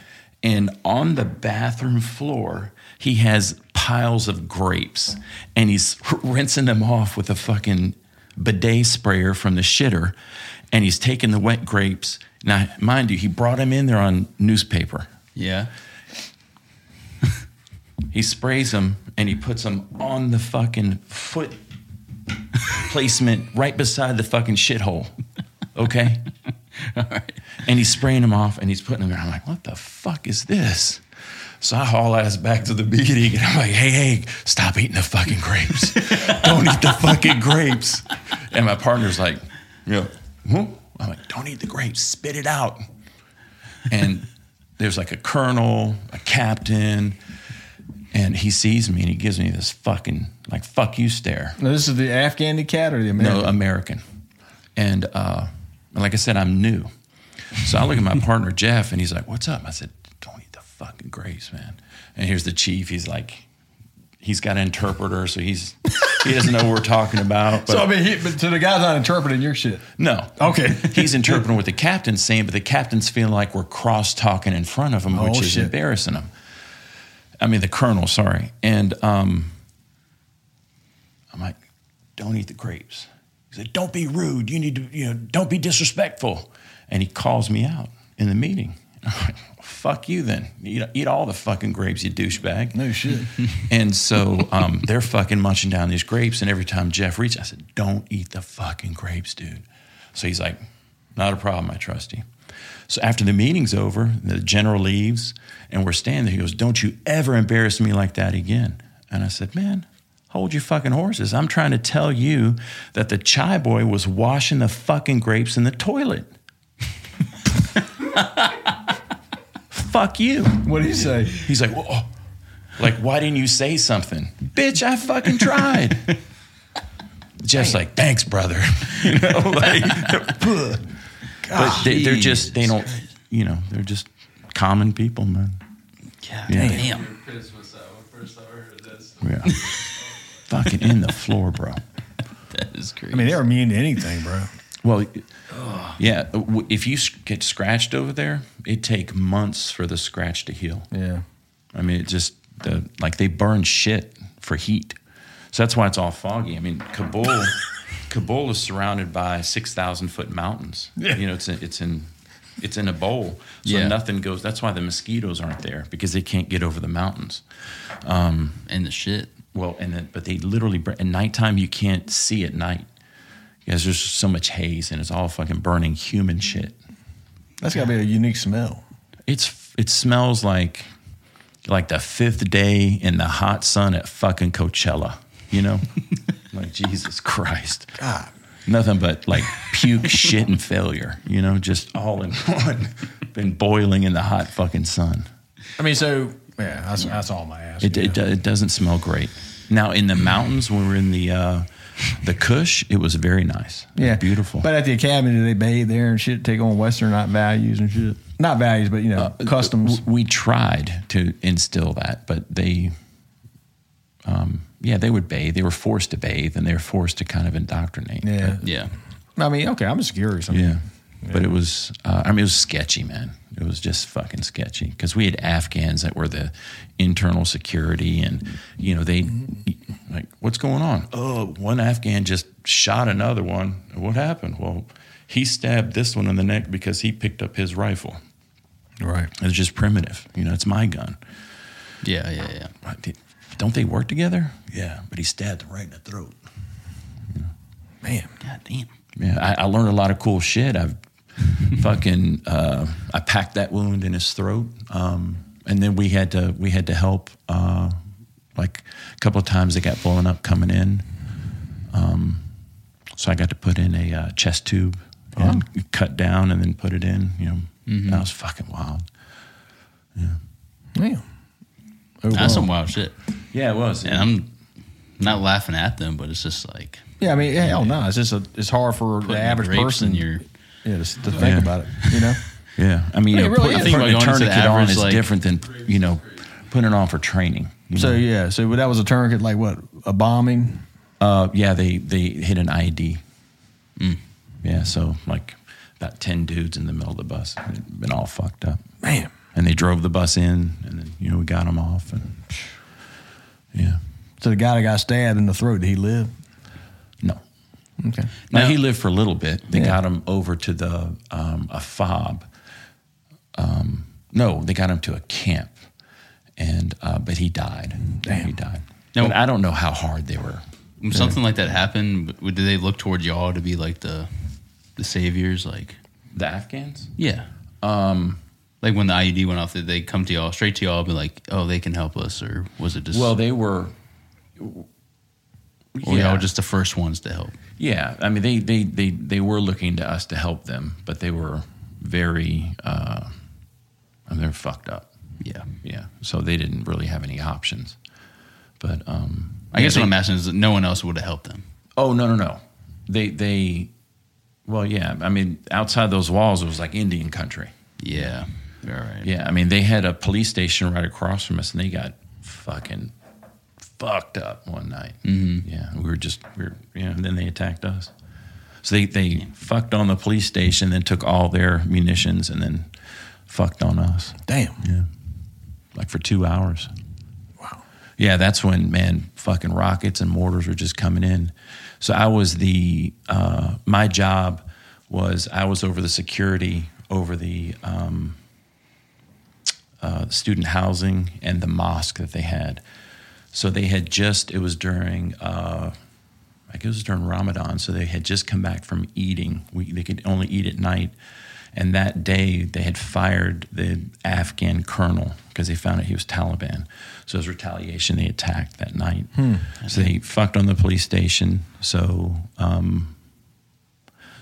Speaker 4: and on the bathroom floor, he has piles of grapes, and he's rinsing them off with a fucking bidet sprayer from the shitter, and he's taking the wet grapes. Now, mind you, he brought them in there on newspaper.
Speaker 3: Yeah.
Speaker 4: He sprays them and he puts them on the fucking foot placement right beside the fucking shithole. Okay? And he's spraying them off and he's putting them there. I'm like, what the fuck is this? So I haul ass back to the meeting and I'm like, hey, hey, stop eating the fucking grapes. Don't eat the fucking grapes. And my partner's like, yeah. huh? I'm like, don't eat the grapes, spit it out. And there's like a colonel, a captain, and he sees me and he gives me this fucking, like, fuck you stare.
Speaker 2: Now, this is the Afghani cat or the American?
Speaker 4: No, American. And uh, like I said, I'm new. So I look at my partner, Jeff, and he's like, What's up? I said, Don't eat the fucking grapes, man. And here's the chief. He's like, He's got an interpreter, so he's he doesn't know what we're talking about. But
Speaker 2: so I mean, he, but so the guy's not interpreting your shit.
Speaker 4: no.
Speaker 2: Okay.
Speaker 4: He's interpreting what the captain's saying, but the captain's feeling like we're cross talking in front of him, which
Speaker 2: Oh,
Speaker 4: is
Speaker 2: shit.
Speaker 4: embarrassing him. I mean, the colonel, sorry. And um, I'm like, don't eat the grapes. He said, don't be rude. You need to, you know, don't be disrespectful. And he calls me out in the meeting. I'm like, fuck you then. Eat, eat all the fucking grapes, you douchebag.
Speaker 2: No shit.
Speaker 4: And so um, they're fucking munching down these grapes. And every time Jeff reaches, I said, Don't eat the fucking grapes, dude. So he's like, Not a problem, I trust you. So after the meeting's over, the general leaves and we're standing there. He goes, Don't you ever embarrass me like that again. And I said, Man, hold your fucking horses. I'm trying to tell you that the chai boy was washing the fucking grapes in the toilet. Fuck you.
Speaker 2: What do you say?
Speaker 4: He's like, Whoa. like, why didn't you say something? Bitch, I fucking tried. Jeff's like, thanks, brother. you know, like, but they, they're just, they don't, you know, they're just common people, man.
Speaker 3: God
Speaker 4: Yeah.
Speaker 3: damn.
Speaker 5: Christmas hour, first I heard this.
Speaker 4: Yeah. Fucking in the floor, bro.
Speaker 3: That is crazy.
Speaker 2: I mean, they're immune to anything, bro.
Speaker 4: Well, yeah, w- if you s- get scratched over there, it take months for the scratch to heal.
Speaker 2: Yeah.
Speaker 4: I mean, it just the like they burn shit for heat, so that's why it's all foggy. I mean, Kabul, Kabul is surrounded by six thousand foot mountains.
Speaker 2: Yeah.
Speaker 4: you know, it's in, it's in it's in a bowl, so
Speaker 3: Yeah.
Speaker 4: nothing goes. That's why the mosquitoes aren't there because they can't get over the mountains.
Speaker 3: and the shit.
Speaker 4: Well, and then, but they literally burn. At nighttime, you can't see at night because there's just so much haze and it's all fucking burning human shit.
Speaker 2: That's got to be a unique smell.
Speaker 4: It's it smells like like the fifth day in the hot sun at fucking Coachella. You know, like Jesus Christ,
Speaker 2: God.
Speaker 4: nothing but like puke, shit, and failure. You know, just all in one. Been boiling in the hot fucking sun.
Speaker 2: I mean, so yeah, that's that's all my ass.
Speaker 4: It,
Speaker 2: yeah. Mm.
Speaker 4: it, do- it doesn't smell great. Now in the mountains, when we were in the uh, the Cush, it was very nice. It was
Speaker 2: yeah,
Speaker 4: beautiful.
Speaker 2: But at the academy, do they bathe there and shit? Take on Western not values and shit. Not values, but you know, customs.
Speaker 4: Uh, W- we tried to instill that, but they, um, yeah, they would bathe. They were forced to bathe, and they were forced to kind of indoctrinate.
Speaker 2: yeah.
Speaker 3: Yeah.
Speaker 2: I mean, okay, I'm just curious. I mean,
Speaker 4: uh, Yeah. But it was, uh, I mean, it was sketchy, man. It was just fucking sketchy because we had Afghans that were the internal security, and you know they like, what's going on? Oh, one Afghan just shot another one. What happened? Well, he stabbed this one in the neck because he picked up his rifle.
Speaker 2: Right.
Speaker 4: It was just primitive. You know, it's my gun.
Speaker 3: Yeah, yeah, yeah.
Speaker 4: What, did- Don't they work together? Yeah, but he stabbed him right in the throat.
Speaker 2: Man.
Speaker 3: God damn.
Speaker 4: Yeah, I, I learned a lot of cool shit. I've fucking uh, I packed that wound in his throat, um, and then we had to we had to help. Uh, like a couple of times, they got blown up coming in, um, so I got to put in a uh, chest tube and cut down, and then put it in. You know, that was fucking wild.
Speaker 2: Damn. Oh,
Speaker 3: That's
Speaker 2: wow.
Speaker 3: some wild shit.
Speaker 4: Yeah, it was.
Speaker 3: And I'm not laughing at them, but it's just like
Speaker 2: yeah, I mean, hell no, it's just a, it's hard for
Speaker 3: putting
Speaker 2: the average
Speaker 3: grapes
Speaker 2: person.
Speaker 3: in your
Speaker 2: yeah, just to think
Speaker 4: Yeah.
Speaker 2: about it. You know.
Speaker 4: Yeah, I mean,
Speaker 2: Yeah,
Speaker 4: you
Speaker 2: it really
Speaker 4: know, put-
Speaker 2: is.
Speaker 4: putting
Speaker 3: Probably
Speaker 4: a
Speaker 3: going to the
Speaker 4: tourniquet on
Speaker 3: average,
Speaker 4: is
Speaker 3: like-
Speaker 4: different than you know putting it on for training. you
Speaker 2: So
Speaker 4: know?
Speaker 2: yeah, so that was a tourniquet, like what a bombing.
Speaker 4: uh, yeah, they they hit an ID. Yeah, so like about ten dudes in the middle of the bus, They'd been all fucked up,
Speaker 2: Man.
Speaker 4: and they drove the bus in, and then you know we got them off, and yeah,
Speaker 2: So the guy that got stabbed in the throat, did he live?
Speaker 4: no.
Speaker 2: Okay.
Speaker 4: Now,
Speaker 3: Now-
Speaker 4: he lived for a little bit. They
Speaker 2: Yeah.
Speaker 4: got him over to the um, a fob. Um, no, they got him to a camp, and uh, but he died.
Speaker 2: Damn.
Speaker 4: He died.
Speaker 3: Now-
Speaker 4: but I don't know how hard they were.
Speaker 3: when something like that happened. Would do they look toward y'all to be like the the saviors? Like
Speaker 4: The Afghans?
Speaker 3: yeah, um, like when the IED went off, did they come to y'all straight to y'all? Be like, oh, they can help us, or was it just
Speaker 4: Well, they were.
Speaker 3: or
Speaker 4: yeah.
Speaker 3: y'all just the first ones to help?
Speaker 4: Yeah, I mean, they they they they were looking to us to help them, but they were very, uh, I mean, they're fucked up.
Speaker 3: Yeah,
Speaker 4: Yeah, so they didn't really have any options. But um,
Speaker 3: I guess what I'm asking is that no one else would have helped them.
Speaker 4: Oh no no no, they they, well yeah, I mean outside those walls it was like Indian country.
Speaker 3: Yeah, all right.
Speaker 4: Yeah, I mean they had a police station right across from us, and they got fucking fucked up one night. Mm-hmm. Yeah, we were just we were yeah. And then they attacked us. So they they fucked on the police station, then took all their munitions, and then fucked on us.
Speaker 2: Damn.
Speaker 4: Yeah, like for two hours.
Speaker 2: Wow.
Speaker 4: Yeah, that's when man, fucking rockets and mortars were just coming in. So I was the uh, my job was I was over the security over the um, uh, student housing and the mosque that they had. So they had just it was during uh, I guess it was during Ramadan. So they had just come back from eating. We, they could only eat at night. And that day, they had fired the Afghan colonel because they found out he was Taliban. So as retaliation, they attacked that night. So they fucked on the police station. So um,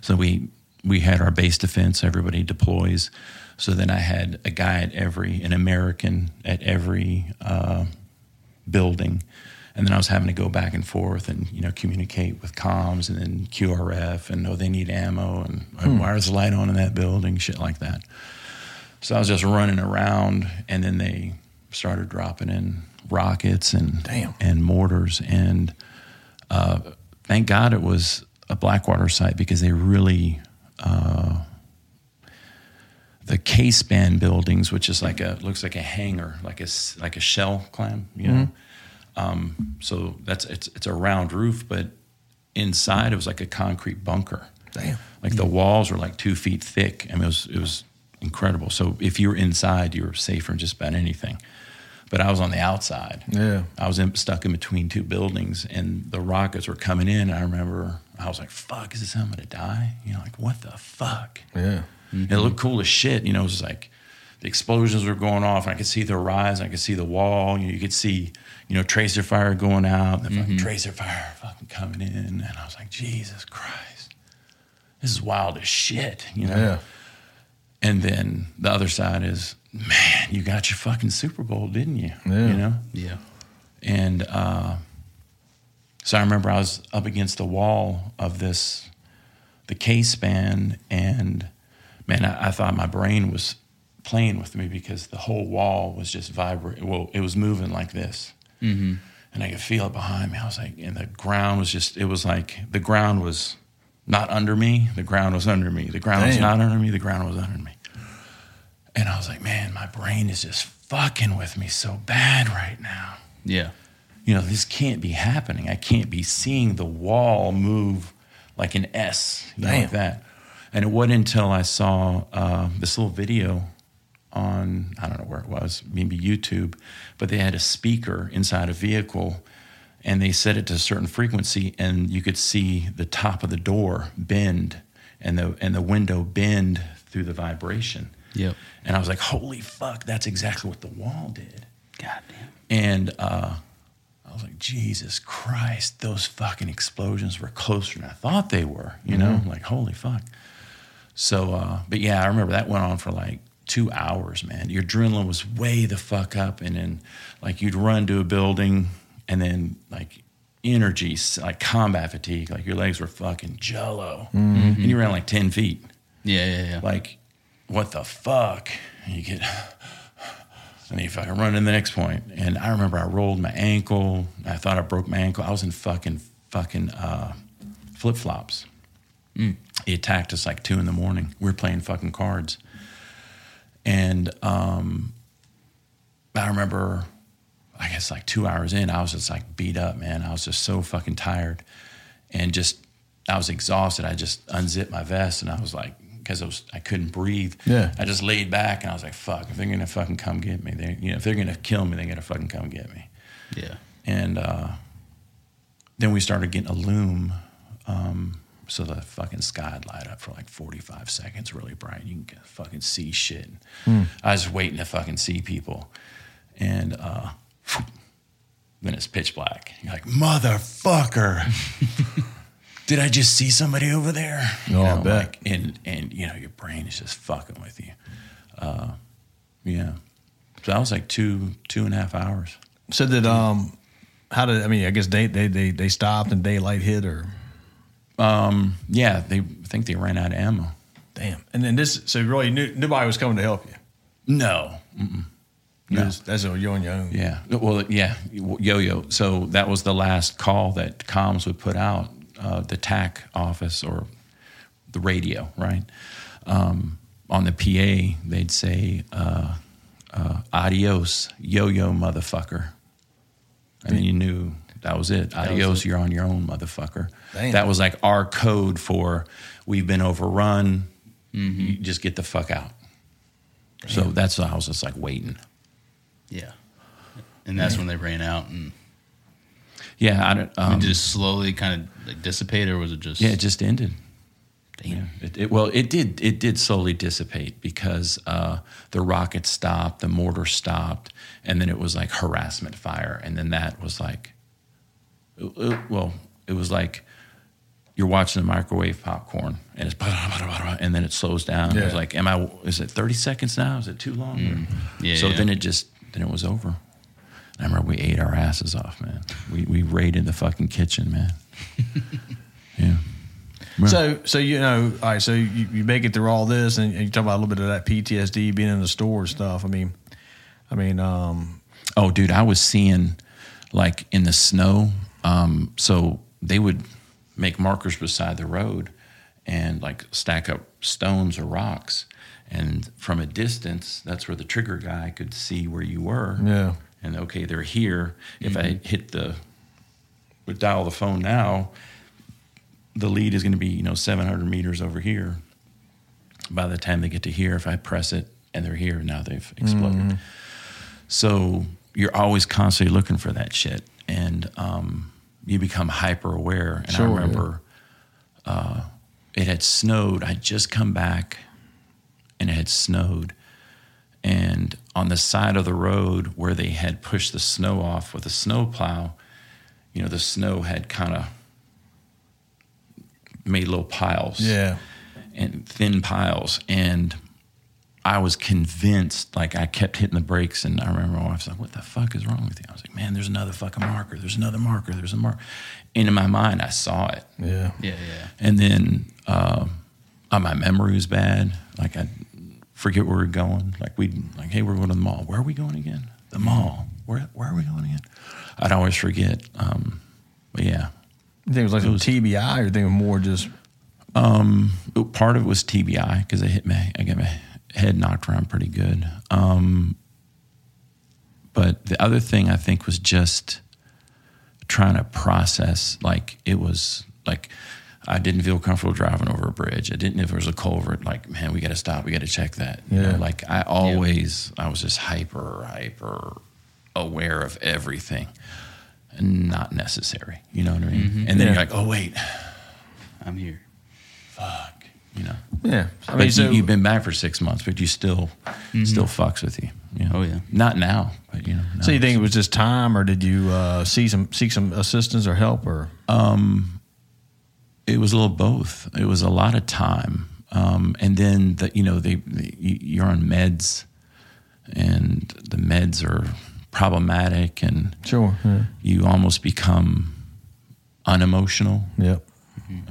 Speaker 4: so we we had our base defense. Everybody deploys. So then I had a guy at every an American at every. Uh, building. And then I was having to go back and forth and you know communicate with comms and then QRF and oh they need ammo and oh, why is the light on in that building shit like that. So I was just running around, and then they started dropping in rockets and
Speaker 2: Damn.
Speaker 4: and mortars. And uh, thank God it was a Blackwater site because they really uh, the K span buildings, which is like a looks like a hangar, like a s- like a shell clam, you
Speaker 2: Mm-hmm.
Speaker 4: know. Um, so that's it's it's a round roof, but inside it was like a concrete bunker.
Speaker 2: Damn.
Speaker 4: Like the walls were like two feet thick. I mean, it was it was incredible. So if you were inside, you were safer in just about anything. But I was on the outside.
Speaker 2: Yeah.
Speaker 4: I was in, stuck in between two buildings, and the rockets were coming in. And I remember I was like, "Fuck, is this how I'm gonna die?" You know, like what the fuck?
Speaker 2: Yeah.
Speaker 4: It looked cool as shit. You know, it was like the explosions were going off, and I could see the rise, and I could see the wall. You, know, you could see, you know, tracer fire going out, and the
Speaker 2: Mm-hmm.
Speaker 4: fucking tracer fire fucking coming in. And I was like, Jesus Christ, this is wild as shit. You know.
Speaker 2: Yeah.
Speaker 4: And then the other side is, man, you got your fucking Super Bowl, didn't you?
Speaker 2: Yeah.
Speaker 4: You know.
Speaker 3: Yeah.
Speaker 4: And uh, so I remember I was up against the wall of this, the K span, and man, I, I thought my brain was playing with me because the whole wall was just vibrating. Well, it was moving like this. And I could feel it behind me. I was like, and the ground was just, it was like the ground was not under me. The ground was under me. The ground was
Speaker 2: Damn.
Speaker 4: not under me. The ground was under me. And I was like, man, my brain is just fucking with me so bad right now
Speaker 3: Yeah.
Speaker 4: you know, this can't be happening. I can't be seeing the wall move like an S, you know,
Speaker 2: Damn.
Speaker 4: like that. And it wasn't until I saw uh, this little video on, I don't know where it was, maybe YouTube, but they had a speaker inside a vehicle and they set it to a certain frequency and you could see the top of the door bend and the, and the window bend through the vibration.
Speaker 3: Yep.
Speaker 4: And I was like, holy fuck, that's exactly what the wall did.
Speaker 3: God damn.
Speaker 4: And uh, I was like, Jesus Christ, those fucking explosions were closer than I thought they were, you know? Like, holy fuck. So, uh, but yeah, I remember that went on for like two hours, man. Your adrenaline was way the fuck up. And then, like, you'd run to a building and then, like, energy, s- like combat fatigue, like, your legs were fucking jello. And you ran like 10 feet.
Speaker 3: Yeah, yeah, yeah.
Speaker 4: Like, what the fuck? And you get, and you fucking run to the next point. And I remember I rolled my ankle. I thought I broke my ankle. I was in fucking, fucking uh, flip flops. He attacked us like two in the morning. We were playing fucking cards. And um, I remember, I guess like two hours in, I was just like beat up, man. I was just so fucking tired and just, I was exhausted. I just unzipped my vest and I was like, because I was, I couldn't breathe.
Speaker 2: Yeah.
Speaker 4: I just laid back and I was like, "Fuck! If they're gonna fucking come get me, they you know if they're gonna kill me, they're gonna fucking come get me."
Speaker 3: yeah.
Speaker 4: And uh, then we started getting a loom, um, so the fucking sky would light up for like forty five seconds, really bright. You can get- fucking see shit.
Speaker 2: Hmm.
Speaker 4: I was waiting to fucking see people, and uh, then it's pitch black. You're like, motherfucker. Did I just see somebody over there?
Speaker 2: Oh, I bet.
Speaker 4: Like, and and you know your brain is just fucking with you. Uh, Yeah. So that was like two, two and a half hours.
Speaker 2: So did um, how did I mean? I guess they they they they stopped and daylight hit or
Speaker 4: Yeah, they I think they ran out of ammo.
Speaker 2: damn. And then this, so really, knew, nobody was coming to help you.
Speaker 4: No.
Speaker 2: You
Speaker 4: No.
Speaker 2: just- that's all you on your own.
Speaker 4: Yeah. Well, yeah. Yo yo. So that was the last call that comms would put out uh, the TAC office or the radio, right? Um, on the PA, they'd say, uh, uh, adios, yo yo, motherfucker. And then you knew that was it. Adios, you're on your own, motherfucker.
Speaker 2: Damn.
Speaker 4: That was like our code for we've been overrun. You just get the fuck out. So that's why I was just like waiting.
Speaker 3: Yeah. And that's when they ran out and
Speaker 4: Yeah, I don't. Um,
Speaker 3: it just slowly kind of like dissipate or was it just
Speaker 4: yeah, it just ended.
Speaker 3: damn.
Speaker 4: Yeah. It, it, well, it did. It did slowly dissipate because uh, the rockets stopped, the mortar stopped, and then it was like harassment fire, and then that was like, it- it- well, it was like you're watching the microwave popcorn, and it's blah, blah, blah, blah, blah, and then it slows down. It was
Speaker 2: Yeah.
Speaker 4: like, am I? Is it 30 seconds now? Is it too long? Or-
Speaker 3: Mm. Yeah,
Speaker 4: So
Speaker 3: yeah.
Speaker 4: then it just then it was over. And I remember we ate our asses off, man. We we raided the fucking kitchen, man. yeah.
Speaker 2: So, so you know, all right. So you, you make it through all this, and you talk about a little bit of that PTSD being in the store and stuff. I mean, I mean, um,
Speaker 4: Oh, dude, I was seeing like in the snow. Um, so they would make markers beside the road and like stack up stones or rocks. And from a distance, that's where the trigger guy could see where you were.
Speaker 2: Yeah.
Speaker 4: And okay, they're here. If I hit the, would dial the phone now, the lead is going to be, you know, 700 meters over here. By the time they get to here, if I press it and they're here, now they've exploded. So you're always constantly looking for that shit, and um, you become hyper aware. And I remember uh, it had snowed. I'd just come back, and it had snowed. And on the side of the road where they had pushed the snow off with a snow plow, you know, the snow had kind of made little piles
Speaker 2: yeah,
Speaker 4: and thin piles. And I was convinced, like I kept hitting the brakes. And I remember my wife's like, what the fuck is wrong with you? I was like, man, there's another fucking marker. There's another marker. There's a marker. And in my mind, I saw it.
Speaker 2: yeah,
Speaker 3: Yeah, yeah.
Speaker 4: And then uh, uh, my memory was bad. Like I forget where we we're going. Like we like, hey, we're going to the mall. Where are we going again? The mall. Where where are we going again? I'd always forget. Um, but yeah,
Speaker 2: You think it was like some TBI, or you think it was more just
Speaker 4: But part of it was TBI because I hit my I got my head knocked around pretty good. Um, but the other thing I think was just trying to process. Like it was like I didn't feel comfortable driving over a bridge. I didn't if there was a culvert. Like man, we got to stop. We got to check that. You know,
Speaker 2: Yeah.
Speaker 4: like I always I was just hyper hyper aware of everything. Not necessary, you know what I mean. And then you're like, "Oh wait,
Speaker 3: I'm here.
Speaker 4: fuck," you know
Speaker 2: yeah? I
Speaker 4: but
Speaker 2: mean, so Mm-hmm.
Speaker 4: you, have been back for six months, but you still still fucks with you. you know.
Speaker 3: Oh, yeah.
Speaker 4: Not now, but you know.
Speaker 2: so you
Speaker 4: now.
Speaker 2: think it was just time, or did you uh, see some seek some assistance or help, or
Speaker 4: it was a little both. It was a lot of time, um, and then the, you know they, they you- you're on meds, and the meds are problematic, and
Speaker 2: sure? Yeah.
Speaker 4: you almost become unemotional
Speaker 2: Yep.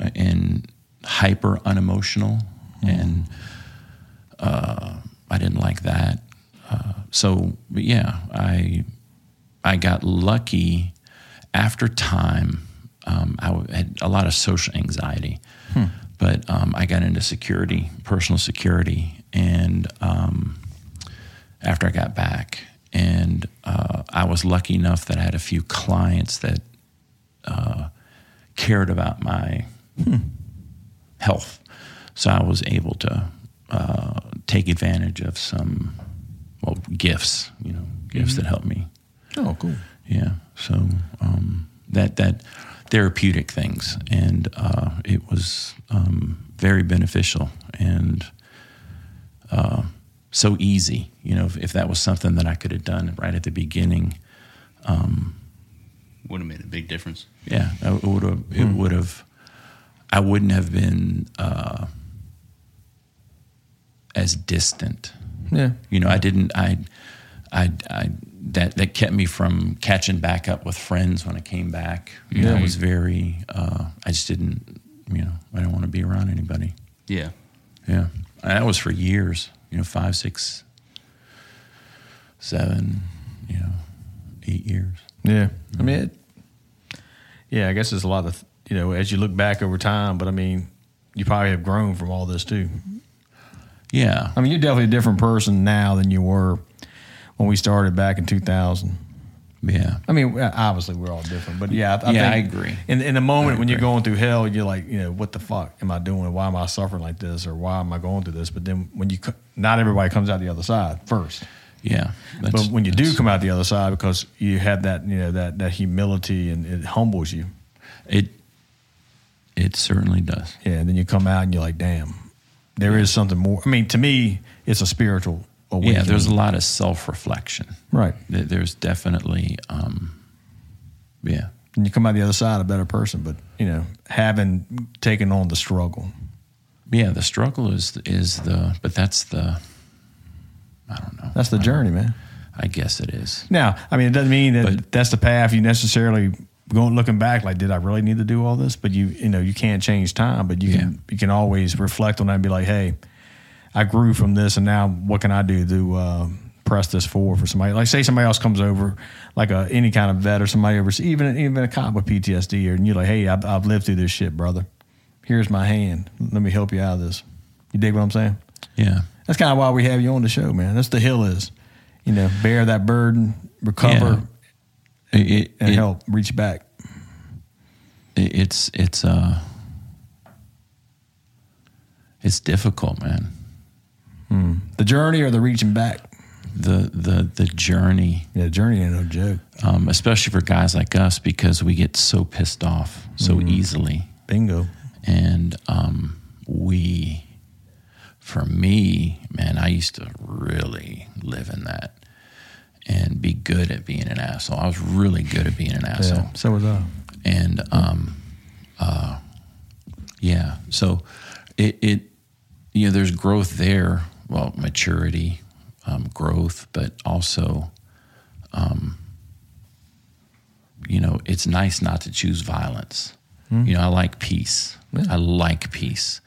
Speaker 4: uh, and hyper unemotional, and uh, I didn't like that. Uh, so but yeah, I I got lucky after time. Um, I w- had a lot of social anxiety, but um, I got into security, personal security, and um, after I got back, and uh, I was lucky enough that I had a few clients that uh, cared about my health. So I was able to uh, take advantage of some well gifts, you know, gifts that helped me.
Speaker 2: Oh, cool.
Speaker 4: Yeah. So um, that that therapeutic things, and uh, it was um, very beneficial and uh, so easy. You know, if, if that was something that I could have done right at the beginning,
Speaker 3: Would have made a big difference.
Speaker 4: Yeah, I- it would have. It
Speaker 2: Hmm.
Speaker 4: would have. I wouldn't have been uh, as distant.
Speaker 2: Yeah.
Speaker 4: You know, I didn't. I, I, I. That that kept me from catching back up with friends when I came back. You know, I
Speaker 2: Yeah.
Speaker 4: was very. Uh, I just didn't. You know, I didn't want to be around anybody.
Speaker 3: Yeah.
Speaker 4: Yeah, and that was for years. You know, five, six, seven. You know, eight years.
Speaker 2: Yeah. I mean, it, yeah, I guess there's a lot of, you know, as you look back over time, but I mean, you probably have grown from all this too.
Speaker 4: Yeah.
Speaker 2: I mean, you're definitely a different person now than you were when we started back in 2000.
Speaker 4: Yeah.
Speaker 2: I mean, obviously we're all different, but yeah, I, I,
Speaker 4: Yeah,
Speaker 2: think
Speaker 4: I agree.
Speaker 2: In, in the moment when you're
Speaker 4: agree.
Speaker 2: going through hell, you're like, you know, what the fuck am I doing? Why am I suffering like this? Or why am I going through this? But then when you, co- not everybody comes out the other side first.
Speaker 4: Yeah.
Speaker 2: But
Speaker 4: That's-
Speaker 2: when you do
Speaker 4: that's-
Speaker 2: come out the other side, because you have that, you know, that that humility and it humbles you.
Speaker 4: It it certainly does.
Speaker 2: Yeah, and then you come out and you're like, damn, there is something more. I mean, to me, it's a spiritual awakening.
Speaker 4: Yeah, there's a lot of self reflection.
Speaker 2: right.
Speaker 4: There's definitely, um, yeah,
Speaker 2: And you come out the other side a better person, but you know, having taken on the struggle.
Speaker 4: yeah. The struggle is is the, but that's the, I don't know.
Speaker 2: That's the journey, man.
Speaker 4: I guess it is.
Speaker 2: Now, I mean, it doesn't mean that
Speaker 4: But-
Speaker 2: that's the path you necessarily going looking back, like, did I really need to do all this? But you, you know, you can't change time, but you can you can always reflect on that and be like, hey, I grew from this, and now what can I do to uh, press this forward for somebody? Like, say somebody else comes over, like a, any kind of vet or somebody over, even even a cop with PTSD, or, and you're like, hey, I've, I've lived through this shit, brother. Here's my hand. Let me help you out of this. You dig what I'm saying?
Speaker 4: Yeah.
Speaker 2: That's kind of why we have you on the show, man. That's the hill is, you know, bear that burden, recover,
Speaker 4: It- it-
Speaker 2: and
Speaker 4: it-
Speaker 2: help reach back.
Speaker 4: it- it's it's uh it's difficult, man.
Speaker 2: The journey or the reaching back.
Speaker 4: The the the journey,
Speaker 2: Yeah, journey ain't no joke.
Speaker 4: um, especially for guys like us, because we get so pissed off so easily.
Speaker 2: Bingo.
Speaker 4: and um, we for me man i used to really live in that and be good at being an asshole i was really good at being an asshole
Speaker 2: Yeah, so was I.
Speaker 4: and um, uh, yeah, so it, it you know there's growth there, well maturity, um, growth, but also, um, you know, it's nice not to choose violence. You know, I like peace. I like peace.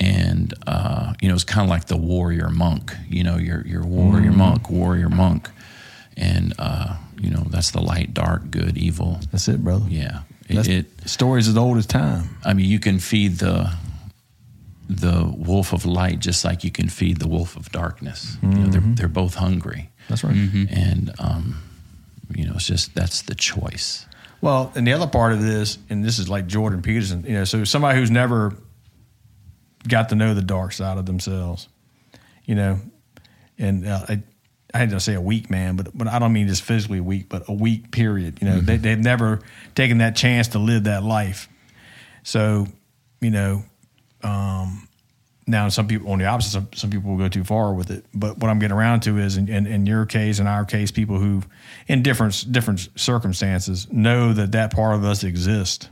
Speaker 4: And uh, you know, it's kind of like the warrior monk. You know, your your warrior monk, warrior monk, and uh, you know that's the light, dark, good, evil.
Speaker 2: That's it, brother.
Speaker 4: Yeah, it,
Speaker 2: That's,
Speaker 4: it.
Speaker 2: stories as old as time.
Speaker 4: I mean, you can feed the the wolf of light just like you can feed the wolf of darkness. You know, they're they're both hungry,
Speaker 2: Mm-hmm.
Speaker 4: Mm-hmm.
Speaker 2: That's right. Mm-hmm.
Speaker 4: and um, you know, it's just that's the choice.
Speaker 2: Well, and the other part of this, and this is like Jordan Peterson, you know, so somebody who's never got to know the dark side of themselves, you know, and uh, I, I hate to say a weak man, but but I don't mean just physically weak, but a weak period. You know, they, they've never taken that chance to live that life. So, you know, um, now some people on the opposite, some, some people will go too far with it. But what I'm getting around to is, in, in, in your case, in our case, people who, in different different circumstances, know that that part of us exists,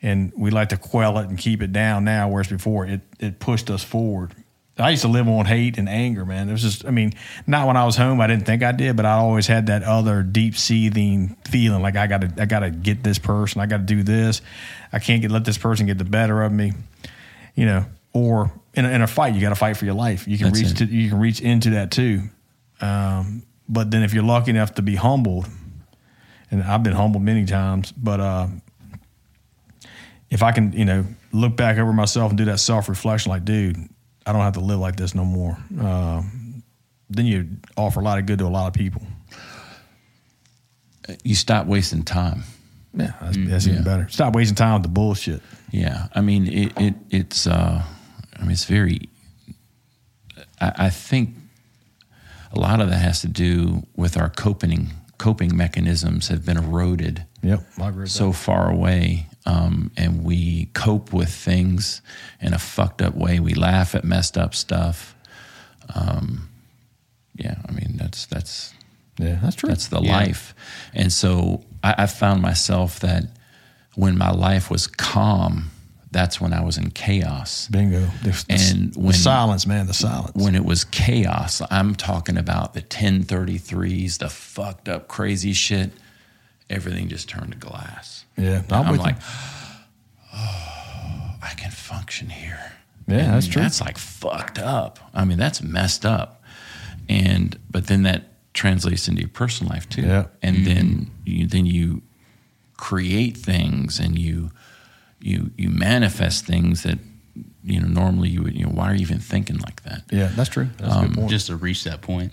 Speaker 2: and we like to quell it and keep it down. Now, whereas before, it it pushed us forward. I used to live on hate and anger, man. It was just, I mean, not when I was home. I didn't think I did, but I always had that other deep seething feeling, like I got to, I got to get this person, I got to do this, I can't get let this person get the better of me, you know. Or in a, in a fight, you got to fight for your life. You can
Speaker 4: That's
Speaker 2: reach,
Speaker 4: it.
Speaker 2: to, you can reach into that too. Um, but then, if you're lucky enough to be humbled, and I've been humbled many times, but uh, if I can, you know, look back over myself and do that self reflection, like, dude, I don't have to live like this no more. Uh, then you offer a lot of good to a lot of people.
Speaker 4: You stop wasting time.
Speaker 2: Mm-hmm. Yeah, that's, that's even better. Stop wasting time with the bullshit.
Speaker 4: Yeah, I mean, it, it it's uh, I mean, it's very. I, I think a lot of that has to do with our coping coping mechanisms have been eroded.
Speaker 2: Yep, I agree. With
Speaker 4: so far away um, and we cope with things in a fucked up way we laugh at messed up stuff um, yeah i mean that's that's
Speaker 2: that. yeah, that's true.
Speaker 4: that's the life and so I, I found myself that when my life was calm that's when i was in chaos
Speaker 2: bingo. The,
Speaker 4: And
Speaker 2: the
Speaker 4: when-
Speaker 2: silence, man, the silence.
Speaker 4: when it was chaos i'm talking about the 1033s the fucked up crazy shit everything just turned to glass
Speaker 2: yeah,
Speaker 4: I'm,
Speaker 2: with you.
Speaker 4: like, oh, I can function here.
Speaker 2: Yeah,
Speaker 4: And
Speaker 2: that's true.
Speaker 4: That's like fucked up. I mean, that's messed up. And but then that translates into your personal life too.
Speaker 2: Yeah. Mm-hmm.
Speaker 4: And then you then you create things and you you you manifest things that you know normally you would you know why are you even thinking like that?
Speaker 2: yeah, that's true. That's a good point.
Speaker 3: just to reach that point.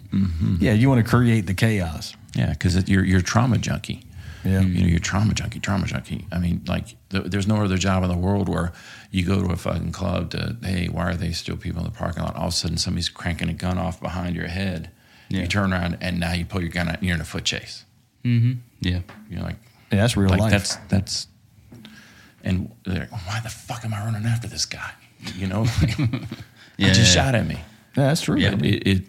Speaker 2: yeah, you want to create the chaos.
Speaker 4: Yeah, because you're you're a trauma junkie.
Speaker 2: Yeah.
Speaker 4: you know you're trauma junkie, trauma junkie. I mean, like th- there's no other job in the world where you go to a fucking club to hey, why are they still people in the parking lot? All of a sudden, somebody's cranking a gun off behind your head.
Speaker 3: Yeah.
Speaker 4: You turn around and now you pull your gun out and you're in a foot chase.
Speaker 3: Yeah.
Speaker 4: You're like,
Speaker 2: Yeah, that's real
Speaker 4: like
Speaker 2: life.
Speaker 4: that's that's, and they're like, why the fuck am I running after this guy? You know, like,
Speaker 3: Yeah.
Speaker 4: he just
Speaker 3: yeah,
Speaker 4: shot at me.
Speaker 2: yeah, that's true.
Speaker 3: Yeah.
Speaker 2: man.
Speaker 4: It, it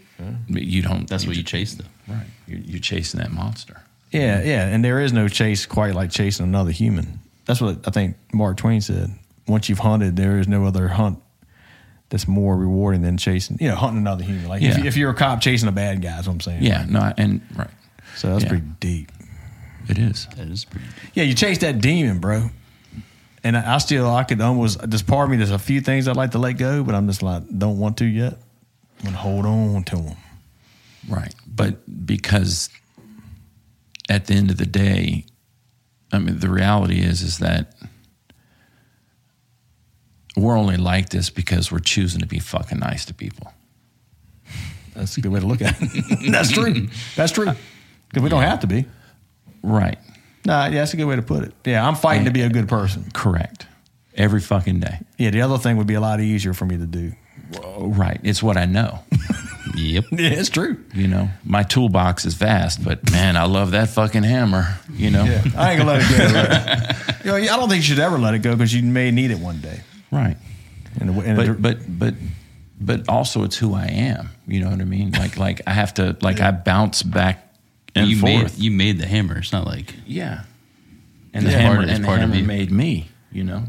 Speaker 4: you don't.
Speaker 3: That's what you
Speaker 4: ju-
Speaker 3: chase, though.
Speaker 4: right. You're, you're chasing that monster.
Speaker 2: Yeah, yeah, and there is no chase quite like chasing another human. That's what I think Mark Twain said. Once you've hunted, there is no other hunt that's more rewarding than chasing, you know, hunting another human. Like if,
Speaker 4: Yeah.
Speaker 2: if you're a cop chasing a bad guy, is what I'm saying.
Speaker 4: Yeah, no, and right.
Speaker 2: So that's
Speaker 4: Yeah.
Speaker 2: pretty deep.
Speaker 4: It is.
Speaker 3: That is pretty.
Speaker 2: Yeah, you chase that demon, bro. And I, I still, I could almost just part of me. There's a few things I'd like to let go, but I'm just like, don't want to yet. I'm gonna hold on to them.
Speaker 4: Right. But because at the end of the day, I mean, the reality is, is that we're only like this because we're choosing to be fucking nice to people.
Speaker 2: That's a good way to look at it. That's true. That's true. Because we don't have to be.
Speaker 4: Right.
Speaker 2: Nah, yeah, that's a good way to put it. Yeah, I'm fighting to be a good person.
Speaker 4: Correct. Every fucking day.
Speaker 2: Yeah, the other thing would be a lot easier for me to do.
Speaker 4: Right. It's what I know.
Speaker 3: Yep.
Speaker 2: Yeah, it's true.
Speaker 4: You know, my toolbox is vast, but man, I love that fucking hammer. You know,
Speaker 2: Yeah, I ain't gonna let it go. you know, I don't think you should ever let it go because you may need it one day.
Speaker 4: right.
Speaker 2: In a, in a dir-
Speaker 4: but but but but also it's who I am. You know what I mean? Like like I have to like I bounce back and
Speaker 3: you made
Speaker 4: forth.
Speaker 3: you made the hammer. It's not like
Speaker 4: yeah, and the
Speaker 3: It's
Speaker 4: hammer,
Speaker 3: part- it's
Speaker 4: and the
Speaker 3: part of
Speaker 4: hammer
Speaker 3: you.
Speaker 4: made me. You know,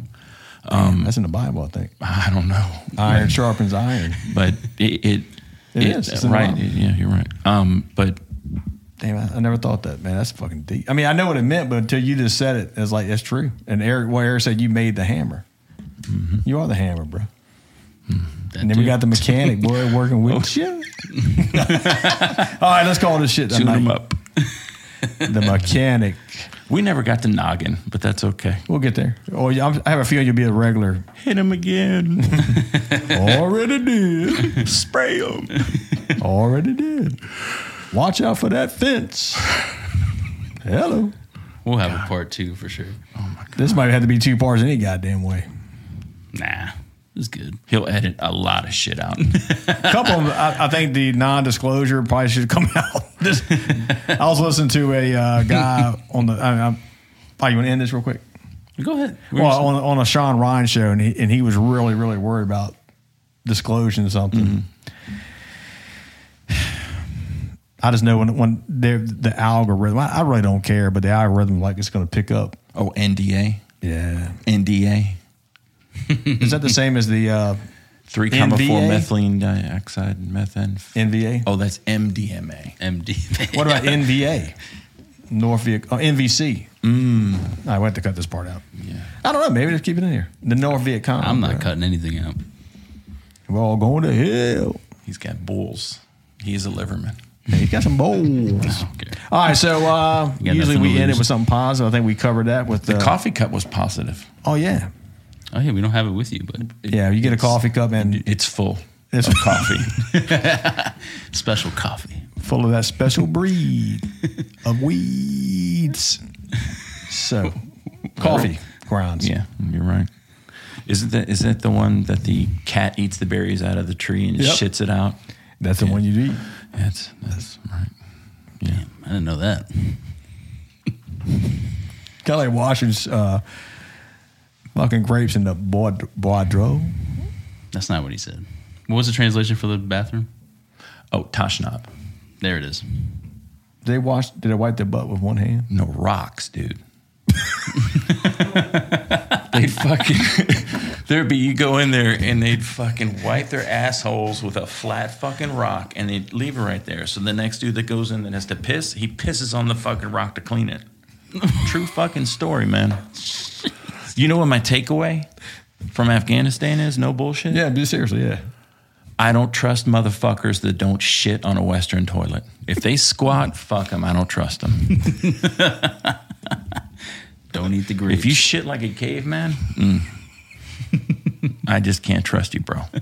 Speaker 2: that's in the Bible, I think.
Speaker 4: I don't know,
Speaker 2: mm. Iron sharpens iron.
Speaker 4: but it it,
Speaker 2: It is. It's in the
Speaker 4: right.
Speaker 2: Bible.
Speaker 4: yeah, you're right. Um, but
Speaker 2: Damn, I, I never thought that, man. That's fucking deep. I mean, I know what it meant, but until you just said it, it's like that's true. And Eric, well, Eric said you made the hammer. You are the hammer, bro.
Speaker 3: that
Speaker 2: And then we
Speaker 3: dude.
Speaker 2: got the mechanic boy working with you. All right, let's call this shit. a
Speaker 4: tune
Speaker 2: night.
Speaker 4: them up.
Speaker 2: The mechanic.
Speaker 4: We never got to noggin, but that's okay.
Speaker 2: We'll get there. Oh, yeah, I'm, I have a feeling you'll be a regular.
Speaker 4: Hit him again.
Speaker 2: Already did.
Speaker 4: Spray him.
Speaker 2: Already did. Watch out for that fence. Hello.
Speaker 3: We'll have a part two for sure.
Speaker 2: This might have to be two parts any goddamn way.
Speaker 3: Nah, it's good.
Speaker 4: He'll edit a lot of shit out.
Speaker 2: couple of, I, I think the non-disclosure probably should come out. This, I was listening to a uh, guy on the. I mean, I'm, probably want to end this real quick.
Speaker 3: Go ahead. We're
Speaker 2: Well,
Speaker 3: just-
Speaker 2: on, on a Sean Ryan show, and he, and he was really, really worried about disclosing something. I just know when when they're- the algorithm. I, I really don't care, but the algorithm like it's going to pick up.
Speaker 4: oh, NDA,
Speaker 2: Yeah,
Speaker 4: NDA,
Speaker 2: is that the same as the uh,
Speaker 4: three comma four
Speaker 2: NVA?
Speaker 4: methylene dioxide methane.
Speaker 2: NVA?
Speaker 4: Oh, that's MDMA.
Speaker 3: MD.
Speaker 2: What about NVA? Norfolk, oh, NVC. Mm. I have to cut this part out.
Speaker 4: Yeah.
Speaker 2: I don't know. Maybe just keep it in here. The North Viet Cong.
Speaker 3: I'm not
Speaker 2: bro.
Speaker 3: cutting anything out.
Speaker 2: We're all going to hell.
Speaker 4: He's got bulls. He is a liverman.
Speaker 2: Hey, you got some bowls.
Speaker 3: Okay.
Speaker 2: all right. So uh,
Speaker 3: You got
Speaker 2: usually
Speaker 3: nothing to
Speaker 2: we end it
Speaker 3: lose.
Speaker 2: with something positive. I think we covered that with
Speaker 4: The
Speaker 2: uh,
Speaker 4: coffee cup was positive.
Speaker 2: Oh yeah,
Speaker 3: Oh yeah, we don't have it with you, but
Speaker 2: yeah. You get a
Speaker 4: It's-
Speaker 2: coffee cup and
Speaker 4: It's full
Speaker 2: It's-
Speaker 4: of coffee.
Speaker 3: special coffee.
Speaker 2: full of that special breed of weeds. So coffee grounds.
Speaker 4: yeah, you're right. Isn't that is that the one that the cat eats the berries out of the tree and
Speaker 2: Yep.
Speaker 4: shits it out?
Speaker 2: that's the one you eat.
Speaker 4: That's that's right. Yeah.
Speaker 3: I didn't know that.
Speaker 2: Kind of like Washington's uh, fucking grapes in the Bord- Bordeaux.
Speaker 3: That's not what he said. What was the translation for the bathroom?
Speaker 4: Oh, Tashnab.
Speaker 3: There it is.
Speaker 2: They wash. Did they wipe their butt with one hand?
Speaker 4: No rocks, dude. they'd fucking there'd be you go in there and they'd fucking wipe their assholes with a flat fucking rock and they'd leave it right there. So the next dude that goes in that has to piss, he pisses on the fucking rock to clean it. True fucking story, man. You know what my takeaway from Afghanistan is? No bullshit.
Speaker 2: Yeah, but seriously, yeah.
Speaker 4: I don't trust motherfuckers that don't shit on a Western toilet. If they squat, fuck them. I don't trust them.
Speaker 3: Don't eat the grapes.
Speaker 4: If you shit like a caveman, mm, I just can't trust you, bro.
Speaker 2: What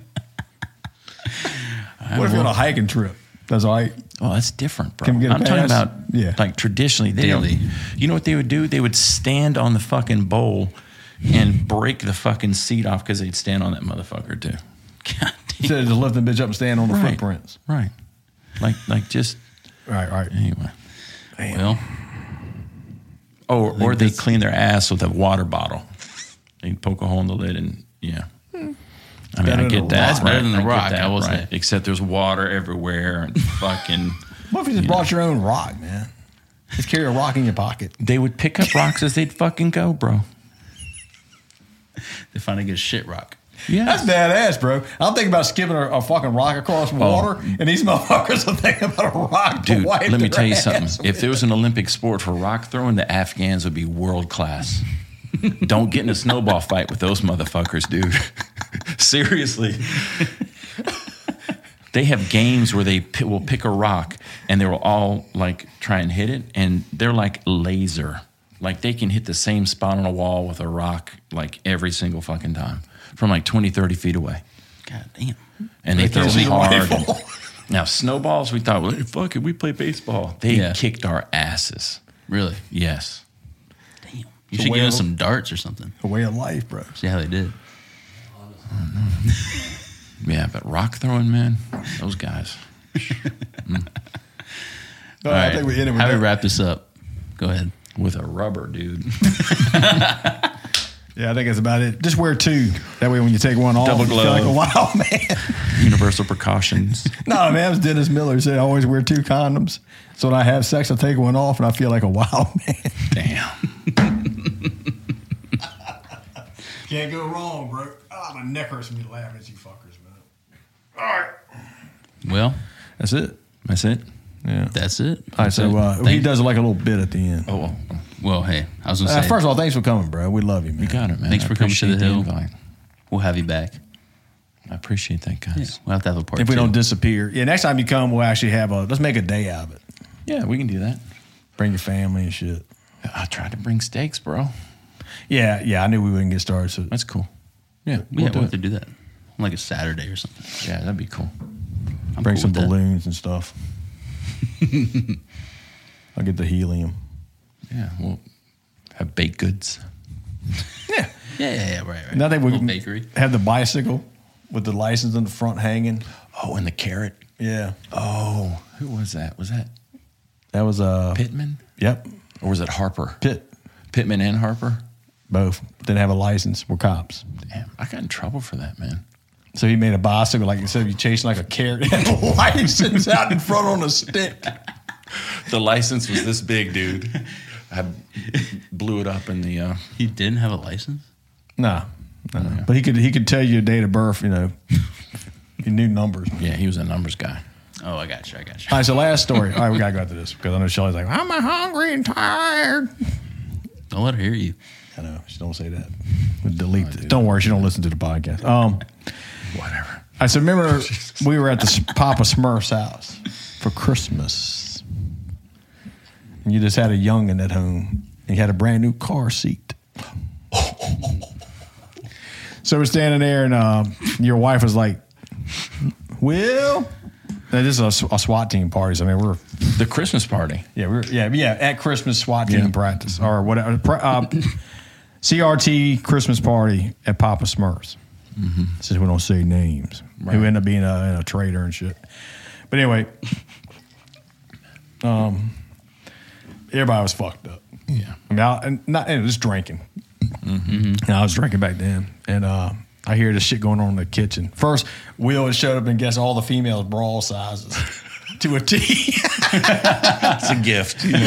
Speaker 2: if you're on a hiking trip? That's all right.
Speaker 4: Well, that's different, bro.
Speaker 2: Can we get a
Speaker 4: I'm talking
Speaker 2: pass?
Speaker 4: about
Speaker 2: Yeah.
Speaker 4: like traditionally. They
Speaker 3: Daily.
Speaker 4: don't- You know what they would do? They would stand on the fucking bowl and break the fucking seat off because they'd stand on that motherfucker too.
Speaker 3: God damn.
Speaker 2: Instead of just lifting the bitch up and stand on the
Speaker 4: Right.
Speaker 2: footprints.
Speaker 4: Right. Like, like just
Speaker 2: All right, all right.
Speaker 4: anyway.
Speaker 3: Well,
Speaker 4: Or, or they
Speaker 3: that's-
Speaker 4: clean their ass with a water bottle. They poke a hole in the lid and yeah. I mean,
Speaker 2: Better than
Speaker 4: I get
Speaker 2: a
Speaker 4: that.
Speaker 2: rock. That's
Speaker 3: better
Speaker 4: right.
Speaker 3: than a
Speaker 4: I get
Speaker 3: rock,
Speaker 4: that,
Speaker 3: I will
Speaker 4: right.
Speaker 3: say.
Speaker 4: Except there's water everywhere and fucking.
Speaker 2: What if you just brought your own rock, man? Just carry a rock in your pocket.
Speaker 4: they would pick up rocks as they'd fucking go, bro.
Speaker 3: they finally get a shit rock.
Speaker 4: Yeah.
Speaker 2: That's badass, bro. I'm thinking about skipping a, a fucking rock across water, and these motherfuckers are thinking about a rock to
Speaker 4: Dude,
Speaker 2: wipe
Speaker 4: let me
Speaker 2: their
Speaker 4: tell you
Speaker 2: ass
Speaker 4: something. If
Speaker 2: with.
Speaker 4: there was an Olympic sport for rock throwing, the Afghans would be world class. Don't get in a snowball fight with those motherfuckers, dude. Seriously. they have games where they pi- will pick a rock and they will all like try and hit it, and they're like laser. Like they can hit the same spot on a wall with a rock like every single fucking time from like 20, 30 feet away
Speaker 3: God damn.
Speaker 4: and they, throw
Speaker 3: throw
Speaker 4: them
Speaker 3: the
Speaker 4: hard. now snowballs, we thought, well, fuck it, we play baseball. They
Speaker 3: Yeah.
Speaker 4: kicked our asses.
Speaker 3: Really?
Speaker 4: Yes,
Speaker 3: Damn. You should give us some darts or something.
Speaker 2: a way of life, bro.
Speaker 3: See how they did.
Speaker 4: yeah, but rock throwing, man, those guys.
Speaker 2: All
Speaker 3: All
Speaker 2: right,
Speaker 3: right.
Speaker 2: I think we ended with
Speaker 3: how do we
Speaker 2: that.
Speaker 3: wrap this up? Go ahead.
Speaker 4: With a rubber, dude.
Speaker 2: Yeah, I think that's about it. Just wear two. That way, when you take one off,
Speaker 4: Double
Speaker 2: you feel like a
Speaker 4: glove.
Speaker 2: wild man.
Speaker 4: Universal precautions.
Speaker 2: no, man, it was Dennis Miller said, I always wear two condoms. So when I have sex, I take one off, and I feel like a wild man.
Speaker 4: Damn.
Speaker 2: Can't go wrong, bro. Ah, my neck hurts me laughing at you fuckers, man.
Speaker 3: Well,
Speaker 2: That's it.
Speaker 4: That's it.
Speaker 3: that's it.
Speaker 2: All right, so uh, he
Speaker 3: Thank-
Speaker 2: does like a little bit at the end.
Speaker 4: Oh, well, oh,
Speaker 3: Well, hey, I was gonna
Speaker 2: Uh,
Speaker 3: say.
Speaker 2: first of all, thanks for coming, bro. We love you, man.
Speaker 4: you got it, man.
Speaker 3: Thanks
Speaker 4: I
Speaker 3: for coming to the
Speaker 4: appreciate
Speaker 3: hill.
Speaker 4: invite.
Speaker 3: we'll have you back.
Speaker 4: I appreciate that, guys.
Speaker 3: We'll have to have a part.
Speaker 2: if we
Speaker 3: two.
Speaker 2: don't disappear, yeah, next time you come, we'll actually have a. Let's make a day out of it.
Speaker 4: Yeah, we can do that.
Speaker 2: Bring your family and shit.
Speaker 4: I tried to bring steaks, bro.
Speaker 2: Yeah, yeah. I knew we wouldn't get started. So
Speaker 4: That's cool. Yeah,
Speaker 3: yeah,
Speaker 4: we'll
Speaker 3: we'll
Speaker 4: do
Speaker 3: have
Speaker 4: it.
Speaker 3: to do that. Like a Saturday or something.
Speaker 4: Yeah, that'd be cool.
Speaker 3: I'm
Speaker 2: bring
Speaker 3: cool
Speaker 2: some
Speaker 3: with that.
Speaker 2: balloons and stuff. I'll get the helium.
Speaker 4: Yeah, we'll have baked goods.
Speaker 3: Yeah, yeah, yeah, right, right.
Speaker 2: Now that we
Speaker 3: Little
Speaker 2: can
Speaker 3: bakery.
Speaker 2: have the bicycle with the license in the front hanging.
Speaker 4: Oh, and the carrot.
Speaker 2: Yeah,
Speaker 4: Oh, who was that? Was that
Speaker 2: that was uh,
Speaker 4: Pittman
Speaker 2: Yep,
Speaker 4: or was it Harper?
Speaker 2: pit.
Speaker 4: Pittman and Harper.
Speaker 2: Both didn't have a license. We're cops.
Speaker 4: Damn, I got in trouble for that, man.
Speaker 2: So he made a bicycle, like instead of you chasing like a carrot, he had the license out in front on a stick.
Speaker 4: The license was this big, dude. I blew it up in the. Uh,
Speaker 3: He didn't have a license.
Speaker 2: No, no, no. but he could he could tell you a date of birth. You know, he knew numbers.
Speaker 4: yeah, he was a numbers guy.
Speaker 3: Oh, I got you. I got you.
Speaker 2: All right, so last story. All right, we gotta go after this because I know Shelly's like, I'm hungry and tired.
Speaker 3: Don't let her hear you.
Speaker 2: I know she don't say that. We delete it. Don't worry, she don't listen to the podcast. Um,
Speaker 4: Whatever.
Speaker 2: I so remember we were at the Papa Smurf's house for Christmas, and you just had a youngin at home, and you had a brand new car seat. so we're standing there, and uh, your wife was like, "Will." Now, this is a, sw- a SWAT team party. So, I mean, we're
Speaker 4: The Christmas party.
Speaker 2: yeah, we we're yeah, yeah at Christmas SWAT team
Speaker 4: Yeah.
Speaker 2: practice or whatever pra- uh, CRT Christmas party at Papa Smurfs.
Speaker 4: Mm-hmm.
Speaker 2: Since we don't say names, who end up being a, a traitor and shit. But anyway, um, everybody was fucked up.
Speaker 4: Yeah. Mm-hmm.
Speaker 2: I mean, I, and not and just drinking. And I was drinking back then, and uh, I hear this shit going on in the kitchen. First, Will had showed up and guessed all the females' brawl sizes to a T.
Speaker 4: It's a gift.
Speaker 2: He's like,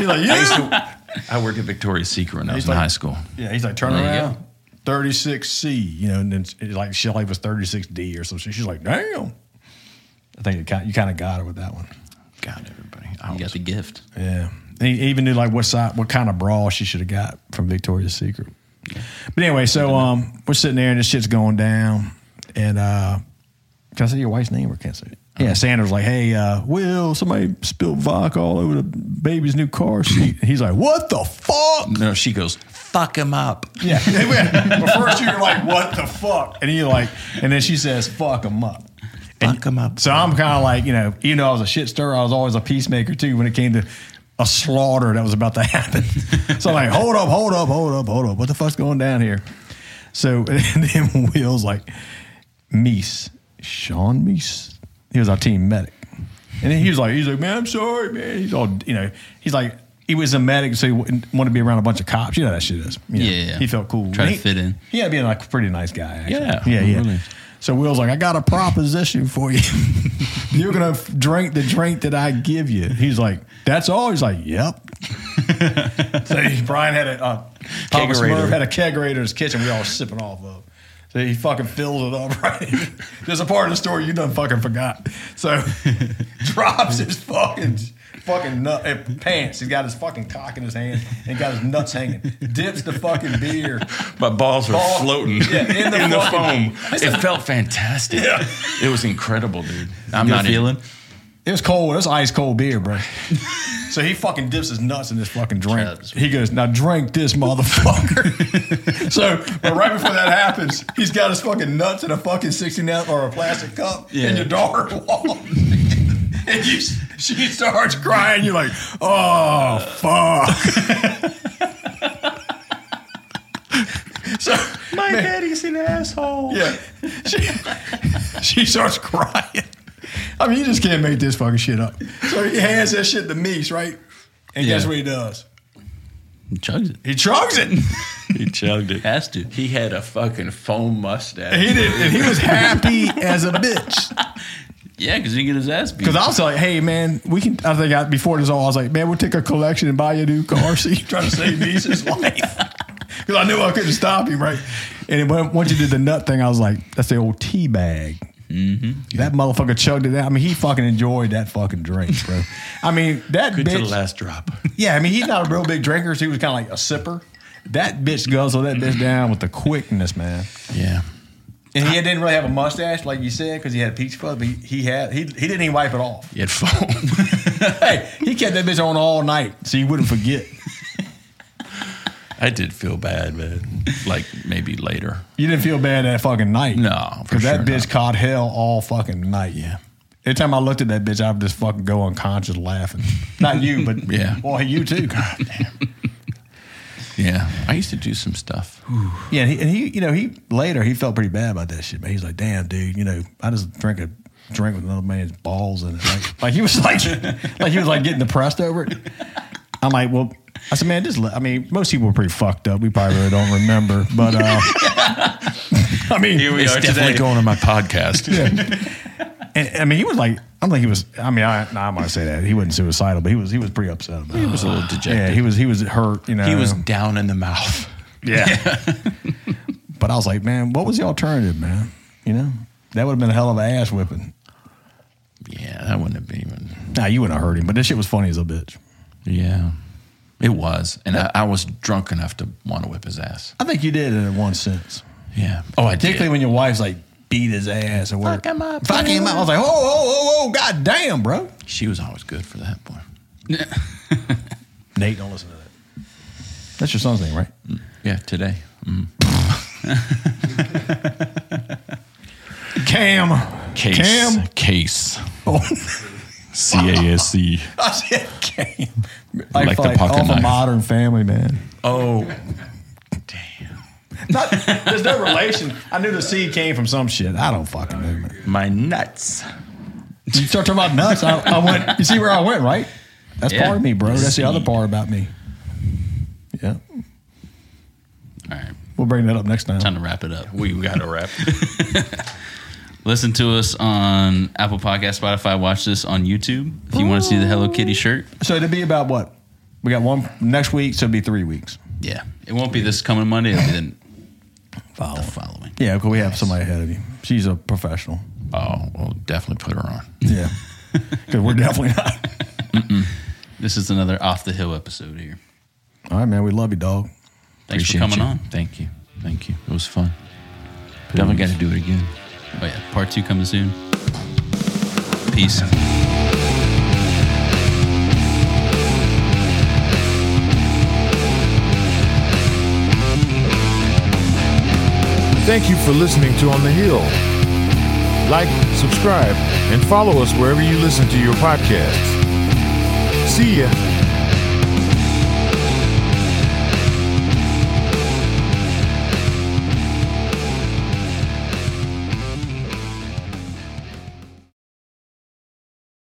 Speaker 2: yeah.
Speaker 4: I, used to, I worked at Victoria's Secret when I was
Speaker 2: He's
Speaker 4: in
Speaker 2: like-
Speaker 4: high school.
Speaker 2: Yeah, he's like, turn
Speaker 3: There you
Speaker 2: around. 36C, you know, and then it's like Shelly was 36D or something. She's like, damn. I think it kind you kind of got her with that one.
Speaker 4: God, everybody. I
Speaker 3: You got
Speaker 4: was,
Speaker 3: the gift.
Speaker 2: Yeah. He he even knew like what side, what kind of bra she should have got from Victoria's Secret. But anyway, so um, we're sitting there and this shit's going down. And uh, can I say your wife's name or can't I say it? Yeah, Sanders like, hey, uh, Will, somebody spilled vodka all over the baby's new car seat. He's like, what the fuck?
Speaker 4: no, she goes, fuck him up.
Speaker 2: Yeah. but first you're like, what the fuck? And you're like, and then she says, fuck them up.
Speaker 4: Fuck him up.
Speaker 2: So I'm kind of like, you know, even though I was a shit stirrer, I was always a peacemaker too when it came to a slaughter that was about to happen. so I'm like, hold up, hold up, hold up, hold up. What the fuck's going down here? So and then Will's like, Meese, Sean Meese. He was our team medic. And then he was like, he's like, man, I'm sorry, man. He's all, you know, he's like, he was a medic, so he wouldn't want to be around a bunch of cops. You know how that shit is. You know,
Speaker 3: Yeah, yeah.
Speaker 2: He felt cool.
Speaker 3: Try to
Speaker 2: And he-
Speaker 3: fit in.
Speaker 2: He had being like a pretty nice guy. Actually.
Speaker 4: Yeah,
Speaker 2: yeah, yeah.
Speaker 4: really.
Speaker 2: So Will's like, I got a proposition for you. You're gonna f- drink the drink that I give you. He's like, that's all. He's like, yep. so he- Brian had a uh, Papa
Speaker 4: Kegerator.
Speaker 2: Smurf had a kegerator in his kitchen. We all sipping off of. So he fucking fills it up, right? There's a part of the story you done fucking forgot. So drops his fucking fucking nut, eh, pants. He's got his fucking cock in his hand and got his nuts hanging. Dips the fucking beer.
Speaker 4: My balls were
Speaker 2: Ball-
Speaker 4: floating
Speaker 2: Yeah, in
Speaker 4: in
Speaker 2: the
Speaker 4: the,
Speaker 2: foam.
Speaker 4: foam. It felt fantastic. It was incredible, dude. I'm
Speaker 3: Good
Speaker 4: not in-
Speaker 3: feeling.
Speaker 2: It was cold. It was ice cold beer, bro. so he fucking dips his nuts in this fucking drink.
Speaker 3: Chaps.
Speaker 2: He goes, now drink this motherfucker. so, but right before that happens, he's got his fucking nuts in a fucking 16 ounce or a plastic cup in your daughter's wall. and you, she starts crying. You're like, oh, fuck. so,
Speaker 4: My
Speaker 2: man,
Speaker 4: daddy's an asshole.
Speaker 2: yeah. She, she starts crying. I mean, you just can't make this fucking shit up. So he hands that shit to Meeks, right? And guess
Speaker 3: Yeah.
Speaker 2: what he does?
Speaker 3: Chugs it.
Speaker 2: He chugs it.
Speaker 4: He chugged it.
Speaker 3: Has to.
Speaker 4: He had a fucking foam mustache.
Speaker 2: He did, and he was happy as a bitch.
Speaker 3: Yeah, because he can get his ass beat.
Speaker 2: Because I was like, "Hey, man, we can." I think I, before this all, I was like, "Man, we'll take a collection and buy you a new car." See, trying to save Meeks' life. Because I knew I couldn't stop him, right? And when, once you did the nut thing, I was like, "That's the old tea bag." That motherfucker chugged it out. I mean, he fucking enjoyed that fucking drink, bro. I mean, that
Speaker 4: Good to the
Speaker 2: bitch.
Speaker 4: last drop.
Speaker 2: Yeah, I mean, he's not a real big drinker, so he was kind of like a sipper. That bitch guzzled that bitch down with the quickness, man.
Speaker 4: Yeah.
Speaker 2: And he didn't really have a mustache, like you said, because he had a peach fuzz. But he, he had he, he didn't even wipe it off.
Speaker 4: He had foam.
Speaker 2: hey, he kept that bitch on all night, so you wouldn't forget.
Speaker 4: I did feel bad, man. Like maybe later.
Speaker 2: You didn't feel bad that fucking night.
Speaker 4: No, for
Speaker 2: because that
Speaker 4: sure
Speaker 2: bitch
Speaker 4: not.
Speaker 2: caught hell all fucking night.
Speaker 4: Yeah.
Speaker 2: Every time I looked at that bitch, I would just fucking go unconscious laughing. Not you, but
Speaker 4: Yeah.
Speaker 2: well, you too. God damn.
Speaker 4: Yeah. I used to do some stuff.
Speaker 2: Yeah, and he, and he, you know, he later he felt pretty bad about that shit, man. He's like, "Damn, dude, you know, I just drank a drink with another man's balls in it." Like, like he was like, like he was like getting depressed over it. I'm like, well, I said, man, just, let- I mean, most people are pretty fucked up. We probably really don't remember, but uh, I mean,
Speaker 4: Here it's definitely going on my podcast.
Speaker 2: and, I mean, he was like, I don't think he was. I mean, I, nah, I'm gonna say that he wasn't suicidal, but he was, he was pretty upset about it. He
Speaker 4: was a little dejected.
Speaker 2: Yeah, he was, he was hurt. You know,
Speaker 4: He was down in the mouth.
Speaker 2: Yeah. but I was like, man, what was the alternative, man? You know, that would have been a hell of an ass whipping.
Speaker 4: Yeah, that wouldn't have been even.
Speaker 2: Nah, you wouldn't have hurt him, but this shit was funny as a bitch.
Speaker 4: Yeah. It was. And I, I was drunk enough to want to whip his ass.
Speaker 2: I think you did it in one sense,
Speaker 4: Yeah. Oh, I did.
Speaker 2: particularly when your wife's like beat his ass or work.
Speaker 4: Fuck him up,
Speaker 2: Fuck him up. I was like, oh, oh, oh, oh, god damn, bro.
Speaker 4: She was always good for that boy.
Speaker 2: Nate, don't listen to that. That's your son's name, right?
Speaker 4: Yeah, today.
Speaker 2: Cam.
Speaker 4: Case.
Speaker 2: Cam.
Speaker 4: Case.
Speaker 2: Oh,
Speaker 4: C A S E.
Speaker 2: I said Cam.
Speaker 4: Like the pocket
Speaker 2: off a
Speaker 4: knife.
Speaker 2: modern family, man.
Speaker 4: Oh.
Speaker 2: Not, there's no relation. I knew the seed came from some shit. I don't fucking know, man.
Speaker 4: My nuts.
Speaker 2: You start talking about nuts. I, I went. You see where I went, right? That's
Speaker 3: Yeah.
Speaker 2: part of me, bro. That's the other
Speaker 4: See.
Speaker 2: part about me. Yeah,
Speaker 3: All right.
Speaker 2: we'll bring that up next time.
Speaker 3: Time to wrap it up.
Speaker 4: We got to wrap.
Speaker 3: Listen to us on Apple Podcast, Spotify. Watch this on YouTube. If you want to see the Hello Kitty shirt,
Speaker 2: So it'd be about what? We got one next week, so it'd be three weeks.
Speaker 3: yeah, it won't be this coming Monday. It'll be the,
Speaker 2: Follow.
Speaker 3: the following.
Speaker 2: Yeah, because we have somebody ahead of you. She's a professional.
Speaker 4: oh, we'll definitely put her on.
Speaker 2: Yeah, because we're definitely not.
Speaker 3: This is another off the hill episode here.
Speaker 2: All right, man. We love you, dog.
Speaker 3: Thanks
Speaker 4: Appreciate
Speaker 3: for coming
Speaker 4: you.
Speaker 3: on.
Speaker 4: Thank you. Thank you. It was fun. Definitely got to do it again.
Speaker 3: Oh yeah, part two coming soon. Peace.
Speaker 1: Thank you for listening to On the Hill. Like, subscribe, and follow us wherever you listen to your podcasts. See ya.